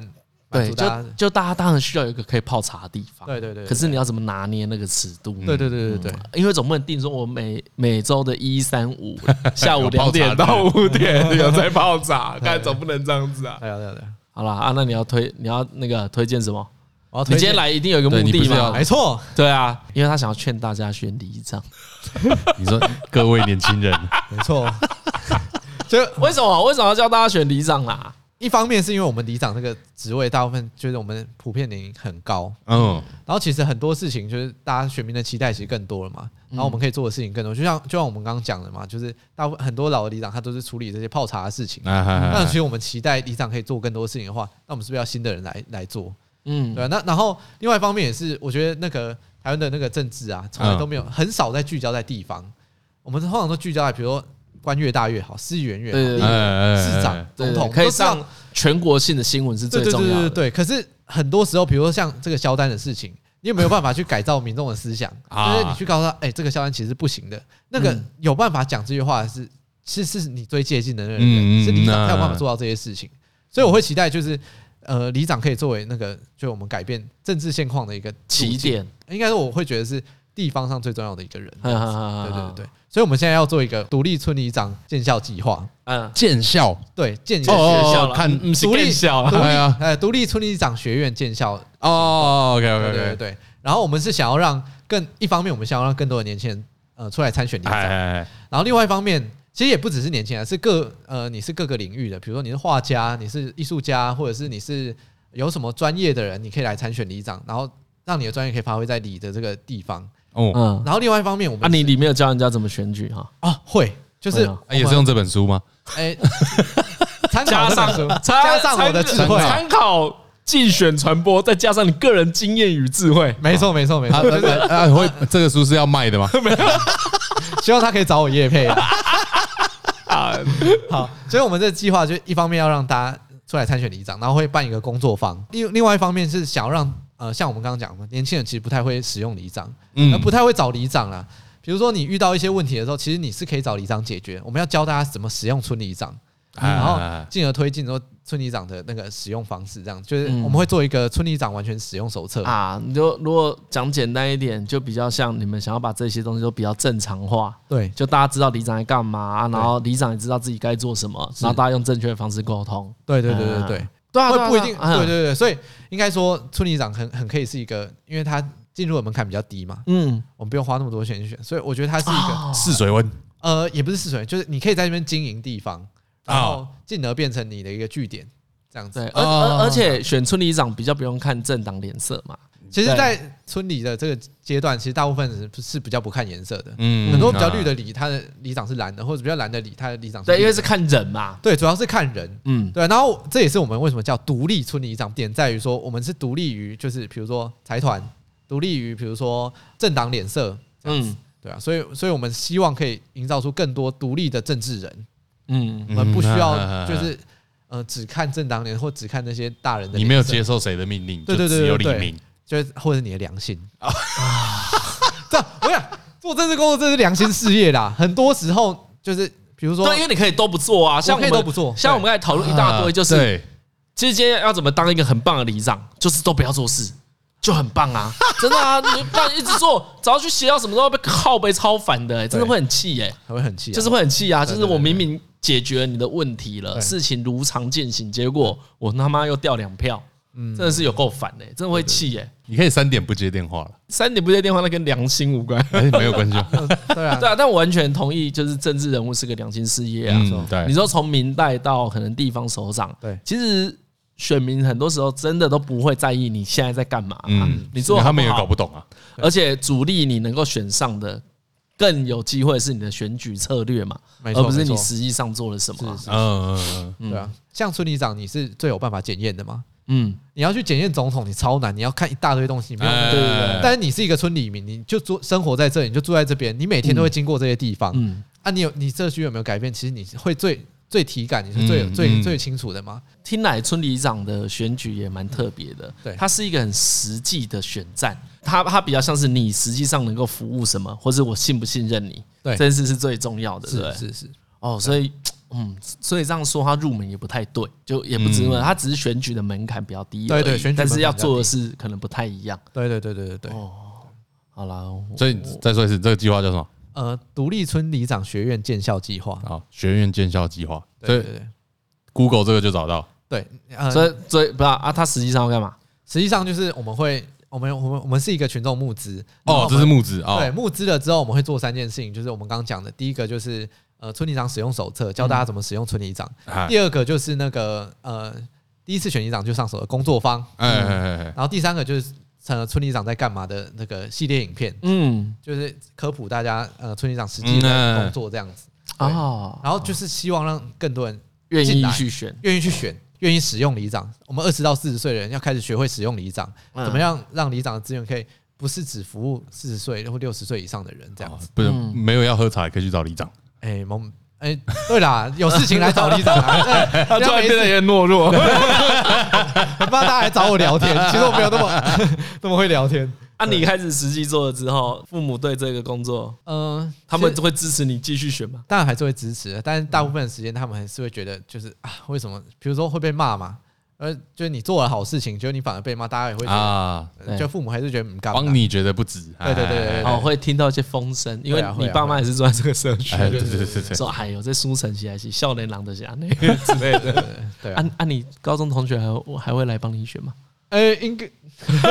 S4: 满
S1: 对，
S4: 足
S1: 就
S4: 大家？
S1: 就大家当然需要有一个可以泡茶的地方，
S4: 对对对，
S1: 可是你要怎么拿捏那个尺度？
S4: 对
S1: 嗯
S4: 对对对对对，
S1: 因为总不能定说我每每周的一三五下午
S2: 有
S1: 两
S2: 泡茶
S1: 点
S2: 的
S1: 到五点有在泡茶，但总不能这样子啊。
S4: 对啊对啊对啊，
S1: 好啦，啊，那你要推你要那个推荐什么？
S4: 我要
S1: 你
S4: 推
S1: 今
S4: 荐
S1: 天，来一定有一个目
S2: 对你
S1: 的
S2: 不是要
S1: 嘛？
S4: 没错，
S1: 对啊，因为他想要劝大家选里长。
S2: 你说各位年 轻人，
S4: 没错。就
S1: 为什么？为什么要叫大家选里长啊啦？
S4: 一方面是因为我们里长这个职位，大部分就是我们普遍年龄很高，
S2: 嗯，
S4: 然后其实很多事情就是大家选民的期待其实更多了嘛，然后
S1: 嗯
S4: 我们可以做的事情更多，就像就像我们刚刚讲的嘛，就是大部分很多老的里长他都是处理这些泡茶的事情，
S2: 啊哈哈
S4: 那其实我们期待里长可以做更多事情的话，那我们是不是要新的人来来做？
S1: 嗯，
S4: 对啊，那然后另外一方面也是，我觉得那个台湾的那个政治啊，从来都没有很少在聚焦在地方，我们通常都聚焦在比如说官越大越好，市议员越好，
S1: 对对
S4: 立
S1: 对
S4: 委
S2: 哎哎
S4: 市
S2: 哎
S4: 长
S2: 哎、
S1: 对
S4: 总统
S1: 可以
S4: 都知道
S1: 上全国性的新闻是
S4: 对
S1: 最
S4: 对
S1: 重
S4: 对
S1: 要
S4: 对
S1: 的。
S4: 对。可是很多时候，比如说像这个销单的事情，你有没有办法去改造民众的思想？
S2: 啊
S4: 就是你去告诉他，哎、这个销单其实是不行的。那个
S1: 嗯
S4: 有办法讲这句话的是是是你最接近的那个
S2: 嗯
S4: 人，
S2: 嗯嗯
S4: 是里长才有办法
S2: 那
S4: 做到这些事情。所以我会期待就是。呃，里长可以作为那个，就我们改变政治现况的一个途
S1: 起
S4: 径，
S1: 点，
S4: 应该是我会觉得是地方上最重要的一个人。
S1: 哈哈哈
S4: 对
S1: 哈
S4: 对
S1: 哈
S4: 对对，所以我们现在要做一个独立村里长建校计划，
S1: 嗯，
S2: 见效，
S4: 对，建
S2: 哦
S4: 校
S1: 学校啦
S2: 看
S1: 嗯，是
S4: 独立
S1: 更小
S4: 独
S1: 了。
S4: 立
S2: 哎呀
S4: 呃独立村里长学院建校
S2: 哦，OK
S4: 对
S2: OK
S4: 对对
S2: OK，
S4: 对。然后我们是想要让更一方面，我们想要让更多的年轻人呃出来参选里
S2: 哎
S4: 长，
S2: 哎哎，
S4: 然后另外一方面，其实也不只是年轻人，是各呃你是各个领域的，比如说你是画家，你是艺术家，或者是你是有什么专业的人，你可以来参选里长，然后让你的专业可以发挥在你的这个地方。
S2: 哦，
S1: 嗯，
S4: 然后另外一方面，我们
S1: 啊，你里面有教人家怎么选举哈？
S4: 啊会就是
S1: 哎呀
S2: 啊也是用这本 书吗？
S4: 哎，参 考
S1: 加
S4: 这本
S1: 上
S4: 书
S1: 加
S4: 加上我的智
S1: 参
S4: 慧，
S1: 参考竞选传播，再加上你个人经验与智慧，
S4: 没错没错没
S2: 啊
S4: 错，就是
S2: 啊啊！会这个书是要卖 的吗？
S4: 希望他可以找我叶配 啊。
S1: 啊
S4: 好，所以我们这个计划就一方面要让大家出来参选里长，然后会办一个工作坊；另另外一方面是想要让呃，像我们刚刚讲的，年轻人其实不太会使用里长，
S2: 嗯
S4: 呃不太会找里长啦。比如说你遇到一些问题的时候，其实你是可以找里长解决。我们要教大家怎么使用村里长，
S2: 哎
S1: 啊
S4: 然后
S2: 哎哎
S4: 进而推进说村里长的那个使用方式，这样就是
S1: 嗯
S4: 我们会做一个村里长完全使用手册。
S1: 啊，你就如果讲简单一点，就比较像你们想要把这些东西都比较正常化，
S4: 对，
S1: 就大家知道里长在干嘛，啊然后里长也知道自己该做什么，然后大家用正确的方式沟通。
S4: 对对对对对。
S1: 对啊，对
S4: 会
S1: 啊
S4: 不一定，
S1: 啊
S4: 对对对，所以应该说村里长很很可以是一个，因为他进入的门槛比较低嘛，
S1: 嗯，
S4: 我们不用花那么多钱去选，所以我觉得他是一个、
S1: 啊
S2: 试水温
S4: 呃，也不是试水，就是你可以在那边经营地方，然后进而变成你的一个据点，这样
S1: 对，
S4: 子。
S1: 而
S2: 哦
S1: 而而且选村里长比较不用看政党脸色嘛，
S4: 其实，
S1: 对
S4: 在村里的这个阶段，其实大部分人是比较不看颜色的，
S2: 嗯
S4: 很多比较绿的
S2: 的，
S4: 里，他的里长是蓝的，或者比较蓝的里，他的里长是
S1: 对，
S4: 绿的
S1: 因为是看人嘛，
S4: 对，主要是看人，
S1: 嗯，
S4: 对，然后这也是我们为什么叫独立村里长，点在于说我们是独立于就是比如说财团，独立于比如说政党脸色，
S1: 嗯
S4: 对啊，所以所以我们希望可以营造出更多独立的政治人，
S1: 嗯，
S4: 我们不需要
S2: 嗯
S4: 就是呃只看政党脸或只看那些大人的脸色，
S2: 你没有接受谁的命令，
S4: 对
S2: 就
S4: 对对
S2: 只有李
S4: 对对
S2: 明。
S4: 就是或者你的良心 啊，这样我想做政治工作这是良心事业啦，很多时候就是比如说
S1: 对，因为你可以都不做啊，像
S4: 我
S1: 我
S4: 可以
S1: 们
S4: 都不做
S1: 像我们刚才讨论一大堆，就是
S2: 啊对
S1: 其实今天要怎么当一个很棒的里长，就是都不要做事，就很棒啊！ 真的啊，你不然一直做，只要去学校什么时候被靠背超烦的、欸，真的会很气哎、
S4: 还会很气啊，
S1: 就是会很气啊！就
S4: 对
S1: 是我明明解决你的问题了，
S4: 对
S1: 事情如常进行，结果我他妈又掉两票，
S4: 嗯
S1: 真的是有够烦哎，真的会气哎、
S2: 你可以三点不接电话了，
S1: 三点不接电话，那跟良心无关。
S2: 哎，没有关系啊。
S4: 对啊
S1: 对，啊，但我完全同意，就是政治人物是个良心事业啊。
S2: 嗯，
S1: 你
S2: 对，
S1: 说从明代到可能地方首长，
S4: 对
S1: 其实选民很多时候真的都不会在意你现在在干嘛、啊
S2: 嗯，
S1: 你做
S2: 他们也
S1: 好不好
S2: 搞不懂啊。
S1: 而且主力你能够选上的，更有机会是你的选举策略嘛，
S4: 没错
S1: 而不是
S4: 没错
S1: 你实际上做了什么啊、
S4: 是是
S2: 嗯嗯嗯
S4: 对啊，像村里长你是最有办法检验的嘛，
S1: 嗯，
S4: 你要去检验总统，你超难，你要看一大堆东西，你没有。
S2: 哎
S1: 对对对
S4: 但是你是一个村里民，你就住生活在这里，你就住在这边，你每天都会经过这些地方。
S1: 嗯
S4: 啊，你有你社区有没有改变？其实你会最最体感，你是最、
S2: 嗯
S4: 最
S2: 嗯
S4: 最清楚的嘛。
S1: 听来村里长的选举也蛮特别的，
S4: 对
S1: 它是一个很实际的选战，它它比较像是你实际上能够服务什么，或是我信不信任你，
S4: 对
S1: 这件事是最重要的，对不对
S4: 是是是，
S1: 哦，所以嗯，所以这样说他入门也不太对，就也不是因为他只是选举的门槛比较低而已，
S4: 嗯对对选举门槛
S1: 但是要
S4: 比较
S1: 做的事可能不太一样。
S4: 对对对对对对。
S1: 好啦，我
S2: 所以你再说一次，这个计划叫什么？
S4: 呃，独立村里长学院建校计划，
S2: 啊，学院建校计划。所
S4: 对
S2: 以
S4: 对对
S2: Google 这个就找到。
S4: 对。呃，
S1: 所以所以不知道啊，他实际上要干嘛？
S4: 实际上就是我们会，我们我们我们是一个群众募资。然后
S2: 哦
S4: 我，们
S2: 这是募资
S4: 对，
S2: 哦，
S4: 募资了之后，我们会做三件事情，就是我们刚刚讲的，第一个就是呃村里长使用手册，教大家怎么使用村里长；
S2: 嗯哎
S4: 第二个就是那个呃第一次选里长就上手的工作坊，
S2: 哎哎哎，
S4: 然后第三个就是呃村里长在干嘛的那个系列影片，
S1: 嗯
S4: 就是科普大家呃村里长实际
S2: 嗯哎
S4: 的工作这样子，
S1: 啊，
S4: 然后就是希望让更多人
S1: 愿
S4: 进
S1: 意
S4: 来
S1: 去选，
S4: 愿意去选。愿意使用里长，我们二十到四十岁的人要开始学会使用里长，
S1: 嗯
S4: 怎么样让里长的资源可以不是只服务四十岁或六十岁以上的人这样
S2: 哦
S4: 子？
S2: 不是
S1: 嗯
S2: 没有要喝茶，也可以去找里长。
S4: 哎、萌，哎、对啦， 有事情来找里长啊，哎不要没事，
S1: 点懦弱。
S4: 很怕大家来找我聊天。其实我没有那么 那么会聊天，
S1: 啊，你开始实际做了之后，父母对这个工作，
S4: 嗯、
S1: 他们
S4: 其实
S1: 会支持你继续选吗？
S4: 当然还是会支持啊的，但是大部分的时间他们还是会觉得就是啊，为什么？比如说会被骂嘛，呃，就是你做了好事情，结果你反而被骂，大家也会觉得，
S2: 啊，
S1: 对
S4: 就父母还是觉得不干嘛
S2: 帮。你觉得不值。
S4: 对对对对对
S2: 哎
S1: 哦，会听到一些风声，因
S4: 会
S1: 为
S4: 啊会
S1: 你
S4: 啊
S1: 爸妈也是住在这个社区，
S2: 哎，对对对对对，
S1: 说哎呦，这书城起来是笑脸狼的侠那之类的。
S4: 对啊
S1: 啊，啊，你高中同学还会还会来帮你选吗？
S4: 呃，应该应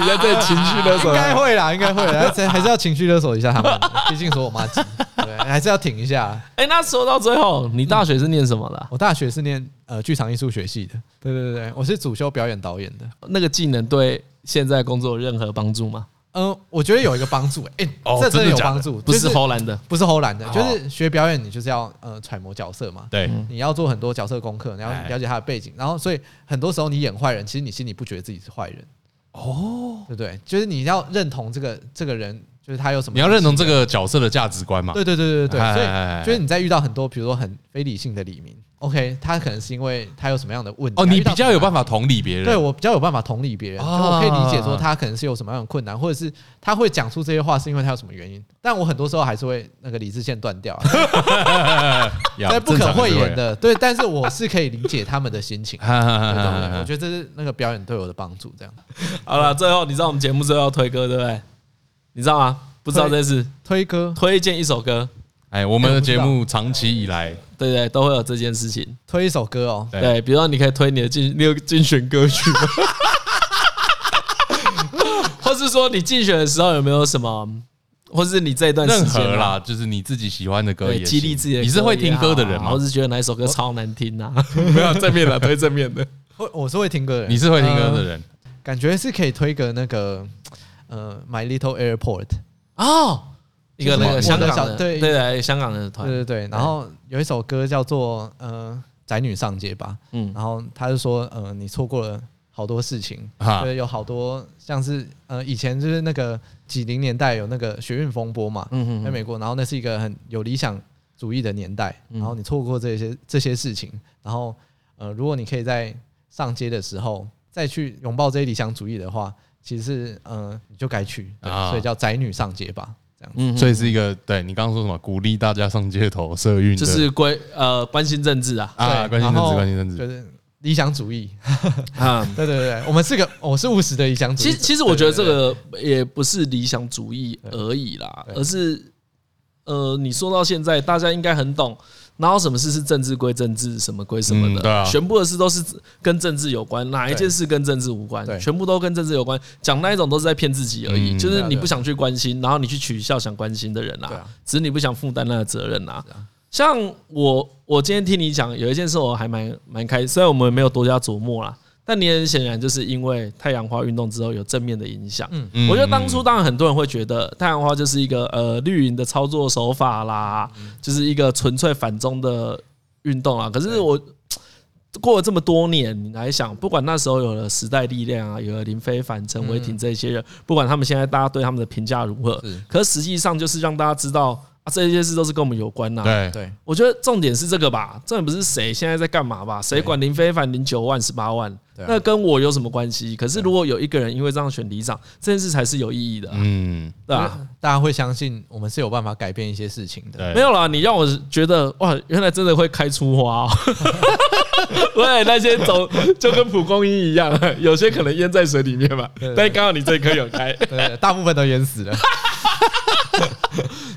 S1: 你在这情绪勒索
S4: 该会啦，应该会啦，还是 还是要情绪勒索一下他们，毕竟说我妈急，对，还是要挺一下。
S1: 哎、那说到最后，你大学是念什么的啊、
S4: 我大学是念呃剧场艺术学系的，对对对对，我是主修表演导演的。
S1: 那个技能对现在工作有任何帮助吗？
S4: 嗯，我觉得有一个帮助，哎、
S2: 哦
S4: 这真
S2: 真
S4: 的
S2: 的
S4: 有
S2: 假的
S4: 帮助，
S1: 不
S4: 就是
S1: 荷兰的，
S4: 不是偷懒的，
S2: 哦
S4: 就是学表演，你就是要呃揣摩角色嘛，
S2: 对，
S4: 你要做很多角色功课，然
S2: 哎
S4: 后了解他的背景，然后所以很多时候你演坏人，其实你心里不觉得自己是坏人，哦，对不对？就是你要认同这个这个人，就是他有什么，
S2: 你要认同这，个角色的价值观嘛？
S4: 对对对对对
S2: 哎
S4: 对，所
S2: 哎哎哎
S4: 以就是你在遇到很多比如说很非理性的李明，OK，他可能是因为他有什么样的问题，
S2: 哦，
S4: 他遇
S2: 你
S4: 到
S2: 比较
S4: 什么
S2: 有办法同理别人。
S4: 对我比较有办法同理别人，就
S2: 啊
S4: 我可以理解说他可能是有什么样的困难，或者是他会讲出这些话是因为他有什么原因。但我很多时候还是会那个理智线断掉、 啊，
S2: 呀，
S4: 在不可讳言
S2: 正
S4: 的。对，但是我是可以理解他们的心情。
S2: 常
S4: 对
S2: 还是会，
S4: 对 对我
S2: 我
S4: 觉得这是那个表演对我的帮助。这样
S1: 好了，最后你知道我们节目最后要推歌对不对？你知道吗？不知道这事，
S4: 推歌，
S1: 推荐一首歌，
S2: 哎，我们的节目长期以来，
S1: 对不对，都会有这件事情。
S4: 推一首歌哦。
S2: 对
S1: 对，比如说你可以推你的竞 六竞选歌曲， 或是说你竞选的时候有没有什么，或是你这一段时
S2: 任
S1: 间
S2: 何
S1: 啊
S2: 啦，就是你自己喜欢的歌
S1: 对，
S2: 也
S1: 激励
S2: 行
S1: 自己的歌也
S2: 你
S1: 好。啊
S2: 是会听歌的人吗
S1: 我？是觉得哪一首歌超难听 啊？没有正面的，推正面的。
S4: 我我是会听歌的人，
S2: 你是会听歌的
S1: 嗯
S4: 呃，
S2: 人，
S4: 感觉是可以推个那个呃，My Little Airport。
S1: 哦，一个那个
S4: 就是
S1: 香港
S4: 我的
S1: 的，
S4: 小
S1: 对
S4: 对
S1: 对，香港的团
S4: 对，对对，然后有一首歌叫做呃《宅女上街》吧，
S1: 嗯
S4: 嗯，然后他就说呃你错过了好多事情，
S2: 哈
S4: 对，有好多像是呃以前就是那个几零年代有那个学运风波嘛，
S1: 嗯
S4: 嗯，在美国，然后那是一个很有理想主义的年代，然后你错过这些这些事情，然后呃如果你可以在上街的时候再去拥抱这些理想主义的话，其实是呃你就该去，对
S2: 啊
S4: 所以叫宅女上街吧，这样子。
S1: 嗯，
S2: 所以是一个对你刚刚说什么鼓励大家上街头社运的，
S1: 就是关呃关心政治啊
S2: 啊，
S4: 对
S2: 关心
S4: 然
S2: 政治，
S4: 后
S2: 关心政治
S4: 就，是理想主义，
S1: 啊。
S4: 对对对，我们是个我是务实的理想主义
S1: 其
S4: 者。
S1: 实其实我觉得这
S4: 对对
S1: 个也不是理想主义而已啦，
S4: 对
S1: 而是呃，你说到现在，大家应该很懂。然后什么事是政治归政治，什么归什么的，
S2: 嗯对啊
S1: 全部的事都是跟政治有关，哪一件事跟政治无关
S4: 对，
S1: 全部都跟政治有关。讲那一种都是在骗自己而已，
S2: 嗯
S1: 就是
S4: 对啊
S1: 你
S4: 对啊
S1: 不想去关心，然后你去取笑想关心的人
S4: 对
S1: 啊
S4: 啊，
S1: 只是你不想负担那个责任啊。像我，我今天听你讲，有一件事我还蛮蛮开心，虽然我们没有多加琢磨啦，但你很显然就是因为太阳花运动之后有正面的影响。
S2: 嗯
S1: 我觉得当初当然很多人会觉得太阳花就是一个呃绿营的操作手法啦，
S2: 嗯
S1: 就是一个纯粹反中的运动啊。可是我过了这么多年，你来想，不管那时候有了时代力量啊，有了林非凡、陈
S2: 嗯
S1: 伟霆这些人，不管他们现在大家对他们的评价如何
S4: 是，
S1: 可实际上就是让大家知道啊，这些事都是跟我们有关呐、
S2: 对
S4: 对
S1: 我觉得重点是这个吧，重点不是谁现在在干嘛吧？谁管林非凡零九万、十八万？
S4: 对啊
S1: 那跟我有什么关系？可是如果有一个人因为这样选里长，这件事才是有意义的啊、
S2: 嗯，
S1: 对吧、
S4: 就是啊大家会相信我们是有办法改变一些事情的。
S2: 对，
S1: 没有啦，你让我觉得哇，原来真的会开出花、哦。 对，那些走就跟蒲公英一样， 有些可能淹在水里面嘛
S4: 对，
S1: 但刚好你这一颗有 开。
S4: 对，大部分都淹死了。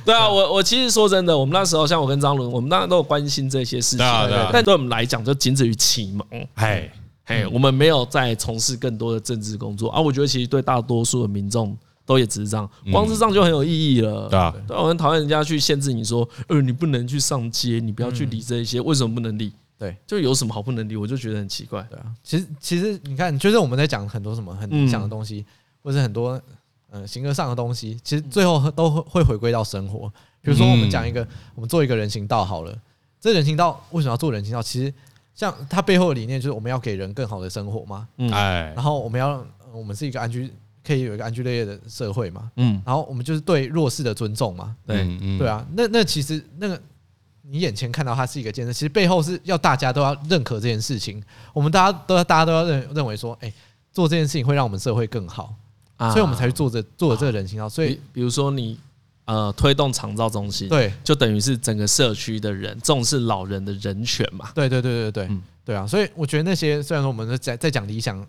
S1: 对啊，我我其实说真的，我们那时候像我跟张伦，我们当然都有关心这些事
S2: 对
S1: 情，
S2: 啊对啊，
S1: 但对我们来讲就仅止于启蒙。
S2: 哎，
S1: 嘿，我们没有在从事更多的政治工作啊。我觉得其实对大多数的民众都也只是这样，光是这样就很有意义了。
S2: 对啊，
S1: 对啊，我很讨厌人家去限制你说，呃，你不能去上街，你不要去理这一些，为什么不能理？
S4: 对
S1: 就有什么好不能理？我就觉得很奇怪。
S4: 对啊， 其实其实你看，就是我们在讲很多什么很理想
S1: 嗯
S4: 的东西，或者很多呃形而上的东西，
S1: 嗯
S4: 其实最后都会回归到生活。比如说，我们讲一
S2: 嗯
S4: 个，我们做一个人行道好了，这人行道为什么要做人行道？其实像它背后的理念就是我们要给人更好的生活嘛，
S1: 嗯
S2: 哎，
S4: 然后我们要呃我们是一个安居可以有一个安居乐业的社会嘛，
S1: 嗯，
S4: 然后我们就是对弱势的尊重嘛，
S1: 对
S2: 嗯，嗯
S4: 对，啊，那那其实那个你眼前看到它是一个建设，其实背后是要大家都要认可这件事情，我们大家都要大家都要认认为说，哎、做这件事情会让我们社会更好，
S1: 啊
S4: 所以我们才去做这做了这个人行道，所以
S1: 比比如说你呃推动长照中心，，
S4: 对
S1: 就等于是整个社区的人重视老人的人权嘛。
S4: 对对对对对、
S1: 嗯
S4: 对啊，所以我觉得那些虽然说我们在在讲理想，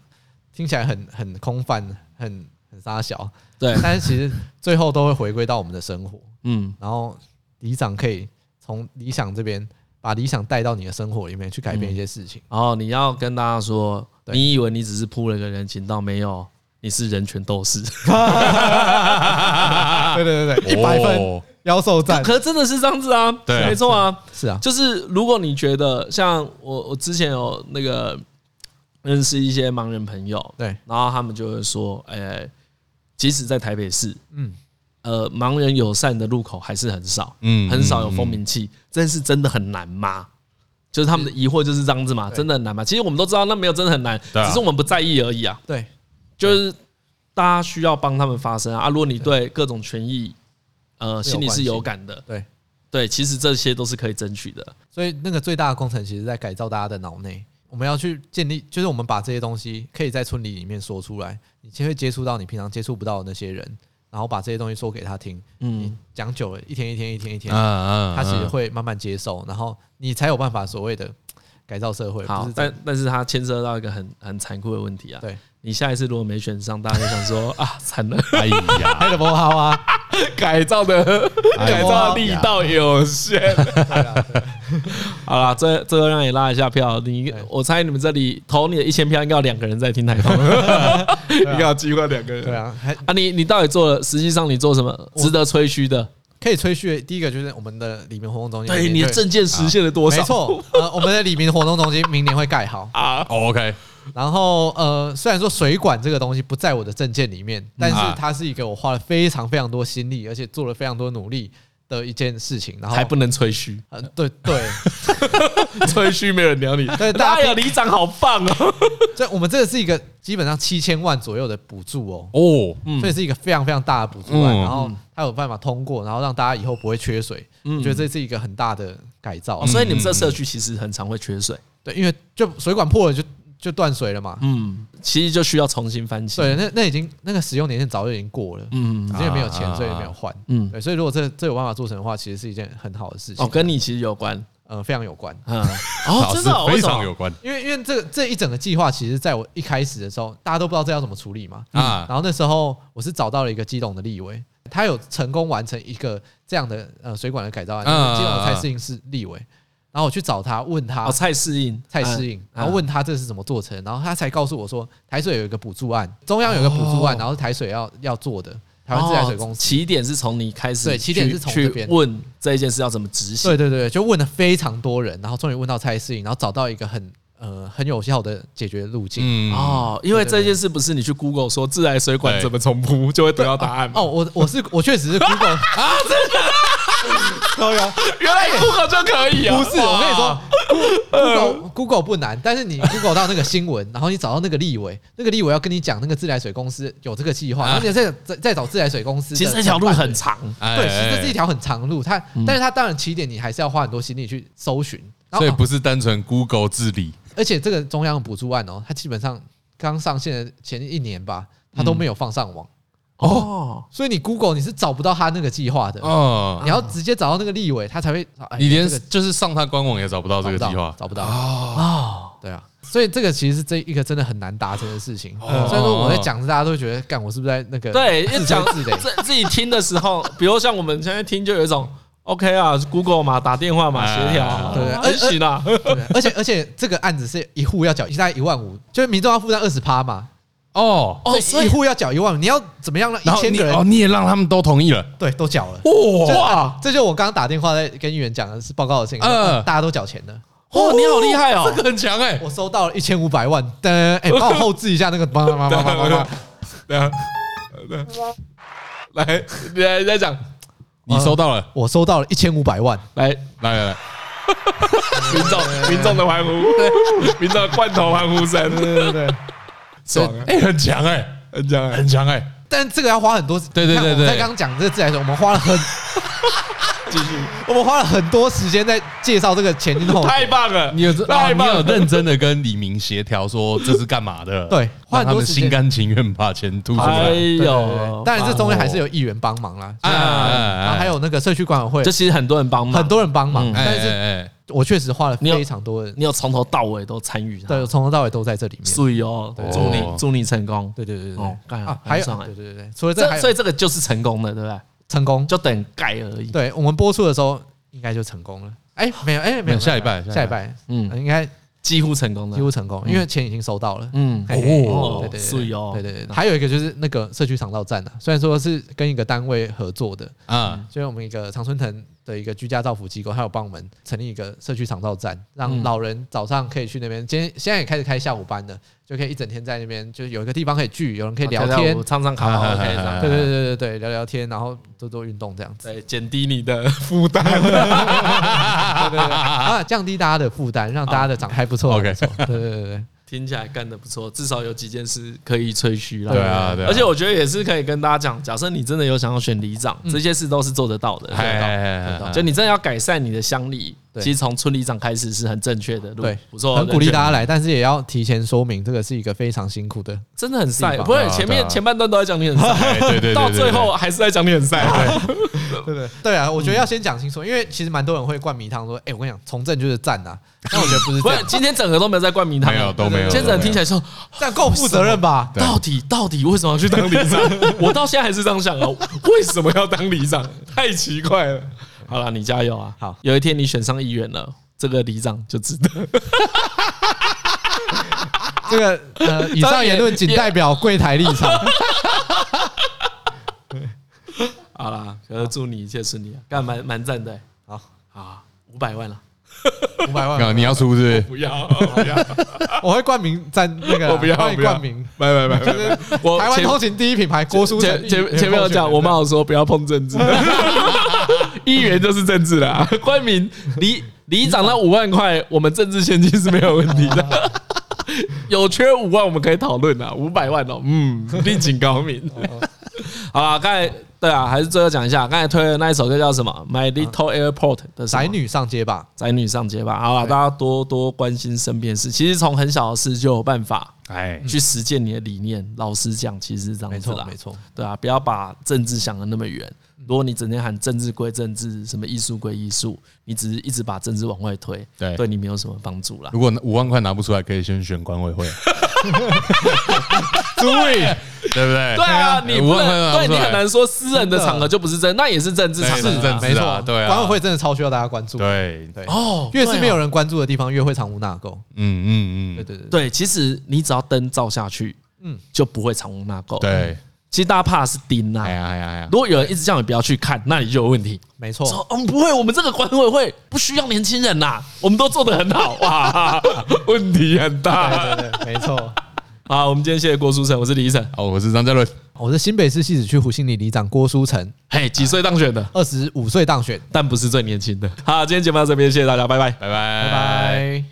S4: 听起来很很空泛，很很沙小，
S1: 对，
S4: 但是其实最后都会回归到我们的生活，
S1: 嗯，
S4: 然后里长可以从理想这边把理想带到你的生活里面去改变一些事情。
S1: 然后你要跟大家说，
S4: 对
S1: 你以为你只是铺了个人行道，没有，你是人权斗士。
S4: 对对对对，一百分
S2: 哦
S4: 妖兽战
S1: 可真的是这样子啊，
S2: 对啊
S1: 没错啊。
S4: 是啊，
S1: 就是如果你觉得像我，我之前有那个认识一些盲人朋友，
S4: 对
S1: 然后他们就会说，哎、即使在台北市，
S4: 嗯
S1: 嗯，呃，盲人友善的路口还是很少，
S2: 嗯
S1: 很少有蜂鸣器，这是真的很难吗？就是他们的疑惑就是这样子嘛，真的很难吗？其实我们都知道那没有真的很难，
S2: 对啊
S1: 只是我们不在意而已啊。
S4: 对，
S1: 就是大家需要帮他们发声啊啊！如果你对各种权益，呃，心里是有感的，
S4: 对
S1: 对，其实这些都是可以争取的。
S4: 所以那个最大的工程其实在改造大家的脑内。我们要去建立，就是我们把这些东西可以在村里里面说出来，你就会接触到你平常接触不到的那些人，然后把这些东西说给他听。嗯
S1: 嗯，
S4: 讲久了，一天一天一天一天
S2: 啊，啊
S4: 他其实会慢慢接受，然后你才有办法所谓的改造社会。不
S1: 好
S4: 是，在
S1: 但但是它牵涉到一个很很残酷的问题啊。
S4: 对，
S1: 你下一次如果没选上，大家就想说啊，惨了，
S2: 哎呀，
S4: 开的不好啊，
S1: 改造的
S2: 哎呀
S1: 改造力道有 限。好啦，最最后让你拉一下票，你
S4: 对
S1: 我猜你们这里投你的一千票，应该有两个人在听台 风， 应该有机会两个人
S4: 啊对。啊，还
S1: 啊你，你到底做了？实际上你做什么值得吹嘘的？
S4: 可以吹嘘。第一个就是我们的李明活动中心，
S1: 对，你的证件实现了多少？
S4: 没错， 呃，我们的李明活动中心明年会盖好。
S1: 啊，
S2: 哦 OK，
S4: 然后呃，虽然说水管这个东西不在我的证件里面，但是它是一个我花了非常非常多心力，而且做了非常多努力的一件事情。然后
S1: 还不能吹 嘘，
S4: 呃，对 对，
S1: 吹嘘没有人 鸟你。
S4: 对大
S1: 大
S4: 家
S1: 家有里长好棒哦。
S4: 这我们这个是一个基本上七千万左右的补助哦。
S2: 哦，
S1: 嗯
S4: 所以是一个非常非常大的补助案，
S2: 嗯
S4: 然后它有办法通过，然后让大家以后不会缺水，我觉得这是一个很大的改造
S1: 嗯哦。所以你们这社区其实很常会缺水，
S4: 对，因为就水管破了就就断水了嘛，
S1: 嗯，其实就需要重新翻新。
S4: 对，那那已经那个使用年限早就已经过了，
S1: 嗯
S4: 因为没有钱，
S2: 啊
S4: 所以没有换。
S1: 嗯，
S4: 对，所以如果这这有办法做成的话，其实是一件很好的事情。
S1: 哦，跟你其实有关，
S4: 呃非常有关，
S1: 嗯，哦，
S2: 老
S1: 真
S2: 师
S1: 的哦
S2: 非
S1: 为什
S2: 常
S1: 么
S2: 有关
S4: 因为因为这个这一整个计划，其实在我一开始的时候，大家都不知道这要怎么处理嘛。
S2: 啊，
S4: 然后那时候我是找到了一个基隆的立委，他有成功完成一个这样的呃水管的改造案，
S2: 嗯嗯嗯
S4: 基隆的蔡适应是立委，然后我去找他问他
S1: 哦，蔡适应，
S4: 蔡适应，
S1: 嗯
S4: 然后问他这是怎么做成，然后他才告诉我说台水有一个补助案，中央有一个补助案，
S1: 哦
S4: 然后台水要要做的台湾自来水公
S1: 哦
S4: 司。
S1: 起点是从你开始去，
S4: 对起点是从这边
S1: 去问这一件事要怎么执行
S4: 对。对对，就问了非常多人，然后终于问到蔡适应，然后找到一个很呃很有效的解决路径。
S2: 嗯，
S1: 哦，因为这件事不是你去 Google 说自来水管
S2: 对
S1: 怎么重铺就会得到答案吗？
S4: 哦，我我是我确实是 Google 啊
S1: 原来哎 Google 就可以啊！
S4: 不是，我跟你说，Google
S1: 嗯
S4: Google 不难，但是你 Google 到那个新闻，然后你找到那个立委，那个立委要跟你讲那个自来水公司有这个计划，
S2: 啊
S4: 然后你再再再找自来水公司的
S1: 其
S4: 承
S1: 实
S4: 办人。
S1: 这条路很长，
S2: 哎嗯
S4: 对，其实这是一，条很长的路，它但是它当然起点你还是要花很多心力去搜寻，
S2: 哎
S4: 然
S2: 所以
S4: 后哦
S2: 不是单纯 Google 治理，
S4: 而且这个中央补助案哦，它基本上刚上线的前一年吧，它都没有放上网，
S1: 哦，
S4: 所以你 Google 你是找不到它那个计划的，
S2: 哦，
S1: 啊
S4: 你要直接找到那个立委，他才会，哎
S2: 你连
S4: 这个
S2: 就是上他官网也找不到这
S4: 找
S2: 个
S4: 不
S2: 计
S4: 到
S2: 划，
S4: 找不到哦，对啊，所以这个其实是这一个真的很难达成的事情。
S2: 哦
S4: 所以说我在讲，大家都会觉得，干我是不是在那个
S1: 对，一讲
S4: 自得
S1: 自自己听的时候，比如像我们现在听，就有一种 OK 啊，Google 嘛，打电话嘛，
S2: 哎
S1: 协调啊，
S4: 对
S1: 很行啊，
S4: 对而且而且这个案子是一户要缴大概一万五，就是民众要负担二十趴嘛，
S2: 哦，
S1: 哦所以
S4: 一户要缴一万五，你要怎么样让
S2: 然
S4: 一
S2: 后
S4: 千
S2: 你
S4: 个
S2: 哦
S4: 人
S2: 你也让他们都同意了，
S4: 对都缴了？
S1: 哇
S4: 这就我刚刚打电话在跟议员讲的是报告的事情，
S2: 嗯
S4: 大家都缴钱的。
S1: 哇，你好厉害哦
S2: 这！个很强哎，
S4: 我收到了一千五百万，噔， 哎，帮我后置一下那个，帮帮帮帮帮帮，
S2: 对啊，
S1: 来，来来讲，
S2: 你收到了，
S4: 我收到了一千五百万，
S1: 来，
S2: 来来来，
S1: 民众民众的欢呼，民众的罐头欢呼声，
S4: 对对对。
S1: 爽啊！
S2: 哎，很强哎，很强，很强哎，
S4: 但这个要花很多时，
S2: 对对对
S4: 你看我们
S2: 对
S4: 在刚刚讲这个自来水，我们花了 很，
S1: 继续，
S4: 我们花了很多时间在介绍这个前因后果，
S1: 太棒了，
S2: 你有这啊
S4: 哦
S1: 太
S2: 你
S1: 棒
S2: 有
S1: 了！
S2: 认真的跟李明协调说这是干嘛的，
S4: 对花
S2: 让
S4: 很
S2: 他
S4: 多
S2: 们
S4: 时间
S2: 心甘情愿把钱吐出
S1: 哎
S2: 来，
S4: 对对对
S1: 呦，
S4: 当然这中间还是有议员帮忙啦，
S2: 哎哎哎
S4: 然后还有那个社区管委会
S1: 这，其实很多人帮忙，
S4: 很多人帮忙，
S1: 嗯
S2: 哎
S4: 但
S2: 哎
S4: 是
S2: 哎，
S4: 我确实花了
S1: 你有嗯
S4: 非常多的，
S1: 你有从头到尾都参与，
S4: 对，我，从头到尾都在这里面，
S1: 所以哦，祝
S2: 哦
S1: 你祝你成功，
S4: 对对对对
S1: 哦，
S4: 对，
S1: 干
S4: 啊
S1: 啊，，
S4: 还
S1: 还
S4: 有
S1: 有，
S4: 对对对对，除了这还
S1: 这所
S4: 有
S1: 以这个就是成功的，对不对？
S4: 成功，
S1: 就等盖而已。
S4: 对我们播出的时候应该就成功了，哎，没有哎没
S2: 没
S4: 有，
S2: 有下礼拜
S4: 下礼拜，呃
S1: 嗯，
S4: 应该
S1: 几乎成功
S4: 几
S1: 的。
S4: 乎成功，因为钱已经收到了。
S1: 嗯，
S4: 嘿
S2: 哦
S4: 对对对，
S1: 水哦
S4: 对对对，还有一个就是那个社区肠道站啊，虽然说是跟一个单位合作的，
S2: 啊，
S4: 就是我们一个常春藤的一个居家照护机构，还有帮我们成立一个社区长照站，
S1: 嗯
S4: 让老人早上可以去那边。今天现在也开始开下午班的，就可以一整天在那边，就是有一个地方可以聚，有人可以聊天，
S1: 唱唱卡拉 OK 这样
S4: 对对对对对，聊聊天，然后做做运动 这样子。
S1: 对，减低你的负担。
S4: 对对对，啊，降低大家的负担，让大家的长还不
S1: 哦
S4: 错。
S2: OK
S4: 还不错对对对对，
S1: 听起来干得不错，至少有几件事可以吹嘘啦。
S2: 对啊，对啊，
S1: 而且我觉得也是可以跟大家讲，假设你真的有想要选里长，
S4: 嗯
S1: 这些事都是做得到的。
S2: 哎哎哎哎哎
S1: 就你真的要改善你的乡里，
S4: 对
S1: 其实从村里长开始是很正确的路
S4: 对，
S1: 不错，
S4: 很鼓励大
S1: 家，
S4: 家来，但是也要提前说明，这个是一个非常辛苦的。
S1: 真的很晒。
S4: 地方
S1: 不是
S2: 对啊
S1: 前
S2: 对
S1: 面
S2: 啊
S1: 前半段都在讲你很 晒，
S2: 哎对对对对，
S1: 到
S2: 对
S1: 最后还是在讲你很晒。
S4: 对对对啊，我觉得要先讲清楚，因为其实蛮多人会灌迷汤说，哎，我跟你讲，从政就是赞呐。但我觉得不是
S1: 不
S4: 这
S1: 是
S4: 样，，
S1: 今天整个都没有在灌迷汤，
S2: 没有都没有
S1: 今天整个听起来说，
S4: 这样够负责任吧？
S2: 对
S1: 到底到底为什么要去当里长？我到现在还是这样想啊，为什么要当里长？太奇怪了。好了，你加油啊！
S4: 好
S1: 有一天你选上议员了，这个里长就值得。
S4: 这个呃，以上言论仅代表柜台立场。
S1: 好啦，呃，祝你一切顺利啊，干蛮蛮赞的、欸。
S4: 好，
S1: 啊，五百万了，
S4: 五百
S2: 没有
S4: 万，
S2: 你要出是不是？
S1: 不要不要，
S4: 我会冠名赞那个啦，
S2: 我不要
S4: 帮你
S2: 我不要
S4: 冠名。
S2: 拜拜拜拜
S4: 就
S2: 拜。
S4: 是
S1: 我
S4: 台湾
S1: 前
S4: 通勤第一品牌郭书
S1: 前
S4: 成
S1: 前前面有讲，我妈有说不要碰 政治，议员就是政治啦。冠名里里长那五万块，我们政治现金是没有问题 的。有缺五万我们可以讨论啊，五百万哦，嗯，另请高明。
S4: 哦
S1: 好啦，刚才对啊，还是最后讲一下，刚才推的那一首歌叫什么？My Little Airport 的什么
S4: 宅女上街吧，
S1: 宅女上街吧。好啦，
S4: 对
S1: 大家多多关心身边的事，其实从很小的事就有办法
S2: 哎，
S1: 去实践你的理念。老实讲，其实是这样
S4: 没
S1: 子
S4: 错
S1: 啦
S4: 没。错。
S1: 对啊，不要把政治想的那么远。如果你整天喊政治归政治，什么艺术归艺术，你只是一直把政治往外推，
S2: 对
S1: 对你没有什么帮助啦。
S2: 如果五万块拿不出来，可以先选管 委会，
S4: 诸位，
S2: 对不对？哎
S1: 对啊，你
S2: 五
S1: 不
S2: 万块
S1: 能
S2: 拿不
S1: 对
S2: 出
S1: 你很
S2: 来，
S1: 难说私人的场合就不是政，那也是政治场合
S2: 是
S1: 啊。
S2: 政治
S4: 没
S2: 啊
S4: 错，
S2: 对啊
S4: 管委会真的超需要大家关注。
S2: 对，啊
S4: 对，
S1: 哦，
S4: 越是没有
S1: 对啊
S4: 人关注的地方，越会藏污纳垢。
S2: 嗯嗯
S4: 对
S2: 嗯，
S4: 对对，
S1: 对，其实你只要灯照下去，嗯
S4: 嗯，
S1: 就不会藏污纳垢。，
S2: 对，
S1: 其实大家怕的是盯啊
S2: 哎。呀哎呀哎呀，
S1: 如果有人一直叫你不要去看，那你就有问题。
S4: 没错。
S1: 说嗯不会，我们这个管委会不需要年轻人呐、我们都做得很好哇，问题很大。
S4: 对对对，没错。
S1: 好，我们今天谢谢郭书成，我是李医生。
S2: 好，我是张嘉伦，
S4: 我是新北市西子区湖心里里长郭书成，
S1: 嘿，几岁当选的，
S4: 二十五岁当选。
S1: 但不是最年轻的。好，今天节目到这边，谢谢大家，拜拜。
S2: 拜拜
S4: 拜
S2: 拜。
S4: 拜。